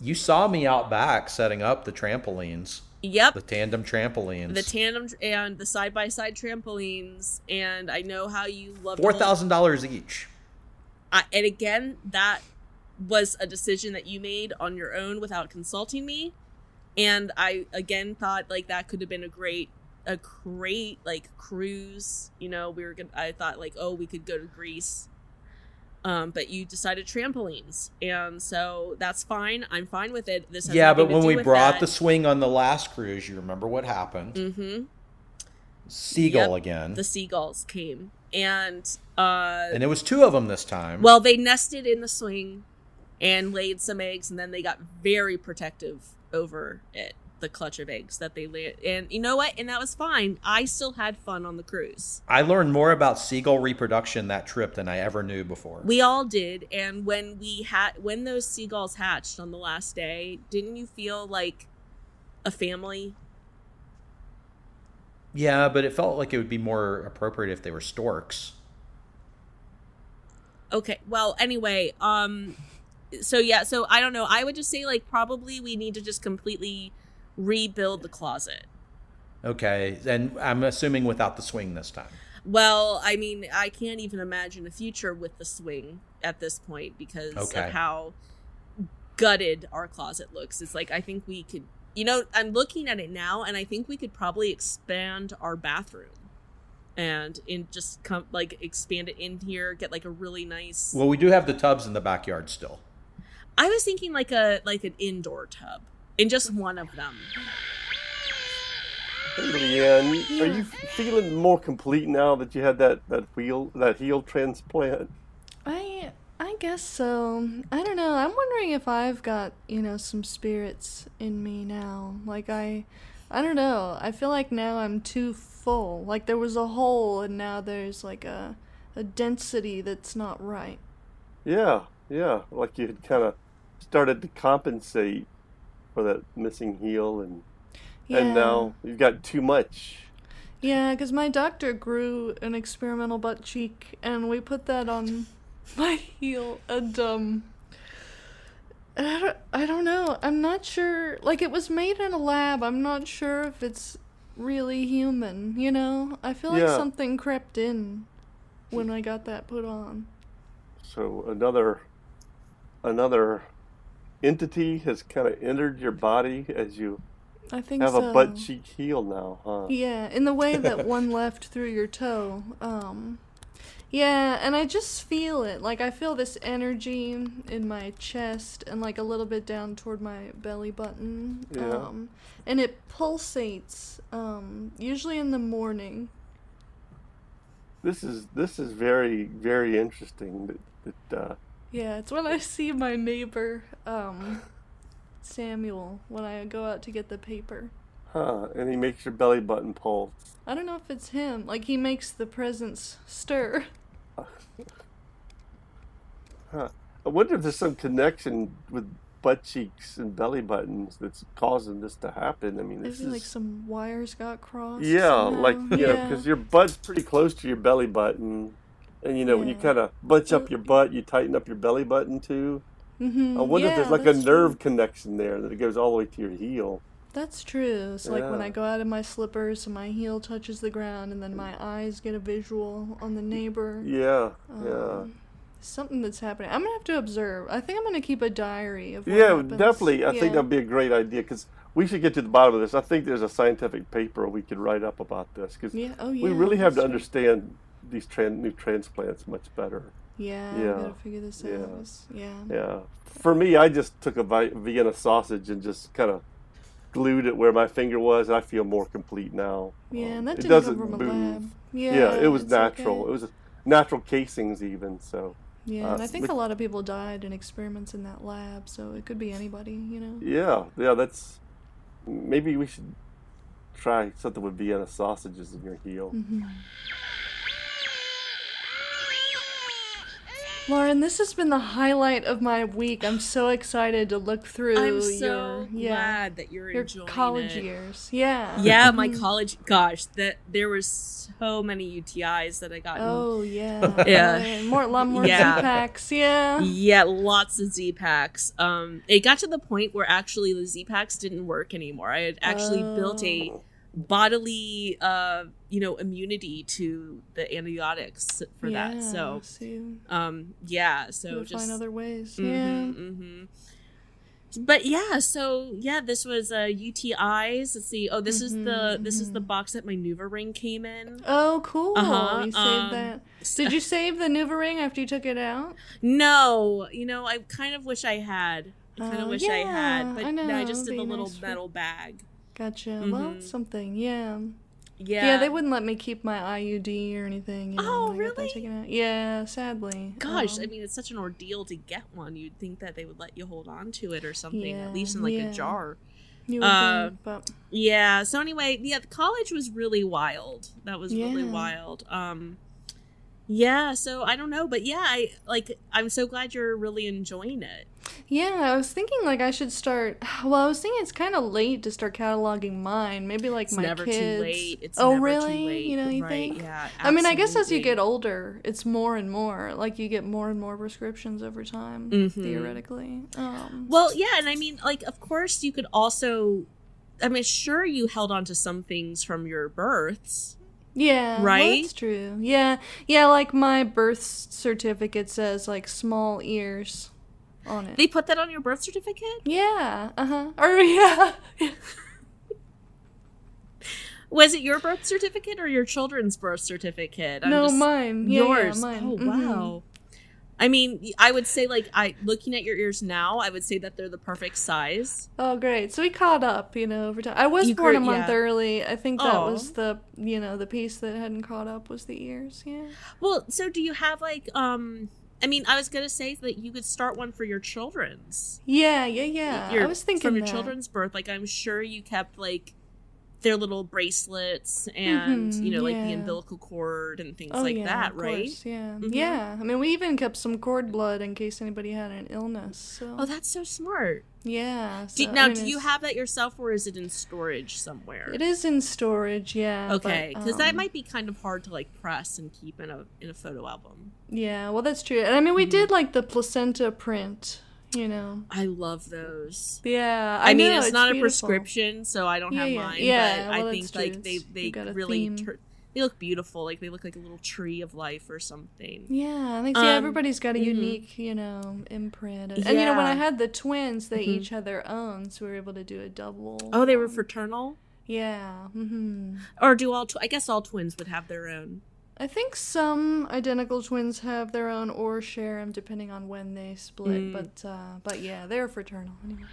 Speaker 5: You saw me out back setting up the trampolines,
Speaker 2: Yep.
Speaker 5: the tandem trampolines.
Speaker 2: The tandem tr- and the side by side trampolines, and I know how you love to
Speaker 5: Four
Speaker 2: hold-
Speaker 5: thousand dollars each.
Speaker 2: I- And again, that was a decision that you made on your own without consulting me. And I again thought like that could have been a great, a great like cruise. You know, we were gonna. I thought like, oh, we could go to Greece. Um, but you decided trampolines, and so that's fine. I'm fine with it. This has
Speaker 5: Yeah,
Speaker 2: nothing
Speaker 5: but
Speaker 2: to
Speaker 5: when
Speaker 2: do
Speaker 5: we
Speaker 2: with
Speaker 5: brought the
Speaker 2: that.
Speaker 5: swing on the last cruise, you remember what happened?
Speaker 2: Mhm.
Speaker 5: Seagull
Speaker 2: Yep.
Speaker 5: again,
Speaker 2: the seagulls came, and uh,
Speaker 5: and it was two of them this time.
Speaker 2: Well, they nested in the swing and laid some eggs, and then they got very protective over it, the clutch of eggs that they laid. And you know what? And that was fine. I still had fun on the cruise.
Speaker 5: I learned more about seagull reproduction that trip than I ever knew before.
Speaker 2: We all did. And when we had when those seagulls hatched on the last day, didn't you feel like a family?
Speaker 5: yeah, but it felt like it would be more appropriate if they were storks.
Speaker 2: Okay. Well, anyway, um so yeah, so I don't know. I would just say like probably we need to just completely rebuild the closet.
Speaker 5: Okay, and I'm assuming without the swing this time.
Speaker 2: Well, I mean, I can't even imagine a future with the swing at this point because
Speaker 5: Okay.
Speaker 2: of how gutted our closet looks. It's like I think we could, you know, I'm looking at it now, and I think we could probably expand our bathroom and in just come like expand it in here, get like a really nice.
Speaker 5: Well, we do have the tubs in the backyard still.
Speaker 2: I was thinking like a like an indoor tub in just one of them.
Speaker 3: Hey, Leanne, are you f- feeling more complete now that you had that that wheel that heel transplant?
Speaker 4: I I guess so. I don't know. I'm wondering if I've got, you know, some spirits in me now. Like I I don't know. I feel like now I'm too full. Like there was a hole and now there's like a a density that's not right.
Speaker 3: Yeah, yeah. Like you had kind of started to compensate for that missing heel, and
Speaker 4: Yeah.
Speaker 3: and now you've got too much.
Speaker 4: Yeah, because my doctor grew an experimental butt cheek, and we put that on <laughs> my heel, and um, I don't, I don't know. I'm not sure. Like it was made in a lab. I'm not sure if it's really human. You know, I feel like
Speaker 3: Yeah.
Speaker 4: something crept in when I got that put on.
Speaker 3: So another another entity has kind of entered your body as you
Speaker 4: I think
Speaker 3: have
Speaker 4: so.
Speaker 3: a butt cheek heel now, huh?
Speaker 4: Yeah, in the way that one left through your toe. Um, yeah, and I just feel it. Like I feel this energy in my chest and like a little bit down toward my belly button.
Speaker 3: Yeah.
Speaker 4: Um, and it pulsates. Um, usually in the morning.
Speaker 3: This is this is very very interesting. That, that uh,
Speaker 4: Yeah, it's when I see my neighbor, um, Samuel, when I go out to get the paper.
Speaker 3: huh? And he makes your belly button pulse.
Speaker 4: I don't know if it's him. Like he makes the presence stir.
Speaker 3: I wonder if there's some connection with butt cheeks and belly buttons that's causing this to happen. I mean,
Speaker 4: Is
Speaker 3: this
Speaker 4: it
Speaker 3: is
Speaker 4: like some wires got crossed?
Speaker 3: yeah, like
Speaker 4: somehow?
Speaker 3: you know, 'cause because your butt's pretty close to your belly button, and you know when you
Speaker 4: Yeah.
Speaker 3: kind of bunch up your butt, you tighten up your belly button too.
Speaker 4: Mhm,
Speaker 3: I wonder if
Speaker 4: yeah,
Speaker 3: there's like a
Speaker 4: that's
Speaker 3: nerve
Speaker 4: True.
Speaker 3: connection there that it goes all the way to your heel.
Speaker 4: That's true. So like when
Speaker 3: Yeah.
Speaker 4: I go out in my slippers, my heel touches the ground, and then my eyes get a visual on the neighbor.
Speaker 3: Yeah, yeah,
Speaker 4: Um, Something that's happening. I'm gonna have to observe. I think I'm gonna keep a diary of. What
Speaker 3: yeah.
Speaker 4: happens.
Speaker 3: Definitely, I
Speaker 4: Yeah.
Speaker 3: think that'd be a great idea because we should get to the bottom of this. I think there's a scientific paper we could write up about this because
Speaker 4: Yeah. Oh yeah.
Speaker 3: we really have to
Speaker 4: that's right.
Speaker 3: understand these tran- new transplants much better.
Speaker 4: Yeah.
Speaker 3: Yeah.
Speaker 4: We gotta figure this
Speaker 3: Yeah.
Speaker 4: out. It's- Yeah.
Speaker 3: Yeah. For me, I just took a Vi- Vienna sausage and just kind of glued it where my finger was. I feel more complete now.
Speaker 4: Yeah,
Speaker 3: Um,
Speaker 4: and that
Speaker 3: it
Speaker 4: didn't
Speaker 3: doesn't
Speaker 4: come from a
Speaker 3: move.
Speaker 4: lab.
Speaker 3: Yeah,
Speaker 4: Yeah.
Speaker 3: it was
Speaker 4: it's
Speaker 3: natural.
Speaker 4: okay.
Speaker 3: It was a- natural casings even. So
Speaker 4: Yeah, and
Speaker 3: uh,
Speaker 4: I think
Speaker 3: with-
Speaker 4: a lot of people died in experiments in that lab, so it could be anybody. You know.
Speaker 3: yeah, yeah. That's maybe we should try something with Vienna sausages in your heel.
Speaker 4: Mm-hmm. Lauren, this has been the highlight of my week. I'm so excited to look through
Speaker 2: I'm so
Speaker 4: your Oh, yeah,
Speaker 2: glad that you're
Speaker 4: your
Speaker 2: enjoying
Speaker 4: college
Speaker 2: it.
Speaker 4: years. Yeah.
Speaker 2: Yeah,
Speaker 4: <laughs>
Speaker 2: my college. Gosh, that there were so many UTIs that I got.
Speaker 4: Oh yeah.
Speaker 2: Yeah.
Speaker 4: Right. More a lot more
Speaker 2: Yeah.
Speaker 4: packs. Yeah.
Speaker 2: Yeah, lots of Z packs. Um, it got to the point where actually the Z packs didn't work anymore. I had actually built a
Speaker 4: Oh.
Speaker 2: bodily, uh, you know, immunity to the antibiotics for
Speaker 4: Yeah,
Speaker 2: that. So,
Speaker 4: so you
Speaker 2: um, yeah, so
Speaker 4: gotta
Speaker 2: just
Speaker 4: find other ways.
Speaker 2: Mhm,
Speaker 4: Yeah.
Speaker 2: mhm. But yeah, so yeah, this was uh, UTIs. Let's see. Oh, this is
Speaker 4: Mm-hmm,
Speaker 2: the this is the box that my Nuva ring came in.
Speaker 4: Oh, cool.
Speaker 2: Uh-huh,
Speaker 4: You saved
Speaker 2: um,
Speaker 4: that. Did you save the Nuva ring after you took it out?
Speaker 2: No, you know, I kind of wish I had. I kind of
Speaker 4: Oh,
Speaker 2: wish I
Speaker 4: yeah,
Speaker 2: had, but
Speaker 4: I
Speaker 2: no, I
Speaker 4: know,
Speaker 2: just
Speaker 4: it'd
Speaker 2: did
Speaker 4: be
Speaker 2: the little
Speaker 4: nice for-
Speaker 2: metal bag.
Speaker 4: Gotcha. Well,
Speaker 2: Mhm.
Speaker 4: it's something. Yeah.
Speaker 2: Yeah.
Speaker 4: Yeah. they wouldn't let me keep my IUD or anything. You know,
Speaker 2: Oh,
Speaker 4: when I got that
Speaker 2: really?
Speaker 4: taken out. Yeah, sadly.
Speaker 2: Gosh,
Speaker 4: Um,
Speaker 2: I mean, it's such an ordeal to get one. You'd think that they would let you hold on to it or something,
Speaker 4: Yeah,
Speaker 2: at least in like
Speaker 4: yeah.
Speaker 2: a jar.
Speaker 4: you would
Speaker 2: uh,
Speaker 4: think, but
Speaker 2: Yeah. So anyway, yeah, the college was really wild. That was really
Speaker 4: Yeah.
Speaker 2: wild. Um, yeah. So I don't know, but yeah, I like. I'm so glad you're really enjoying it.
Speaker 4: yeah, I was thinking like I should start. <sighs> Well, I was thinking it's kind of late to start cataloging mine. Maybe like
Speaker 2: It's
Speaker 4: my
Speaker 2: never
Speaker 4: kids.
Speaker 2: too late. It's
Speaker 4: oh,
Speaker 2: never
Speaker 4: really?
Speaker 2: Too late.
Speaker 4: You know, you
Speaker 2: right?
Speaker 4: think?
Speaker 2: Yeah.
Speaker 4: I mean, I guess as you
Speaker 2: absolutely.
Speaker 4: get older, it's more and more. Like you get more and more prescriptions over time,
Speaker 2: Mhm.
Speaker 4: theoretically. Um,
Speaker 2: Well, yeah, and I mean, like, of course, you could also. I mean, sure, you held on to some things from your births.
Speaker 4: Yeah, well,
Speaker 2: Right?
Speaker 4: that's true. Yeah, yeah. Like my birth certificate says like small ears on it.
Speaker 2: They put that on your birth certificate.
Speaker 4: yeah. Uh huh. Or <laughs> yeah.
Speaker 2: Was it your birth certificate or your children's birth certificate? I'm
Speaker 4: no,
Speaker 2: just-
Speaker 4: mine. Yeah,
Speaker 2: Yours.
Speaker 4: Yeah, mine.
Speaker 2: Oh
Speaker 4: Mhm.
Speaker 2: wow. I mean, I would say like I looking at your ears now, I would say that they're the perfect size.
Speaker 4: Oh great. So we caught up, you know, over time. I was
Speaker 2: You
Speaker 4: born a
Speaker 2: grew-
Speaker 4: month
Speaker 2: yeah. Oh.
Speaker 4: early. I think that
Speaker 2: Aw.
Speaker 4: was the you know the piece that hadn't caught up was the ears. Yeah.
Speaker 2: Well, so do you have like um I mean, I was gonna say that you could start one for your children's.
Speaker 4: Yeah. Yeah. Yeah.
Speaker 2: Your-
Speaker 4: Uh, I was thinking
Speaker 2: from your
Speaker 4: that.
Speaker 2: children's birth. Like I'm sure you kept like their little bracelets and
Speaker 4: Mhm,
Speaker 2: you know like the
Speaker 4: yeah.
Speaker 2: umbilical cord and things
Speaker 4: Oh,
Speaker 2: like
Speaker 4: yeah,
Speaker 2: that,
Speaker 4: of
Speaker 2: right?
Speaker 4: course, yeah,
Speaker 2: Mhm.
Speaker 4: yeah. I mean, we even kept some cord blood in case anybody had an illness. So
Speaker 2: Oh, that's so smart.
Speaker 4: yeah.
Speaker 2: Do,
Speaker 4: so, I
Speaker 2: now,
Speaker 4: mean,
Speaker 2: do you
Speaker 4: it's-
Speaker 2: have that yourself, or is it in storage somewhere?
Speaker 4: It is in storage, yeah. but,
Speaker 2: Okay, because that
Speaker 4: um,
Speaker 2: might be kind of hard to like press and keep in a in a photo album.
Speaker 4: Yeah, well, that's true. And I
Speaker 2: Mm-hmm.
Speaker 4: mean, we did like the placenta print, you know.
Speaker 2: I love those.
Speaker 4: Yeah,
Speaker 2: I, mean,
Speaker 4: know,
Speaker 2: it's, not a
Speaker 4: beautiful.
Speaker 2: prescription, so I don't
Speaker 4: Yeah,
Speaker 2: have
Speaker 4: yeah.
Speaker 2: mine. but
Speaker 4: Yeah, well,
Speaker 2: I
Speaker 4: that's
Speaker 2: think
Speaker 4: true.
Speaker 2: like they
Speaker 4: It's-
Speaker 2: they
Speaker 4: you got a
Speaker 2: really
Speaker 4: theme.
Speaker 2: tur- they look beautiful. Like they look like a little tree of life or something.
Speaker 4: Yeah, I think see,
Speaker 2: Um,
Speaker 4: everybody's got a
Speaker 2: mhm.
Speaker 4: unique, you know, imprint. And, and, you know, when I
Speaker 2: Yeah.
Speaker 4: had the twins, they
Speaker 2: Mhm.
Speaker 4: each had their own, so we were able to do a double.
Speaker 2: Oh, they were
Speaker 4: um,
Speaker 2: fraternal,
Speaker 4: Yeah. hmm
Speaker 2: or do all? Tw- I guess all twins would have their own.
Speaker 4: I think some identical twins have their own or share them depending on when they split,
Speaker 2: Mm.
Speaker 4: but uh, but yeah, they're fraternal anyway.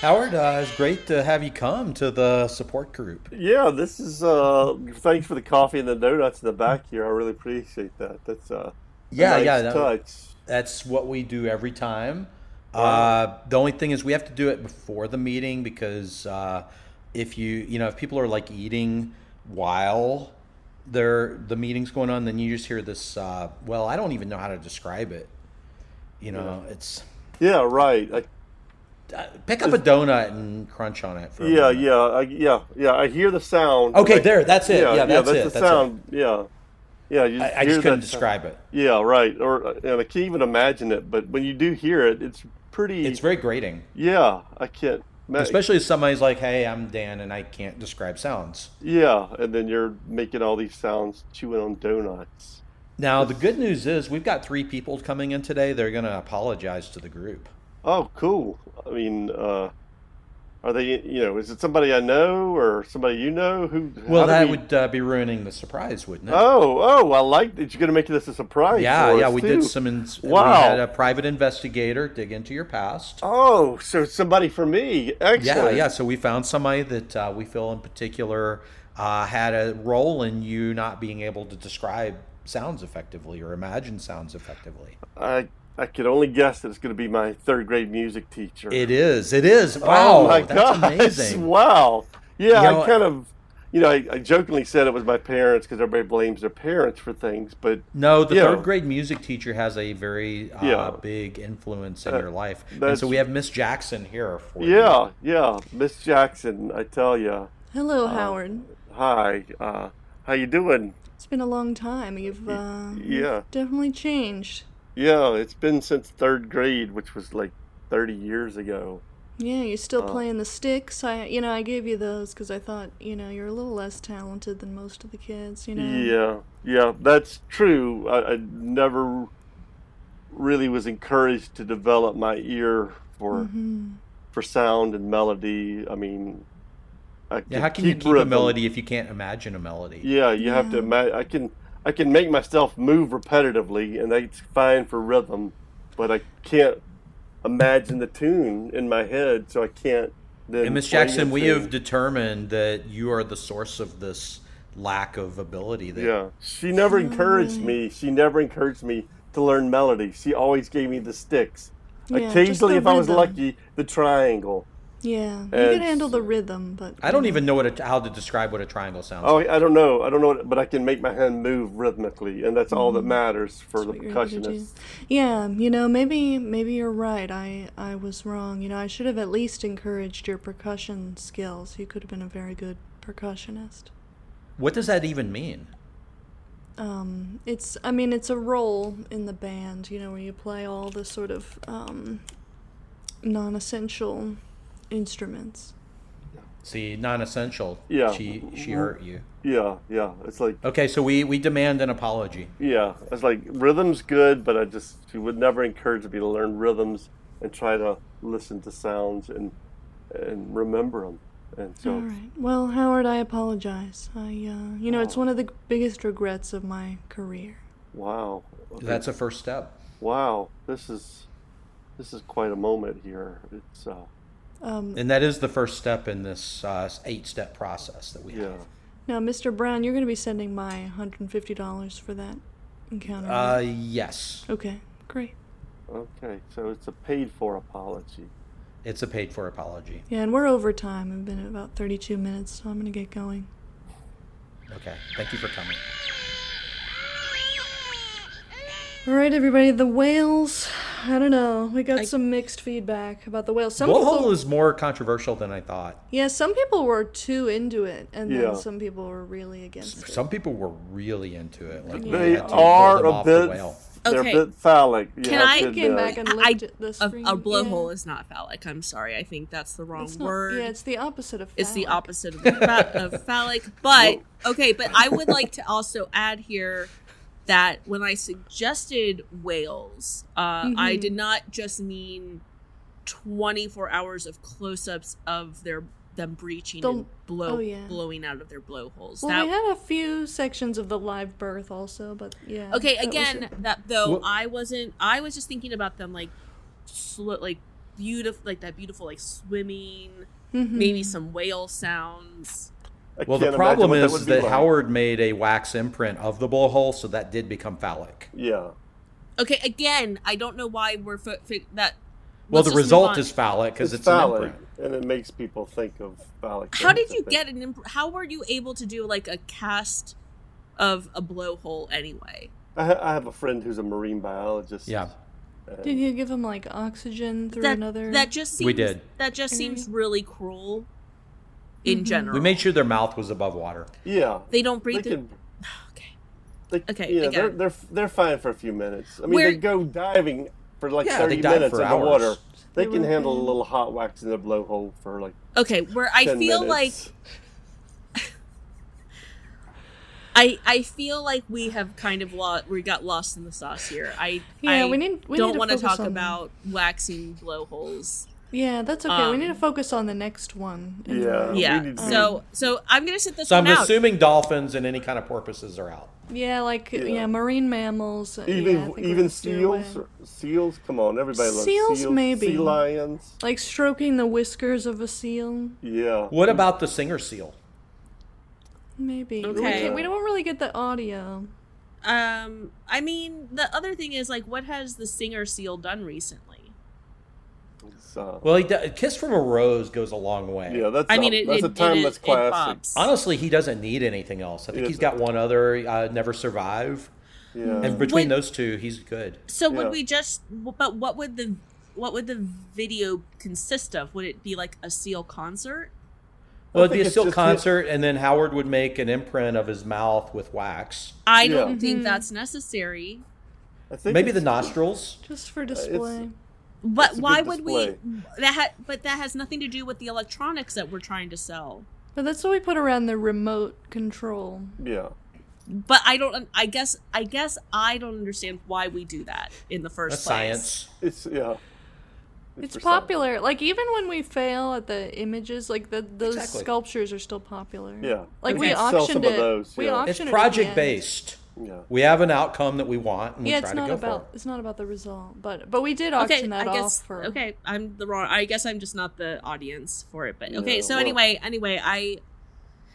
Speaker 5: Howard, uh, it's great to have you come to the support group.
Speaker 3: Yeah, this is. Uh, thanks for the coffee and the donuts in the back here. I really appreciate that. That's uh, a
Speaker 5: Yeah,
Speaker 3: nice
Speaker 5: yeah, that-
Speaker 3: touch.
Speaker 5: That's what we do every time. Uh, the only thing is we have to do it before the meeting because uh, if you you know if people are like eating while they're the meeting's going on, then you just hear this. Uh, well, I don't even know how to describe it. You know, it's
Speaker 3: Yeah, right. I,
Speaker 5: uh, pick up a donut and crunch on it. For a
Speaker 3: yeah,
Speaker 5: moment.
Speaker 3: yeah, I, yeah, yeah. I hear the sound.
Speaker 5: Okay,
Speaker 3: Like,
Speaker 5: there. That's it. Yeah, that's,
Speaker 3: that's
Speaker 5: it.
Speaker 3: the
Speaker 5: that's
Speaker 3: sound. Yeah, yeah. You
Speaker 5: It. I,
Speaker 3: hear
Speaker 5: I just couldn't
Speaker 3: that sound.
Speaker 5: describe it.
Speaker 3: Yeah, right. Or uh, and I can't even imagine it. But when you do hear it, it's pretty.
Speaker 5: It's very grating.
Speaker 3: yeah, I can't. ma-
Speaker 5: Especially if somebody's like, "Hey, I'm Dan, and I can't describe sounds."
Speaker 3: Yeah, and then you're making all these sounds, chewing on donuts.
Speaker 5: Now, the good news is we've got three people coming in today. They're going to apologize to the group.
Speaker 3: Oh, cool. I mean, uh, are they? You know, is it somebody I know or somebody you know? Who?
Speaker 5: Well,
Speaker 3: how do
Speaker 5: that
Speaker 3: we-
Speaker 5: would uh, be ruining the surprise, wouldn't it?
Speaker 3: Oh, oh, I like that. You're gonna make this a surprise.
Speaker 5: yeah,
Speaker 3: for
Speaker 5: yeah.
Speaker 3: us,
Speaker 5: We
Speaker 3: too.
Speaker 5: did some. Ins- We
Speaker 3: Wow.
Speaker 5: had a private investigator dig into your past.
Speaker 3: Oh, so it's somebody for me.
Speaker 5: Yeah,
Speaker 3: Excellent.
Speaker 5: yeah. So we found somebody that uh, we feel in particular uh, had a role in you not being able to describe sounds effectively or imagine sounds effectively.
Speaker 3: I I could only guess that it's gonna be my third grade music teacher.
Speaker 5: It is. It is. Wow.
Speaker 3: Oh my
Speaker 5: that's
Speaker 3: gosh!
Speaker 5: amazing.
Speaker 3: Wow. Yeah,
Speaker 5: You
Speaker 3: I
Speaker 5: know-
Speaker 3: kind of, you know, I, I jokingly said it was my parents because everybody blames their parents for things, but
Speaker 5: No, the
Speaker 3: Yeah.
Speaker 5: third grade music teacher has a very uh,
Speaker 3: Yeah.
Speaker 5: big influence in
Speaker 3: Uh,
Speaker 5: your life, and
Speaker 3: that's-
Speaker 5: so we have Miss Jackson here for you.
Speaker 3: yeah, yeah, Miss Jackson, I tell you,
Speaker 4: Hello, Howard.
Speaker 3: hi, uh, how you doing?
Speaker 4: It's been a long time. You've uh, you've
Speaker 3: yeah.
Speaker 4: definitely changed.
Speaker 3: Yeah, it's been since third grade, which was like thirty years ago.
Speaker 4: Yeah, you're still
Speaker 3: Uh,
Speaker 4: playing the sticks. I, you know, I gave you those because I thought, you know, you're a little less talented than most of the kids. You know.
Speaker 3: Yeah, yeah, that's true. I, I never really was encouraged to develop my ear for
Speaker 4: Mhm.
Speaker 3: for sound and melody. I mean, I
Speaker 5: Yeah,
Speaker 3: could
Speaker 5: how can you keep a
Speaker 3: rhythm.
Speaker 5: melody if you can't imagine a melody?
Speaker 3: Yeah, you have to
Speaker 4: Yeah.
Speaker 3: imagine. I can I can make myself move repetitively, and that's fine for rhythm, but I can't imagine the tune in my head, so I can't. Then
Speaker 5: And Miss
Speaker 3: play
Speaker 5: Jackson,
Speaker 3: the
Speaker 5: we
Speaker 3: tune.
Speaker 5: have determined that you are the source of this lack of ability. That
Speaker 3: Yeah, she never encouraged me. She never encouraged me to learn melody. She always gave me the sticks.
Speaker 4: Yeah, just
Speaker 3: Occasionally,
Speaker 4: the
Speaker 3: if I was
Speaker 4: rhythm.
Speaker 3: lucky, the triangle.
Speaker 4: Yeah, you
Speaker 3: It's-
Speaker 4: can handle the rhythm, but
Speaker 5: I don't even know what a, how to describe what a triangle sounds.
Speaker 3: Oh,
Speaker 5: like.
Speaker 3: I don't know. I don't know, what, but I can make my hand move rhythmically, and that's all that matters for the
Speaker 4: Mm-hmm. what you're able to do.
Speaker 3: percussionist.
Speaker 4: Yeah, you know, maybe maybe you're right. I I was wrong. You know, I should have at least encouraged your percussion skills. You could have been a very good percussionist.
Speaker 5: What does that even mean?
Speaker 4: Um, it's I mean, it's a role in the band. You know, where you play all the sort of um, non-essential instruments.
Speaker 5: See, non-essential.
Speaker 3: Yeah. Mm-hmm.
Speaker 5: She she hurt you.
Speaker 3: Yeah, yeah. It's like
Speaker 5: Okay, so we we demand an apology.
Speaker 3: yeah. It's like rhythm's good, but I just she would never encourage me to learn rhythms and try to listen to sounds and and remember them. And so
Speaker 4: All right. Well, Howard, I apologize. I uh, you know, it's one of the biggest regrets of my career.
Speaker 3: wow, okay,
Speaker 5: That's a first step.
Speaker 3: wow. This is this is quite a moment here. It's uh,
Speaker 4: Um,
Speaker 5: And that is the first step in this uh, eight step process that we
Speaker 3: yeah.
Speaker 4: Now, Mr. Brown, you're going to be sending my $150 for that encounter.
Speaker 5: have. Uh, yes.
Speaker 4: right? okay, great.
Speaker 3: Okay, so it's a paid for apology.
Speaker 5: It's a paid for apology.
Speaker 4: Yeah, and we're over time. I've been at about 32 minutes, so I'm going to get going.
Speaker 5: Okay. Thank you for coming.
Speaker 4: All right, everybody. The whales. I don't know. We got
Speaker 2: I-
Speaker 4: some mixed feedback about the whales. Some
Speaker 5: Blowhole
Speaker 4: people,
Speaker 5: is more controversial than I thought.
Speaker 4: yeah, some people were too into it, and
Speaker 3: Yeah.
Speaker 4: then some people were really against it.
Speaker 5: Some people were really into it. Like we
Speaker 3: They
Speaker 5: had to pull
Speaker 3: are
Speaker 5: them
Speaker 3: a
Speaker 5: off the
Speaker 3: bit.
Speaker 5: whale.
Speaker 3: They're
Speaker 2: Okay.
Speaker 3: a bit phallic. You
Speaker 2: Can
Speaker 3: have
Speaker 2: I
Speaker 3: to
Speaker 4: Came
Speaker 3: admit.
Speaker 4: back and
Speaker 2: I-
Speaker 4: looked
Speaker 2: I-
Speaker 4: at the
Speaker 2: A,
Speaker 4: screen.
Speaker 2: a blowhole
Speaker 4: yeah.
Speaker 2: is not phallic. I'm sorry. I think that's the wrong
Speaker 4: It's not-
Speaker 2: word.
Speaker 4: Yeah, it's the opposite of.
Speaker 2: It's the
Speaker 4: phallic.
Speaker 2: opposite of, fa-
Speaker 4: <laughs>
Speaker 2: of phallic. But okay, but I would like to also add here that when I suggested whales, uh, I
Speaker 4: Mhm.
Speaker 2: did not just mean 24 hours of close-ups of their them breaching
Speaker 4: The-
Speaker 2: and blow
Speaker 4: oh, yeah.
Speaker 2: blowing out of their blowholes.
Speaker 4: Well,
Speaker 2: that,
Speaker 4: we had a few sections of the live birth also, but yeah.
Speaker 2: okay,
Speaker 4: that was
Speaker 2: again,
Speaker 4: it.
Speaker 2: that though
Speaker 5: Well-
Speaker 2: I wasn't. I was just thinking about them like, slow, like beautiful, like that beautiful, like swimming,
Speaker 5: Mm-hmm.
Speaker 4: Mhm.
Speaker 2: maybe some whale sounds.
Speaker 3: I
Speaker 5: Well, the
Speaker 3: can't imagine
Speaker 5: problem
Speaker 3: what
Speaker 5: is
Speaker 3: would be
Speaker 5: that
Speaker 3: like.
Speaker 5: Howard made a wax imprint of the blowhole, so that did become phallic.
Speaker 3: Yeah.
Speaker 2: Okay, again, I don't know why we're fo- fi- that.
Speaker 5: Well,
Speaker 2: let's just move
Speaker 5: the result
Speaker 2: on.
Speaker 5: is phallic because it's, an
Speaker 3: phallic,
Speaker 5: imprint.
Speaker 3: and it makes people think of phallic.
Speaker 2: How
Speaker 3: things, I
Speaker 2: did you
Speaker 3: think.
Speaker 2: get an? Imp- how were you able to do like a cast of a blowhole anyway?
Speaker 3: I, ha- I have a friend who's a marine biologist.
Speaker 5: Yeah.
Speaker 3: and-
Speaker 4: Did you give him like oxygen through
Speaker 2: That
Speaker 4: another?
Speaker 2: that just seems
Speaker 5: We did.
Speaker 2: that just seems
Speaker 4: Area.
Speaker 2: really cruel. In
Speaker 4: Mm-hmm.
Speaker 2: general,
Speaker 5: We made sure their mouth was above water.
Speaker 3: yeah.
Speaker 2: they don't
Speaker 3: They
Speaker 2: breathe. through-
Speaker 3: can,
Speaker 2: <sighs> okay,
Speaker 3: they,
Speaker 2: Okay,
Speaker 3: You
Speaker 2: I
Speaker 3: know,
Speaker 2: get
Speaker 3: they're,
Speaker 2: it.
Speaker 3: they're they're fine for a few minutes. I mean,
Speaker 2: Where-
Speaker 3: they go diving for like
Speaker 5: Yeah, they
Speaker 3: thirty
Speaker 5: dive
Speaker 3: minutes
Speaker 5: for
Speaker 3: in the water.
Speaker 5: hours.
Speaker 3: They,
Speaker 4: They
Speaker 3: can
Speaker 4: were-
Speaker 3: handle a little hot wax in their blowhole for like.
Speaker 2: okay. Where I
Speaker 3: 10
Speaker 2: feel
Speaker 3: minutes.
Speaker 2: like I I feel like we have kind of lost. We got lost in the sauce here. I
Speaker 4: Yeah,
Speaker 2: I
Speaker 4: we need- we need
Speaker 2: don't
Speaker 4: to
Speaker 2: wanna
Speaker 4: focus
Speaker 2: talk
Speaker 4: on that.
Speaker 2: about waxing blowholes.
Speaker 3: Oh,
Speaker 4: yeah, that's okay. we need to
Speaker 2: Um,
Speaker 4: focus on the next one.
Speaker 3: Yeah. We
Speaker 2: Yeah.
Speaker 3: need to-
Speaker 2: So so I'm gonna sit this
Speaker 5: So I'm
Speaker 2: one out.
Speaker 5: assuming dolphins and any kind of porpoises are out.
Speaker 4: Yeah, like yeah,
Speaker 3: Yeah.
Speaker 4: marine mammals. uh, yeah, I
Speaker 3: Even
Speaker 4: think we're
Speaker 3: even
Speaker 4: gonna steer away.
Speaker 3: seals, or, seals. Come on, everybody loves
Speaker 4: Seals,
Speaker 3: seals.
Speaker 4: maybe.
Speaker 3: sea lions.
Speaker 4: Like stroking the whiskers of a seal,
Speaker 3: Yeah,
Speaker 5: What about the singer seal?
Speaker 4: maybe. We
Speaker 2: Okay.
Speaker 4: can't- We don't really get the audio.
Speaker 2: Um, I mean, the other thing is like, what has the singer seal done recently?
Speaker 3: It's, uh,
Speaker 5: Well, he d- Kiss from a Rose goes a long way.
Speaker 3: yeah, that's
Speaker 2: I mean,
Speaker 3: a,
Speaker 2: it,
Speaker 3: that's
Speaker 2: it,
Speaker 3: a timeless
Speaker 2: it, it, it
Speaker 3: classic.
Speaker 2: bops.
Speaker 5: Honestly, he doesn't need anything else. I think
Speaker 3: Yeah.
Speaker 5: he's got one other, uh, Never Survive.
Speaker 3: yeah,
Speaker 4: Mm.
Speaker 5: And
Speaker 2: Wait.
Speaker 5: between those two, he's good.
Speaker 2: So would
Speaker 3: Yeah.
Speaker 2: we just? But what would the what would the video consist of? Would it be like a seal concert?
Speaker 5: Well, it'd be
Speaker 3: think
Speaker 5: a
Speaker 3: it's
Speaker 5: seal
Speaker 3: just-
Speaker 5: concert, and then Howard would make an imprint of his mouth with wax.
Speaker 2: I don't
Speaker 3: Yeah.
Speaker 4: Mm-hmm.
Speaker 2: think that's necessary.
Speaker 3: I think
Speaker 5: Maybe the
Speaker 3: it's-
Speaker 5: nostrils.
Speaker 4: Just
Speaker 3: Uh,
Speaker 4: for display.
Speaker 2: But
Speaker 3: It's a
Speaker 2: why
Speaker 3: big
Speaker 2: would we? That ha- but that has nothing to do with the electronics that we're trying to sell.
Speaker 4: but that's what we put around the remote control.
Speaker 3: Yeah,
Speaker 2: But I don't. I guess. I guess I don't understand why we do that in the first
Speaker 5: That's
Speaker 2: place.
Speaker 5: science.
Speaker 3: it's yeah.
Speaker 4: It's
Speaker 3: for science.
Speaker 4: popular. Like even when we fail at the images, like the, those
Speaker 5: Exactly.
Speaker 4: sculptures are still popular.
Speaker 3: Yeah.
Speaker 4: Like
Speaker 3: We
Speaker 4: we
Speaker 3: can sell
Speaker 4: auctioned
Speaker 3: some of
Speaker 4: it.
Speaker 3: those,
Speaker 4: We
Speaker 3: yeah.
Speaker 4: auctioned
Speaker 5: It's
Speaker 4: it at the
Speaker 5: project
Speaker 4: end.
Speaker 5: based.
Speaker 3: Yeah,
Speaker 5: We have an outcome that we want, and we
Speaker 4: Yeah,
Speaker 5: try
Speaker 4: it's
Speaker 5: to go
Speaker 4: not
Speaker 5: for
Speaker 4: about
Speaker 5: it.
Speaker 4: it's not about the result, but but we did auction
Speaker 2: okay,
Speaker 4: that
Speaker 2: I guess,
Speaker 4: off for
Speaker 2: Okay, I'm the wrong. I guess I'm just not the audience for it. But okay,
Speaker 3: Yeah,
Speaker 2: so
Speaker 3: well-
Speaker 2: anyway, anyway, I, <sighs>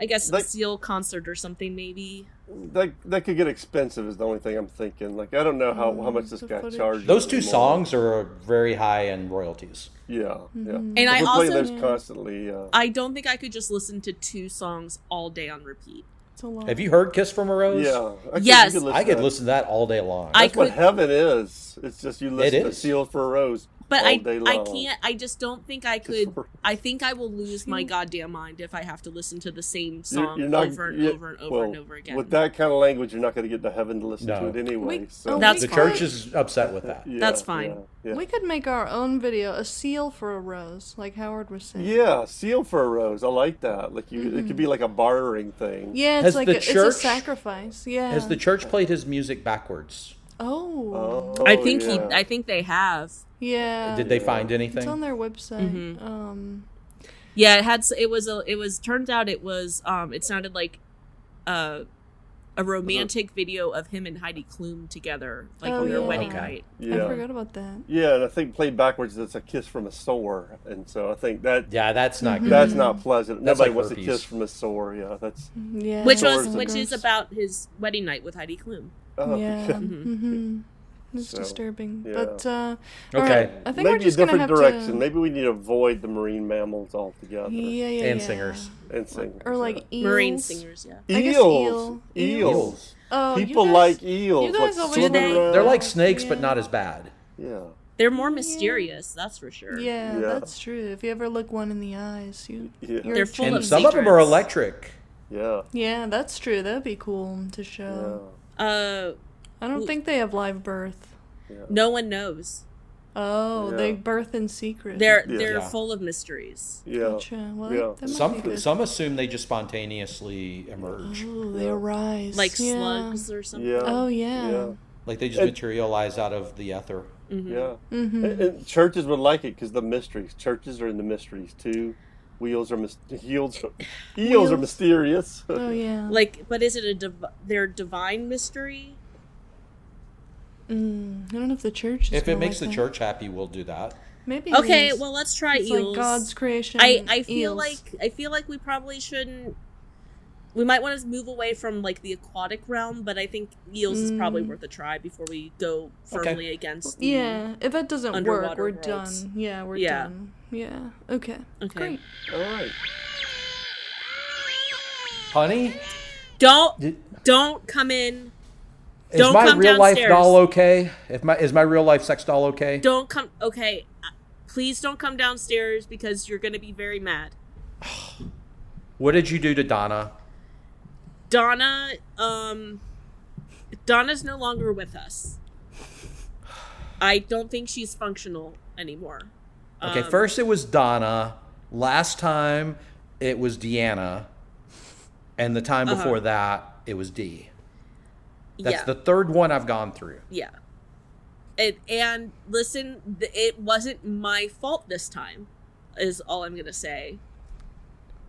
Speaker 2: I guess a
Speaker 3: Like-
Speaker 2: seal concert or something maybe.
Speaker 3: that that could get expensive. Is the only thing I'm thinking. Like I don't know how, how much this
Speaker 4: the
Speaker 3: guy
Speaker 4: footage.
Speaker 3: charges.
Speaker 5: Those two
Speaker 3: anymore.
Speaker 5: songs are very high in royalties.
Speaker 3: Yeah, yeah.
Speaker 2: And I
Speaker 3: we're
Speaker 2: also,
Speaker 3: playing those constantly. uh, Yeah.
Speaker 2: I don't think I could just listen to two songs all day on repeat.
Speaker 4: it's a lot.
Speaker 5: Have you heard "Kiss from a Rose"?
Speaker 3: yeah. I could- you
Speaker 2: Yes.
Speaker 5: I could
Speaker 3: to that.
Speaker 5: listen to that all day long.
Speaker 2: I
Speaker 3: That's what
Speaker 2: could-
Speaker 3: heaven is. It's just you listen to
Speaker 5: is.
Speaker 3: Seal for a Rose
Speaker 2: But
Speaker 3: all
Speaker 2: I,
Speaker 3: day long.
Speaker 2: I can't. I just don't think I could. I think I will lose my goddamn mind if I have to listen to the same
Speaker 3: You're-
Speaker 2: song
Speaker 3: you're not-
Speaker 2: over and
Speaker 3: you-
Speaker 2: over and over
Speaker 3: well,
Speaker 2: and over again.
Speaker 3: With that kind of language, you're not going to get to heaven to listen to
Speaker 5: No.
Speaker 3: it anyway.
Speaker 4: We-
Speaker 3: so
Speaker 4: oh,
Speaker 2: That's
Speaker 5: the
Speaker 2: fine.
Speaker 5: church is upset with that.
Speaker 3: Yeah,
Speaker 2: That's fine.
Speaker 3: Yeah, yeah.
Speaker 4: We could make our own video, a seal for a rose, like Howard was saying.
Speaker 3: Yeah, Seal for a Rose. I like that. Like you, it
Speaker 2: Mm-hmm.
Speaker 3: could be like a bartering thing.
Speaker 4: Yeah, it's
Speaker 5: Has
Speaker 4: like
Speaker 5: the
Speaker 4: a,
Speaker 5: church-
Speaker 4: it's a sacrifice. Yeah.
Speaker 5: Has the church played his music backwards?
Speaker 4: oh.
Speaker 3: Oh,
Speaker 2: I think he.
Speaker 3: yeah.
Speaker 2: I think they have.
Speaker 4: Yeah.
Speaker 5: Did they
Speaker 3: Yeah.
Speaker 5: find
Speaker 4: it's on
Speaker 5: anything?
Speaker 4: their website.
Speaker 2: Mm-hmm.
Speaker 4: Um,
Speaker 2: Yeah, it had. s- It was a. It was. Turns out it was. Um, it sounded like, uh, a romantic video of him and Heidi Klum together, like
Speaker 4: Oh,
Speaker 2: on their
Speaker 4: yeah.
Speaker 2: wedding
Speaker 5: Okay.
Speaker 2: night.
Speaker 4: I
Speaker 3: yeah.
Speaker 4: forgot about that.
Speaker 3: Yeah, and I think played backwards. It's a kiss from a sore, and so I think that
Speaker 5: Yeah, that's not
Speaker 2: Mm-hmm.
Speaker 5: good.
Speaker 3: that's not pleasant.
Speaker 5: That's
Speaker 3: Nobody
Speaker 5: like
Speaker 3: wants
Speaker 5: herpes.
Speaker 3: a kiss from a sore. Yeah, that's
Speaker 4: Yeah.
Speaker 2: Which
Speaker 3: Sore
Speaker 2: was,
Speaker 3: is
Speaker 2: which is
Speaker 3: <laughs>
Speaker 4: gross.
Speaker 2: about his wedding night with Heidi Klum.
Speaker 3: oh,
Speaker 4: Yeah.
Speaker 3: yeah.
Speaker 4: hmm It's
Speaker 3: So,
Speaker 4: disturbing.
Speaker 3: yeah.
Speaker 4: But uh, all
Speaker 5: Okay.
Speaker 4: I think we're
Speaker 3: Maybe a
Speaker 4: just gonna
Speaker 3: different
Speaker 4: have
Speaker 3: direction.
Speaker 4: to.
Speaker 3: Maybe we need to avoid the marine mammals altogether
Speaker 4: Yeah, yeah,
Speaker 5: and
Speaker 4: yeah.
Speaker 5: singers.
Speaker 3: and sing.
Speaker 4: Or like eels.
Speaker 2: Marine singers, yeah.
Speaker 4: I guess
Speaker 3: eels.
Speaker 4: eel.
Speaker 3: Eels.
Speaker 5: Eels.
Speaker 4: Oh, you
Speaker 3: People
Speaker 4: guys-
Speaker 3: like eels.
Speaker 4: you guys
Speaker 3: like
Speaker 4: always
Speaker 3: swimming
Speaker 2: do.
Speaker 3: around.
Speaker 5: They're like snakes, but not as bad.
Speaker 3: yeah.
Speaker 2: They're more mysterious, that's for sure.
Speaker 4: Yeah,
Speaker 3: Yeah.
Speaker 4: that's true. If you ever look one in the eyes, you.
Speaker 3: Yeah.
Speaker 4: you're
Speaker 2: They're full
Speaker 5: and
Speaker 2: of
Speaker 5: some of them are
Speaker 2: secrets.
Speaker 5: electric.
Speaker 3: Yeah.
Speaker 4: Yeah, that's true. That'd be cool to show.
Speaker 2: Uh,
Speaker 4: I don't
Speaker 2: Ooh.
Speaker 4: think they have live birth.
Speaker 2: no one knows.
Speaker 4: Oh,
Speaker 3: Yeah.
Speaker 4: they birth in secret.
Speaker 2: They're
Speaker 3: Yeah.
Speaker 2: they're
Speaker 5: Yeah.
Speaker 2: full of mysteries.
Speaker 3: Yeah.
Speaker 4: Gotcha. Well,
Speaker 3: Yeah.
Speaker 4: that might be
Speaker 5: Some
Speaker 4: good.
Speaker 5: some assume they just spontaneously emerge,
Speaker 2: Uh-huh.
Speaker 4: Ooh, they
Speaker 3: Yeah.
Speaker 4: arise
Speaker 2: Like
Speaker 4: Yeah.
Speaker 2: slugs or something.
Speaker 3: Yeah.
Speaker 4: Oh
Speaker 3: Yeah.
Speaker 4: yeah.
Speaker 3: Yeah.
Speaker 5: like they just
Speaker 3: And-
Speaker 5: materialize out of the ether.
Speaker 4: Mm-hmm.
Speaker 3: And, and churches would like it because the mysteries. Churches are in the mysteries too. <laughs> Wheels are mis- heels. Eels are
Speaker 4: Wheels.
Speaker 3: mysterious. <laughs>
Speaker 4: Oh yeah.
Speaker 2: Like, but is it a div- their divine mystery?
Speaker 4: Mm, I don't know if the church. Is
Speaker 5: If it
Speaker 4: gonna
Speaker 5: makes
Speaker 4: like that.
Speaker 5: the church happy, we'll do that.
Speaker 4: Maybe. it
Speaker 2: Okay,
Speaker 4: is.
Speaker 2: well let's try
Speaker 4: it's
Speaker 2: eels.
Speaker 4: like God's creation.
Speaker 2: I I feel
Speaker 4: eels.
Speaker 2: like I feel like we probably shouldn't. We might want to move away from like the aquatic realm, but I think eels is probably
Speaker 4: Mm.
Speaker 2: worth a try before we go
Speaker 5: Okay.
Speaker 2: firmly against. The,
Speaker 4: Yeah. If that doesn't work,
Speaker 2: Underwater
Speaker 4: we're
Speaker 2: worlds.
Speaker 4: done. Yeah, we're
Speaker 2: Yeah.
Speaker 4: done. Yeah. Okay.
Speaker 2: Okay.
Speaker 4: Great.
Speaker 3: All right.
Speaker 5: Honey,
Speaker 2: Don't
Speaker 5: did,
Speaker 2: don't come in.
Speaker 5: is
Speaker 2: Don't
Speaker 5: my
Speaker 2: come
Speaker 5: real life
Speaker 2: downstairs.
Speaker 5: doll okay? If my is my real life sex doll okay?
Speaker 2: Don't come. Okay, uh, please don't come downstairs because you're going to be very mad.
Speaker 5: What did you do to Donna?
Speaker 2: Donna, um, Donna's no longer with us. I don't think she's functional anymore.
Speaker 5: Okay,
Speaker 2: Um,
Speaker 5: first it was Donna. Last time it was Deanna, and the time before that it was D. That's
Speaker 2: Uh-huh. yeah,
Speaker 5: the third one I've gone through.
Speaker 2: yeah. It, and listen, th- it wasn't my fault this time, is all I'm gonna say.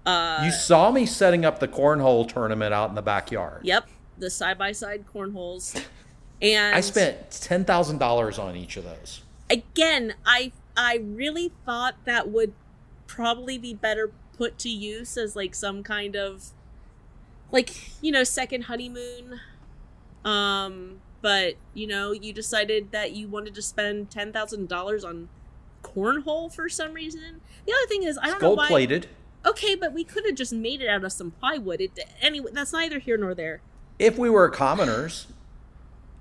Speaker 2: Uh,
Speaker 5: You saw me setting up the cornhole tournament out in the backyard.
Speaker 2: yep, the side by side cornholes, and
Speaker 5: I spent ten thousand dollars on each of those.
Speaker 2: again i i really thought that would probably be better put to use as like some kind of like you know second honeymoon um but you know you decided that you wanted to spend $10,000 on cornhole for some reason the other thing is i
Speaker 5: It's
Speaker 2: don't know
Speaker 5: gold
Speaker 2: why
Speaker 5: plated.
Speaker 2: okay but we could have just made it out of some plywood it anyway that's neither here nor there
Speaker 5: If we were commoners,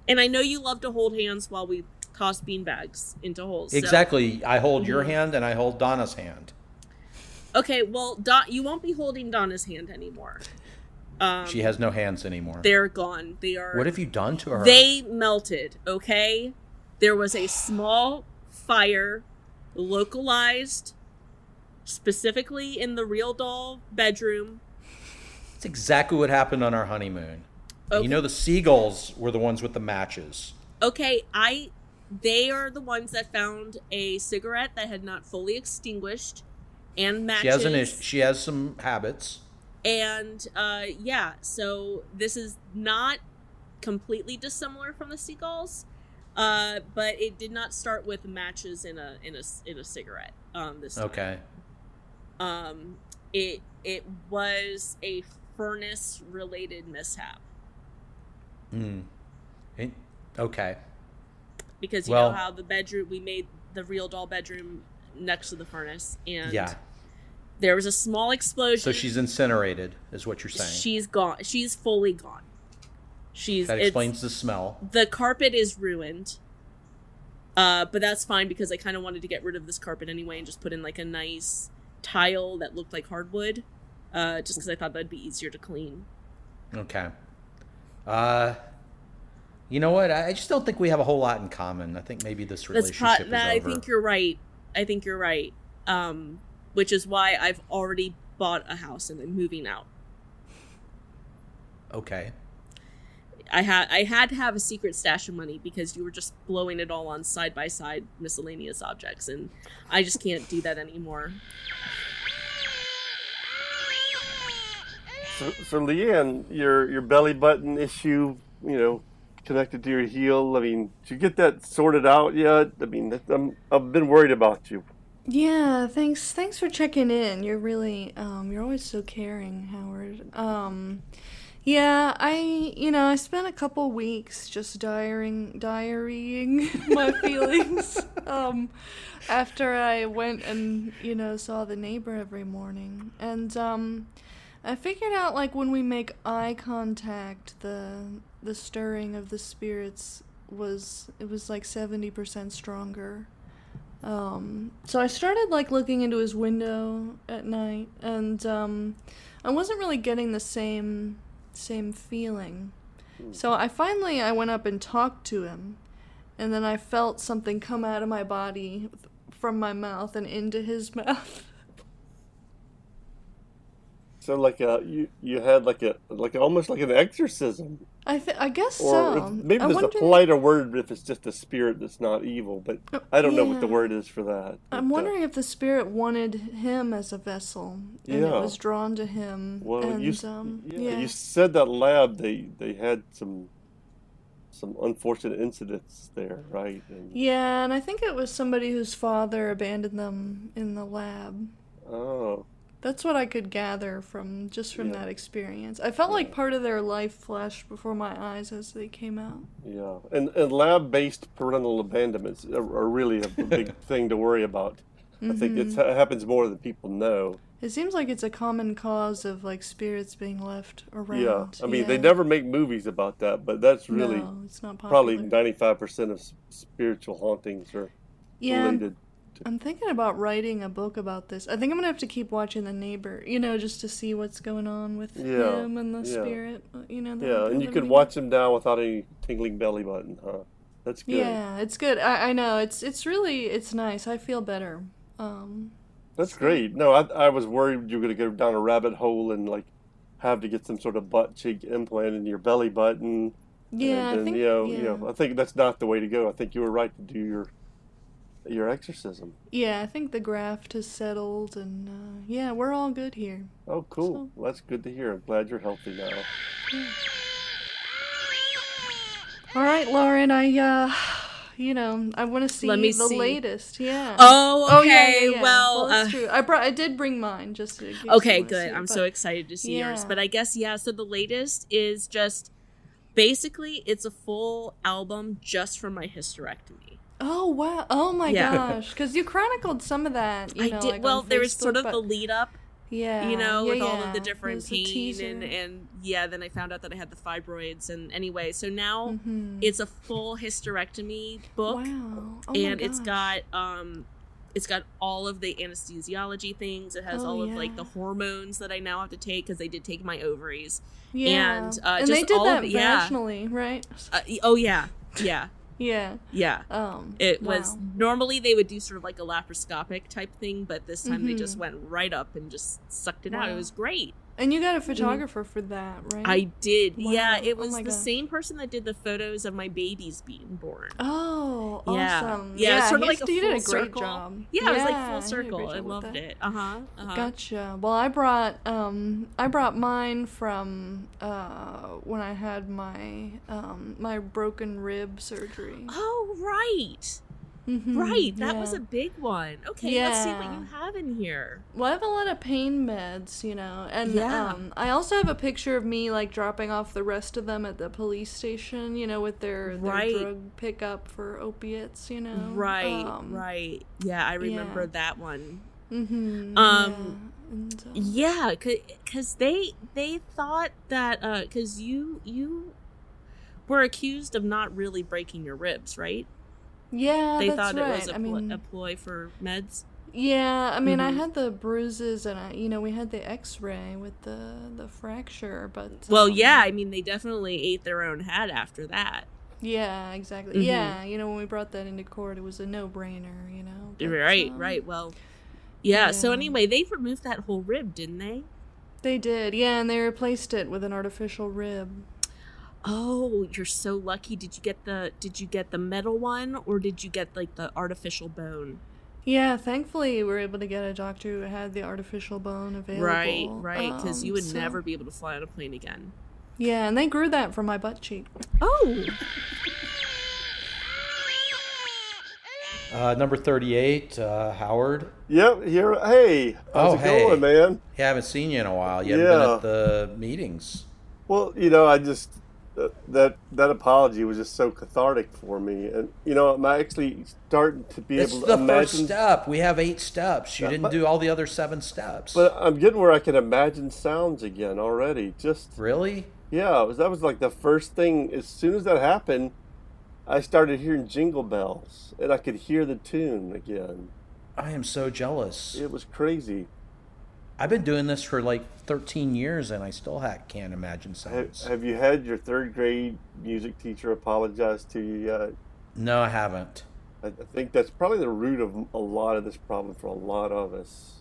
Speaker 2: and i know you love to hold hands while we toss beanbags into holes so- Mm-hmm.
Speaker 5: exactly. I hold your hand and I hold Donna's hand.
Speaker 2: Okay, well, Don, you won't be holding Donna's hand anymore. Um,
Speaker 5: She has no hands anymore.
Speaker 2: They're gone. They are.
Speaker 5: What have you done to her?
Speaker 2: They melted. Okay, there was a small fire, localized, specifically in the real doll bedroom.
Speaker 5: That's exactly what happened on our honeymoon. And
Speaker 2: Okay.
Speaker 5: You know the seagulls were the ones with the matches.
Speaker 2: Okay, I. They are the ones that found a cigarette that had not fully extinguished, and matches.
Speaker 5: She has an ish- she has some habits.
Speaker 2: And uh, yeah, so this is not completely dissimilar from the seagulls, uh, but it did not start with matches in a in a c- in a cigarette. Um, this time.
Speaker 5: Okay.
Speaker 2: Um, it it was a furnace related mishap
Speaker 5: Mm. Eh, Okay.
Speaker 2: because you
Speaker 5: Well-
Speaker 2: know how the bedroom we made the real doll bedroom next to the furnace, and
Speaker 5: Yeah.
Speaker 2: there was a small explosion.
Speaker 5: So she's incinerated, is what you're saying.
Speaker 2: she's gone. She's fully gone. She's
Speaker 5: that
Speaker 2: it's-
Speaker 5: explains the smell.
Speaker 2: the carpet is ruined uh but that's fine because i kind of wanted to get rid of this carpet anyway and just put in like a nice tile that looked like hardwood uh just because i thought that'd be easier to clean
Speaker 5: Okay. Uh, you know what? I I just don't think we have a whole lot in common. I think maybe this
Speaker 2: that's
Speaker 5: relationship
Speaker 2: pro-
Speaker 5: is
Speaker 2: that i
Speaker 5: over.
Speaker 2: think you're right i think you're right um which is why i've already bought a house and i'm moving out
Speaker 5: okay.
Speaker 2: i had i had to have a secret stash of money because you were just blowing it all on side by side miscellaneous objects and i just can't do that anymore
Speaker 3: So, so Leanne, your your belly button issue, you know, connected to your heel. I mean, did you get that sorted out yet? I mean, that- I'm, I've been worried about you.
Speaker 4: Yeah. Thanks. Thanks for checking in. You're really. Um. You're always so caring, Howard. Um. Yeah, I you know I spent a couple weeks just diaring diarying <laughs> my feelings um, after I went and you know saw the neighbor every morning, and um, I figured out like when we make eye contact, the the stirring of the spirits was it was like seventy percent stronger. Um, so I started like looking into his window at night, and um, I wasn't really getting the same same feeling.
Speaker 3: Hmm.
Speaker 4: So I finally I went up and talked to him, and then I felt something come out of my body from my mouth and into his <laughs> mouth.
Speaker 3: So like uh, you you had like a like almost like an exorcism,
Speaker 4: I th- I guess
Speaker 3: or
Speaker 4: so.
Speaker 3: if- maybe
Speaker 4: I
Speaker 3: there's
Speaker 4: wonder-
Speaker 3: a politer word if it's just a spirit that's not evil, but I don't know what the
Speaker 4: Oh, yeah.
Speaker 3: word is for that.
Speaker 4: I'm
Speaker 3: But, uh,
Speaker 4: wondering if the spirit wanted him as a vessel, and
Speaker 3: Yeah.
Speaker 4: it was drawn to him.
Speaker 3: Well,
Speaker 4: and,
Speaker 3: you, s-
Speaker 4: um,
Speaker 3: yeah,
Speaker 4: yeah.
Speaker 3: you said that lab they they had some some unfortunate incidents there, right? And,
Speaker 4: Yeah, and I think it was somebody whose father abandoned them in the lab.
Speaker 3: Oh,
Speaker 4: That's what I could gather from just from
Speaker 3: Yeah.
Speaker 4: that experience. I felt like part of their life flashed before my eyes as they came out.
Speaker 3: yeah, and and lab based parental abandonments are, are really a,
Speaker 4: <laughs>
Speaker 3: big thing to worry about. I think it's,
Speaker 4: Mm-hmm.
Speaker 3: it happens more than people know.
Speaker 4: It seems like it's a common cause of like spirits being left around.
Speaker 3: Yeah, I mean they
Speaker 4: Yeah.
Speaker 3: never make movies about that, but that's really
Speaker 4: No, it's not
Speaker 3: probably
Speaker 4: popular.
Speaker 3: ninety five percent of s- spiritual hauntings are
Speaker 4: yeah, I'm-
Speaker 3: related.
Speaker 4: I'm thinking about writing a book about this. I think I'm gonna have to keep watching The Neighbor, you know, just to see what's going on with
Speaker 3: Yeah,
Speaker 4: him and the
Speaker 3: yeah.
Speaker 4: spirit, uh, you know. that
Speaker 3: Yeah, and you
Speaker 4: that
Speaker 3: could
Speaker 4: we-
Speaker 3: watch them now without any tingling belly button, huh? That's good.
Speaker 4: Yeah, it's good. I, I know it's it's really it's nice. I feel better. Um,
Speaker 3: That's great. No, I I was worried you were gonna go down a rabbit hole and like have to get some sort of butt cheek implant in your belly button.
Speaker 4: yeah,
Speaker 3: and
Speaker 4: I
Speaker 3: then,
Speaker 4: think
Speaker 3: you know,
Speaker 4: yeah.
Speaker 3: you know, I think that's not the way to go. I think you were right to do your your exorcism.
Speaker 4: yeah, I think the graft has settled, and uh, yeah, we're all good here.
Speaker 3: Oh, cool. Well, that's good to hear. I'm glad you're healthy now.
Speaker 4: All right, Lauren, I uh, you know, I want to see
Speaker 2: Let me
Speaker 4: the
Speaker 2: see.
Speaker 4: latest. Yeah.
Speaker 2: Oh, okay.
Speaker 4: Oh, yeah, yeah, yeah.
Speaker 2: Well,
Speaker 4: that's
Speaker 2: uh,
Speaker 4: true. I brought, I did bring mine just. In case you
Speaker 2: okay,
Speaker 4: wanna
Speaker 2: good.
Speaker 4: see it,
Speaker 2: I'm
Speaker 4: but-
Speaker 2: so excited to see yours.
Speaker 4: Yeah.
Speaker 2: But I guess yeah. So the latest is just basically it's a full album just from my hysterectomy.
Speaker 4: Oh wow! Oh my
Speaker 2: Yeah.
Speaker 4: gosh! Because you chronicled some of that. You
Speaker 2: I
Speaker 4: know,
Speaker 2: did
Speaker 4: like,
Speaker 2: well.
Speaker 4: on
Speaker 2: There was
Speaker 4: Facebook,
Speaker 2: sort of
Speaker 4: but-
Speaker 2: the lead up,
Speaker 4: yeah,
Speaker 2: you know,
Speaker 4: yeah,
Speaker 2: with all
Speaker 4: yeah.
Speaker 2: of the
Speaker 4: It
Speaker 2: different
Speaker 4: was a
Speaker 2: pain
Speaker 4: teaser.
Speaker 2: and and yeah. Then I found out that I had the fibroids and anyway. So now
Speaker 4: Mhm.
Speaker 2: it's a full hysterectomy book.
Speaker 4: Wow! Oh my
Speaker 2: and it's
Speaker 4: gosh.
Speaker 2: got um it's got all of the anesthesiology things it has
Speaker 4: Oh,
Speaker 2: all of like
Speaker 4: yeah.
Speaker 2: the hormones that i now have to take because they did take my ovaries
Speaker 4: yeah.
Speaker 2: and, uh,
Speaker 4: and
Speaker 2: just
Speaker 4: they did
Speaker 2: all of
Speaker 4: that
Speaker 2: it, yeah.
Speaker 4: vaginally, right?
Speaker 2: uh, y- oh yeah yeah
Speaker 4: Yeah.
Speaker 2: yeah
Speaker 4: Um.
Speaker 2: it was
Speaker 4: wow.
Speaker 2: normally they would do sort of like a laparoscopic type thing but this time they
Speaker 4: Mhm.
Speaker 2: just went right up and just sucked it out it
Speaker 4: Wow.
Speaker 2: was great
Speaker 4: And you got a photographer for that, right?
Speaker 2: Mhm. i did
Speaker 4: Wow.
Speaker 2: yeah it
Speaker 4: Oh
Speaker 2: was
Speaker 4: my
Speaker 2: the
Speaker 4: gosh.
Speaker 2: same person that did the photos of my babies being born
Speaker 4: Oh,
Speaker 2: Yeah.
Speaker 4: awesome!
Speaker 2: Yeah, it's sort of
Speaker 4: he's-
Speaker 2: like a
Speaker 4: he did a
Speaker 2: full
Speaker 4: great
Speaker 2: circle.
Speaker 4: job.
Speaker 2: yeah, it was like full
Speaker 4: Yeah, he did a great
Speaker 2: circle i
Speaker 4: job with
Speaker 2: loved
Speaker 4: that.
Speaker 2: it uh-huh, uh-huh.
Speaker 4: Gotcha. Well, I brought um I brought mine from uh when I had my um my broken rib surgery.
Speaker 2: oh right
Speaker 4: Mhm,
Speaker 2: Right, that was
Speaker 4: yeah.
Speaker 2: a big one. Okay, let's see what
Speaker 4: Yeah.
Speaker 2: you have in here.
Speaker 4: Well, I have a lot of pain meds, you know, and
Speaker 2: Yeah.
Speaker 4: um, I also have a picture of me like dropping off the rest of them at the police station, you know, with their, their
Speaker 2: Right.
Speaker 4: drug pickup for opiates, you know.
Speaker 2: Right,
Speaker 4: Um,
Speaker 2: right. Yeah, I remember
Speaker 4: yeah.
Speaker 2: that one.
Speaker 4: mhm,
Speaker 2: Um,
Speaker 4: yeah, and, uh,
Speaker 2: Yeah, because they they thought that because you you were accused of not really breaking your ribs, right?
Speaker 4: yeah,
Speaker 2: they
Speaker 4: that's
Speaker 2: thought
Speaker 4: right.
Speaker 2: it was a,
Speaker 4: I
Speaker 2: pl-
Speaker 4: mean,
Speaker 2: a ploy for meds.
Speaker 4: Yeah, I mean, I
Speaker 2: Mhm.
Speaker 4: had the bruises, and I, you know, we had the X-ray with the the fracture, but
Speaker 2: Well,
Speaker 4: um,
Speaker 2: yeah, I mean they definitely ate their own hat after that,
Speaker 4: yeah, exactly,
Speaker 2: Mhm.
Speaker 4: yeah. You know, when we brought that into court, it was a no-brainer, you know. but,
Speaker 2: right?
Speaker 4: um,
Speaker 2: right. Well, yeah. So
Speaker 4: yeah.
Speaker 2: anyway, they removed that whole rib, didn't they?
Speaker 4: They did, yeah, and they replaced it with an artificial rib.
Speaker 2: Oh, you're so lucky. Did you get the did you get the metal one or did you get like the artificial bone?
Speaker 4: Yeah, thankfully, we were able to get a doctor who had the artificial bone available.
Speaker 2: Right, right, cuz
Speaker 4: um,
Speaker 2: you would
Speaker 4: so-
Speaker 2: never be able to fly on a plane again.
Speaker 4: Yeah, and they grew that from my butt cheek.
Speaker 2: Oh.
Speaker 5: Uh, number 38, uh, Howard.
Speaker 3: Yep. Here. Hey. How's
Speaker 5: Oh,
Speaker 3: it
Speaker 5: hey.
Speaker 3: going, man?
Speaker 5: Yeah, I haven't seen you in a while. You haven't been
Speaker 3: Yeah.
Speaker 5: at the meetings.
Speaker 3: Well, you know, I just uh, that that apology was just so cathartic for me, and you know, I'm actually starting to be
Speaker 5: It's
Speaker 3: able
Speaker 5: the
Speaker 3: to
Speaker 5: first
Speaker 3: imagine.
Speaker 5: step. We have eight steps. You didn't
Speaker 3: but-
Speaker 5: do all the other seven steps.
Speaker 3: But I'm getting where I can imagine sounds again already. Just
Speaker 5: really?
Speaker 3: yeah, it was, that was like the first thing. As soon as that happened, I started hearing jingle bells, and I could hear the tune again.
Speaker 5: I am so jealous.
Speaker 3: It was crazy.
Speaker 5: I've been doing this for like 13 years and I still ha- can't imagine
Speaker 3: Have,
Speaker 5: sounds.
Speaker 3: have you had your third grade music teacher apologize to you yet?
Speaker 5: No, I haven't.
Speaker 3: I I think that's probably the root of a lot of this problem for a lot of us.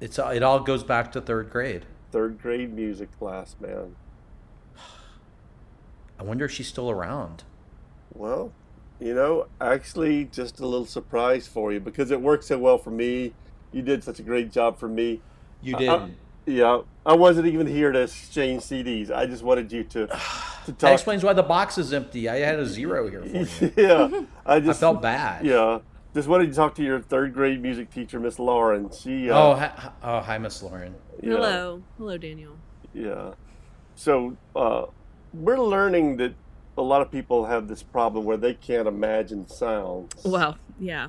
Speaker 5: It's it all goes back to third grade.
Speaker 3: Third grade music class, man.
Speaker 5: I wonder if she's still around.
Speaker 3: Well, you know, actually, just a little surprise for you because it worked so well for me. You did such a great job for me.
Speaker 5: You
Speaker 3: I- I- yeah, I wasn't even here to exchange CDs. I just wanted you
Speaker 5: <sighs>
Speaker 3: to to
Speaker 5: that
Speaker 3: talk.
Speaker 5: explains why the box is empty. I had a zero here
Speaker 3: <laughs>
Speaker 5: for you.
Speaker 3: yeah, I
Speaker 5: I
Speaker 3: just
Speaker 5: felt bad.
Speaker 3: yeah, just wanted to talk to your third grade music teacher, Miss Lauren. She uh,
Speaker 5: Oh, hi, oh, hi, Miss Lauren.
Speaker 3: yeah.
Speaker 2: Hello, hello, Daniel.
Speaker 3: Yeah. So uh, we're learning that a lot of people have this problem where they can't imagine sounds.
Speaker 2: Well, yeah,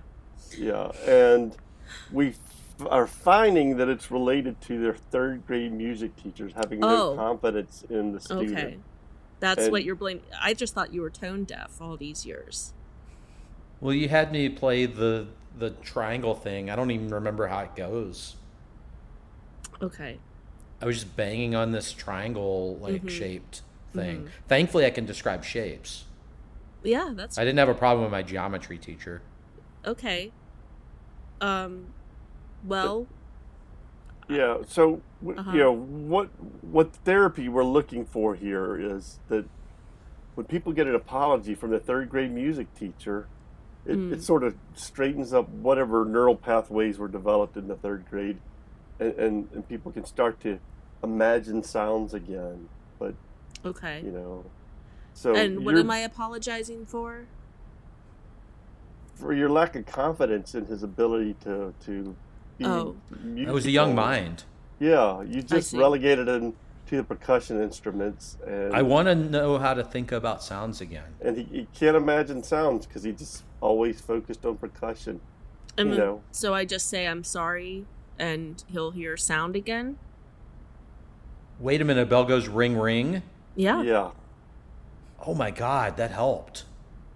Speaker 3: Yeah, and we f- are finding that it's related to their third grade music teachers having
Speaker 2: Oh.
Speaker 3: no confidence in the student.
Speaker 2: okay. That's
Speaker 3: And-
Speaker 2: what you're blaming. I just thought you were tone deaf all these years.
Speaker 5: Well, you had me play the the triangle thing. I don't even remember how it goes.
Speaker 2: Okay.
Speaker 5: I was just banging on this triangle like shaped thing. Thankfully, I can describe shapes.
Speaker 2: Yeah, that's
Speaker 5: I didn't have a problem with my geometry teacher.
Speaker 2: okay. Um, well,
Speaker 3: Yeah. So w
Speaker 2: Uh-huh.
Speaker 3: you know what what therapy we're looking for here is that when people get an apology from their third grade music teacher, it,
Speaker 2: Mm.
Speaker 3: it sort of straightens up whatever neural pathways were developed in the third grade, and, and and people can start to imagine sounds again. But
Speaker 2: okay.
Speaker 3: you know, so
Speaker 2: and what
Speaker 3: you're-
Speaker 2: am I apologizing for?
Speaker 3: for your lack of confidence in his ability to to be
Speaker 2: Oh.
Speaker 5: I was a young
Speaker 3: <laughs> musical.
Speaker 5: mind.
Speaker 3: Yeah, you just
Speaker 2: see.
Speaker 3: relegated him to the percussion instruments, and
Speaker 5: I want to know how to think about sounds again.
Speaker 3: and he, he can't imagine sounds because he just always focused on percussion.
Speaker 2: And
Speaker 3: You know.
Speaker 2: So I just say I'm sorry, and he'll hear sound again.
Speaker 5: Wait a minute, a bell goes ring ring.
Speaker 2: Yeah.
Speaker 3: Yeah,
Speaker 5: Oh my god, that helped.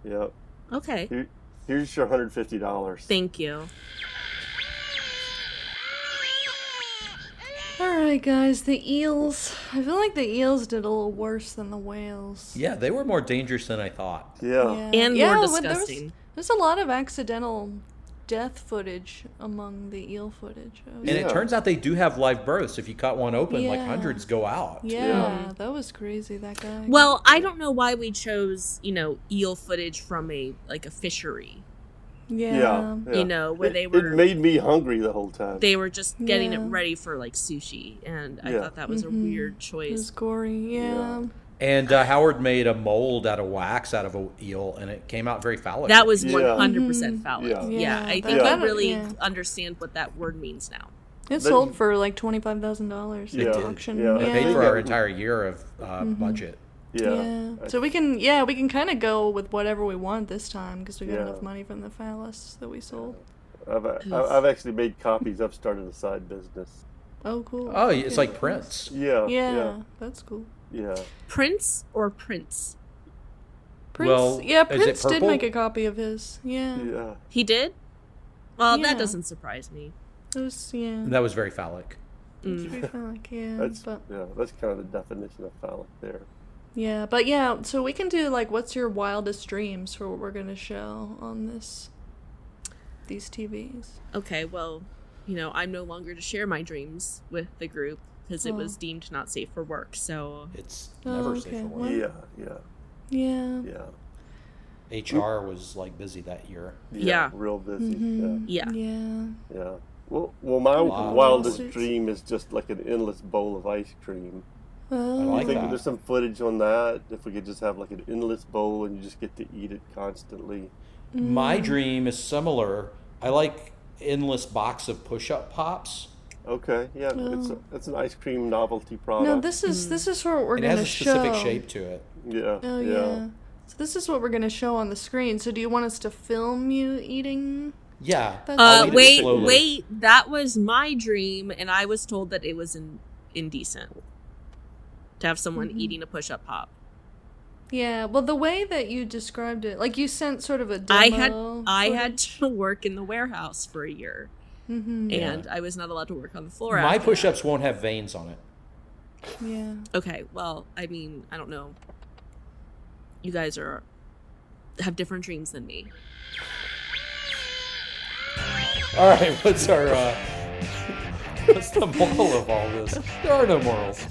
Speaker 3: yeah.
Speaker 2: Okay.
Speaker 3: Here, here's your hundred fifty dollars.
Speaker 2: Thank you.
Speaker 4: All right, guys, the eels. I feel like the eels did a little worse than the whales.
Speaker 5: Yeah, they were more dangerous than I thought.
Speaker 3: Yeah.
Speaker 2: And
Speaker 4: yeah,
Speaker 2: more
Speaker 4: but there was-
Speaker 2: disgusting.
Speaker 4: There's a lot of accidental death footage among the eel footage. Oh, I was-
Speaker 5: And
Speaker 3: Yeah.
Speaker 5: it turns out they do have live births. If you cut one open, like
Speaker 4: Yeah.
Speaker 5: hundreds go out.
Speaker 4: yeah,
Speaker 3: Yeah.
Speaker 4: that was crazy. That guy.
Speaker 2: Well, I don't know why we chose, you know, eel footage from a like a fishery,
Speaker 4: yeah,
Speaker 3: yeah, yeah.
Speaker 2: you know, where
Speaker 3: It-
Speaker 2: they
Speaker 3: it,
Speaker 2: were
Speaker 3: made me hungry the whole time.
Speaker 2: they were just getting it
Speaker 4: Yeah. Mm-hmm.
Speaker 2: ready for like sushi, and I
Speaker 3: Yeah.
Speaker 2: thought that was a weird
Speaker 4: it
Speaker 2: choice.
Speaker 4: was gory. Yeah.
Speaker 5: And uh, Howard made a mold out of wax out of a eel, and it came out very phallic.
Speaker 2: That was
Speaker 3: Yeah.
Speaker 2: one hundred percent phallic.
Speaker 3: Yeah.
Speaker 2: Yeah.
Speaker 4: Mm-hmm. Yeah,
Speaker 2: I
Speaker 4: that-
Speaker 2: think
Speaker 3: Yeah.
Speaker 2: I really
Speaker 4: Yeah.
Speaker 2: understand what that word means now.
Speaker 4: It sold for like twenty five thousand dollars
Speaker 3: Yeah.
Speaker 4: at the auction.
Speaker 3: Yeah.
Speaker 4: Yeah.
Speaker 5: It
Speaker 3: They
Speaker 5: paid
Speaker 3: Yeah.
Speaker 5: for our entire year of uh,
Speaker 4: Mm-hmm.
Speaker 5: budget.
Speaker 3: yeah.
Speaker 4: Yeah. So we can, yeah, we can kind of go with whatever we want this time because we got
Speaker 3: Yeah.
Speaker 4: enough money from the phallus that we sold.
Speaker 3: I've, I've I've actually made copies. I've started a side business.
Speaker 4: Oh, cool.
Speaker 5: Oh, it's like Prince.
Speaker 3: Yeah,
Speaker 4: Yeah, that's cool.
Speaker 3: yeah,
Speaker 2: Prince or Prince?
Speaker 4: Prince,
Speaker 5: Well,
Speaker 4: yeah,
Speaker 5: is it
Speaker 4: Prince did
Speaker 5: purple?
Speaker 4: make a copy of his. Yeah,
Speaker 2: Mm.
Speaker 3: yeah, yeah.
Speaker 2: He did. Well,
Speaker 4: Yeah.
Speaker 2: that doesn't surprise me.
Speaker 4: it was yeah.
Speaker 5: That was very phallic.
Speaker 4: It's pretty phallic, yeah,
Speaker 3: Mm. That's
Speaker 4: but
Speaker 3: yeah. That's kind of the definition of phallic there.
Speaker 4: yeah, but yeah. So we can do like, what's your wildest dreams for what we're gonna show on this, these TVs?
Speaker 2: Okay, well, you know, I'm no longer to share my dreams with the group because it
Speaker 4: Oh.
Speaker 2: was deemed not safe for work. So
Speaker 5: It's
Speaker 4: Oh,
Speaker 5: never
Speaker 4: okay.
Speaker 5: safe for work.
Speaker 4: Well-
Speaker 3: Yeah, yeah,
Speaker 4: Yeah,
Speaker 3: yeah.
Speaker 5: HR was like busy that year.
Speaker 2: Yeah. Mm-hmm.
Speaker 3: real busy.
Speaker 2: yeah,
Speaker 4: yeah.
Speaker 3: Yeah, yeah. Well, well, my
Speaker 5: Wow.
Speaker 3: wildest
Speaker 4: Lawsuits.
Speaker 3: dream is just like an endless bowl of ice cream.
Speaker 5: I
Speaker 4: Well,
Speaker 3: I
Speaker 5: like
Speaker 3: think
Speaker 5: that.
Speaker 3: there's some footage on that. If we could just have like an endless bowl and you just get to eat it constantly.
Speaker 4: Mm.
Speaker 5: My dream is similar. I like endless box of push-up pops.
Speaker 3: Okay, yeah, it's a, it's an ice cream novelty product.
Speaker 4: No, this is this is what we're
Speaker 5: And hmm. it
Speaker 4: gonna
Speaker 5: has a specific
Speaker 4: show.
Speaker 5: shape to it.
Speaker 3: yeah,
Speaker 4: Oh yeah.
Speaker 3: yeah,
Speaker 4: So this is what we're gonna show on the screen. So do you want us to film you eating?
Speaker 5: Yeah.
Speaker 4: That's-
Speaker 5: I'll
Speaker 2: Uh,
Speaker 5: eat it
Speaker 2: wait,
Speaker 5: slowly.
Speaker 2: wait. That was my dream, and I was told that it was in, indecent to have someone eating a push-up pop.
Speaker 4: Yeah. Well, the way that you described it, like you sent sort of a demo.
Speaker 2: I had I had to <laughs> work in the warehouse for a year,
Speaker 4: hmm
Speaker 2: and I was not allowed to work on the floor.
Speaker 5: My
Speaker 2: after
Speaker 5: push-ups won't have veins on it.
Speaker 4: Yeah.
Speaker 2: that. Okay, well, I mean, I don't know. You guys are have different dreams than me.
Speaker 5: All right, what's our uh, what's the moral of all this? There are no morals.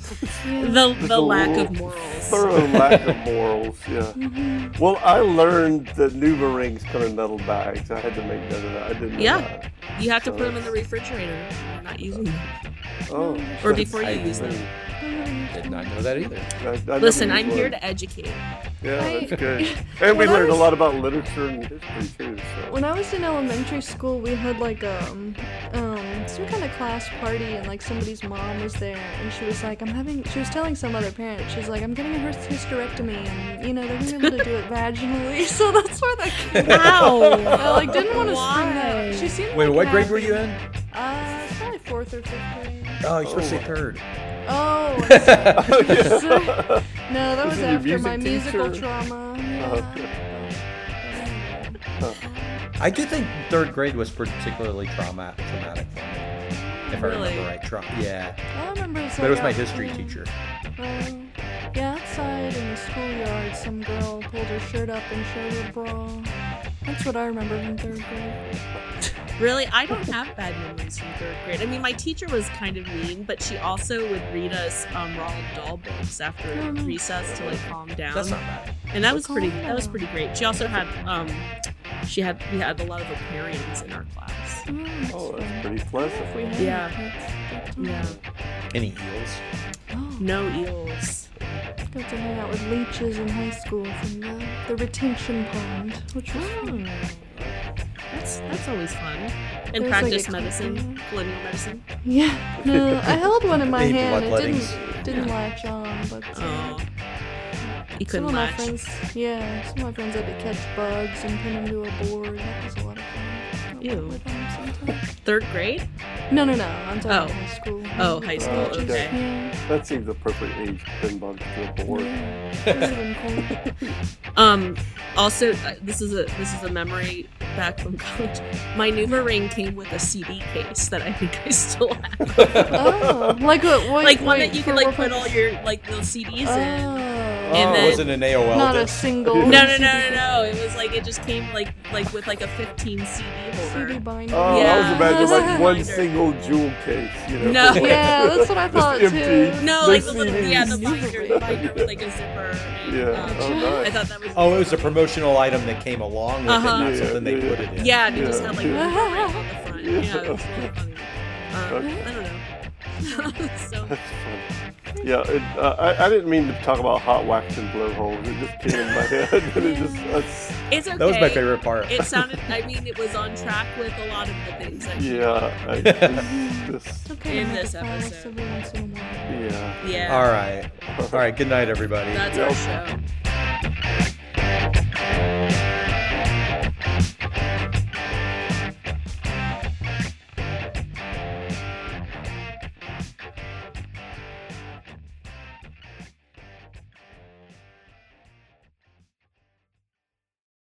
Speaker 2: The
Speaker 3: a
Speaker 2: the lack of
Speaker 3: little
Speaker 2: morals.
Speaker 3: thorough lack of morals. Yeah.
Speaker 4: Mm-hmm.
Speaker 3: Well, I learned that Nuva rings come in metal bags. I had to make note of that. I didn't. know
Speaker 2: Yeah.
Speaker 3: that.
Speaker 2: You have to put them in the refrigerator. You're not using them.
Speaker 3: Oh.
Speaker 2: Or
Speaker 3: that's
Speaker 2: before you use them.
Speaker 3: interesting.
Speaker 5: Did not know that either.
Speaker 3: I- I never
Speaker 2: Listen,
Speaker 3: used
Speaker 2: I'm here
Speaker 3: one.
Speaker 2: to educate.
Speaker 3: Yeah,
Speaker 4: I-
Speaker 3: that's good.
Speaker 4: <laughs>
Speaker 3: And we
Speaker 4: When I
Speaker 3: learned a
Speaker 4: was-
Speaker 3: lot about literature and history too. So.
Speaker 4: When I was in elementary school, we had like um, um, some kind of class party, and like somebody's mom was there, and she was like, "I'm having," she was telling some other parent, she's like, "I'm getting a hyst- hysterectomy, and you know they're gonna be able
Speaker 2: <laughs>
Speaker 4: to do it vaginally," <laughs> so that's where that came. from.
Speaker 5: <laughs>
Speaker 2: Wow.
Speaker 4: I like didn't want to scream
Speaker 2: Why?
Speaker 4: that. She seemed
Speaker 5: Wait,
Speaker 4: like
Speaker 5: what
Speaker 4: happy.
Speaker 5: grade were you in?
Speaker 4: Uh, probably fourth or fifth
Speaker 5: <laughs>
Speaker 4: grade.
Speaker 5: Oh, you're supposed
Speaker 3: to
Speaker 5: say third.
Speaker 4: Oh, I see. So- <laughs> no, that
Speaker 3: This
Speaker 4: was
Speaker 3: is your
Speaker 4: after
Speaker 3: music
Speaker 4: my musical
Speaker 3: teacher.
Speaker 5: Oh,
Speaker 4: trauma. Yeah.
Speaker 5: I do think third grade was particularly trauma- traumatic for me. If I
Speaker 2: Really?
Speaker 5: remember right, trauma. Yeah,
Speaker 4: I remember it's
Speaker 5: but it was
Speaker 4: like
Speaker 5: my
Speaker 4: out-
Speaker 5: history
Speaker 4: yeah.
Speaker 5: teacher.
Speaker 4: Well, yeah, outside in the schoolyard, some girl pulled her shirt up and showed her bra. That's what I remember from third grade.
Speaker 2: Really, I don't have bad memories from third grade. I mean, my teacher was kind of mean, but she also would read us um, Roald Dahl books after
Speaker 4: Oh, nice.
Speaker 2: recess to like calm down,
Speaker 5: That's not bad.
Speaker 2: and that was pretty.
Speaker 4: Calm
Speaker 2: That was
Speaker 4: down.
Speaker 2: pretty great. She also had um, she had we had a lot of aquariums in our class.
Speaker 4: Mm, that's
Speaker 3: Oh, that's
Speaker 4: fun.
Speaker 3: pretty
Speaker 4: If
Speaker 3: pleasant.
Speaker 4: we had
Speaker 2: Yeah.
Speaker 4: pets, that's
Speaker 2: Yeah,
Speaker 5: Any eels?
Speaker 4: Oh,
Speaker 2: no eels.
Speaker 4: got to hang out with leeches in high school from the, the retention pond, which was
Speaker 2: Oh.
Speaker 4: fun.
Speaker 2: That's that's always fun. And
Speaker 4: There's, like,
Speaker 2: practice
Speaker 4: a-
Speaker 2: medicine, colonial medicine.
Speaker 4: Yeah, no, I held one
Speaker 3: <laughs>
Speaker 4: in my
Speaker 5: Any
Speaker 4: hand. It
Speaker 5: bloodlettings?
Speaker 4: didn't didn't latch on, but uh,
Speaker 2: Oh, you
Speaker 4: some
Speaker 2: couldn't
Speaker 4: of
Speaker 2: latch.
Speaker 4: my friends, yeah, some of my friends had to catch bugs and pin them to a board. That was a lot of fun. I went
Speaker 2: Ew.
Speaker 4: with them sometimes.
Speaker 2: Third grade?
Speaker 4: no, no, no. I'm talking about
Speaker 2: Oh.
Speaker 4: high school.
Speaker 2: Oh, high school.
Speaker 3: Oh, okay.
Speaker 2: okay.
Speaker 4: Yeah,
Speaker 3: That seems the appropriate age to pin bugs to a board.
Speaker 4: yeah. It would've
Speaker 3: <laughs>
Speaker 4: been cool.
Speaker 2: Um. Also, uh, this is a this is a memory back from college. My Nuva ring came with a CD case that I think I still have,
Speaker 4: Oh, like what? what
Speaker 2: like one
Speaker 4: wait,
Speaker 2: that you
Speaker 4: for
Speaker 2: can like
Speaker 4: what
Speaker 2: put all
Speaker 4: purpose?
Speaker 2: your like little CDs in.
Speaker 4: Oh,
Speaker 2: And
Speaker 5: oh,
Speaker 2: then-
Speaker 5: it wasn't an AOL.
Speaker 4: not a
Speaker 5: disc.
Speaker 3: <laughs>
Speaker 4: single.
Speaker 2: No, no, no, no, no. It was like it just came like like with like a 15 CD
Speaker 4: CD
Speaker 2: holder.
Speaker 4: binder.
Speaker 3: Oh, I was
Speaker 2: Yeah.
Speaker 3: imagining
Speaker 4: <laughs>
Speaker 3: like one
Speaker 2: Binder.
Speaker 3: single jewel case, you know.
Speaker 2: No.
Speaker 3: for
Speaker 2: <laughs>
Speaker 3: like-
Speaker 4: Yeah,
Speaker 3: <laughs>
Speaker 4: that's what I
Speaker 3: Just
Speaker 4: thought,
Speaker 3: empty.
Speaker 4: too.
Speaker 2: No,
Speaker 3: No
Speaker 2: like the little yeah, the
Speaker 3: CDs.
Speaker 2: binder, the
Speaker 4: <laughs>
Speaker 2: binder with like a zipper. And,
Speaker 3: Yeah.
Speaker 2: um,
Speaker 3: Oh, nice.
Speaker 2: I thought that was.
Speaker 5: Oh, it was a promotional item that came along with
Speaker 2: Uh-huh.
Speaker 5: it, not
Speaker 3: Yeah,
Speaker 5: something they
Speaker 3: yeah,
Speaker 5: put it in.
Speaker 2: Yeah, and it just had like
Speaker 3: Yeah.
Speaker 2: Nuva ring on the front.
Speaker 3: Yeah.
Speaker 2: Yeah, it was really funny. Um, I don't know. <laughs> so.
Speaker 3: <laughs> That's funny. Yeah, it, uh, I, I didn't mean to talk about hot wax and blowholes. It just came in my <laughs> head, and it just that's,
Speaker 2: It's okay.
Speaker 5: That was my favorite part.
Speaker 2: It sounded. I mean, it was on track with a lot of the things. That
Speaker 3: uh, yeah, I,
Speaker 2: <laughs>
Speaker 3: it's just,
Speaker 4: It's okay
Speaker 2: In
Speaker 4: to make
Speaker 2: this
Speaker 4: a phallus
Speaker 2: episode.
Speaker 4: every once in a while.
Speaker 3: yeah.
Speaker 2: Yeah.
Speaker 5: All right. All right. Good night, everybody.
Speaker 2: That's our show.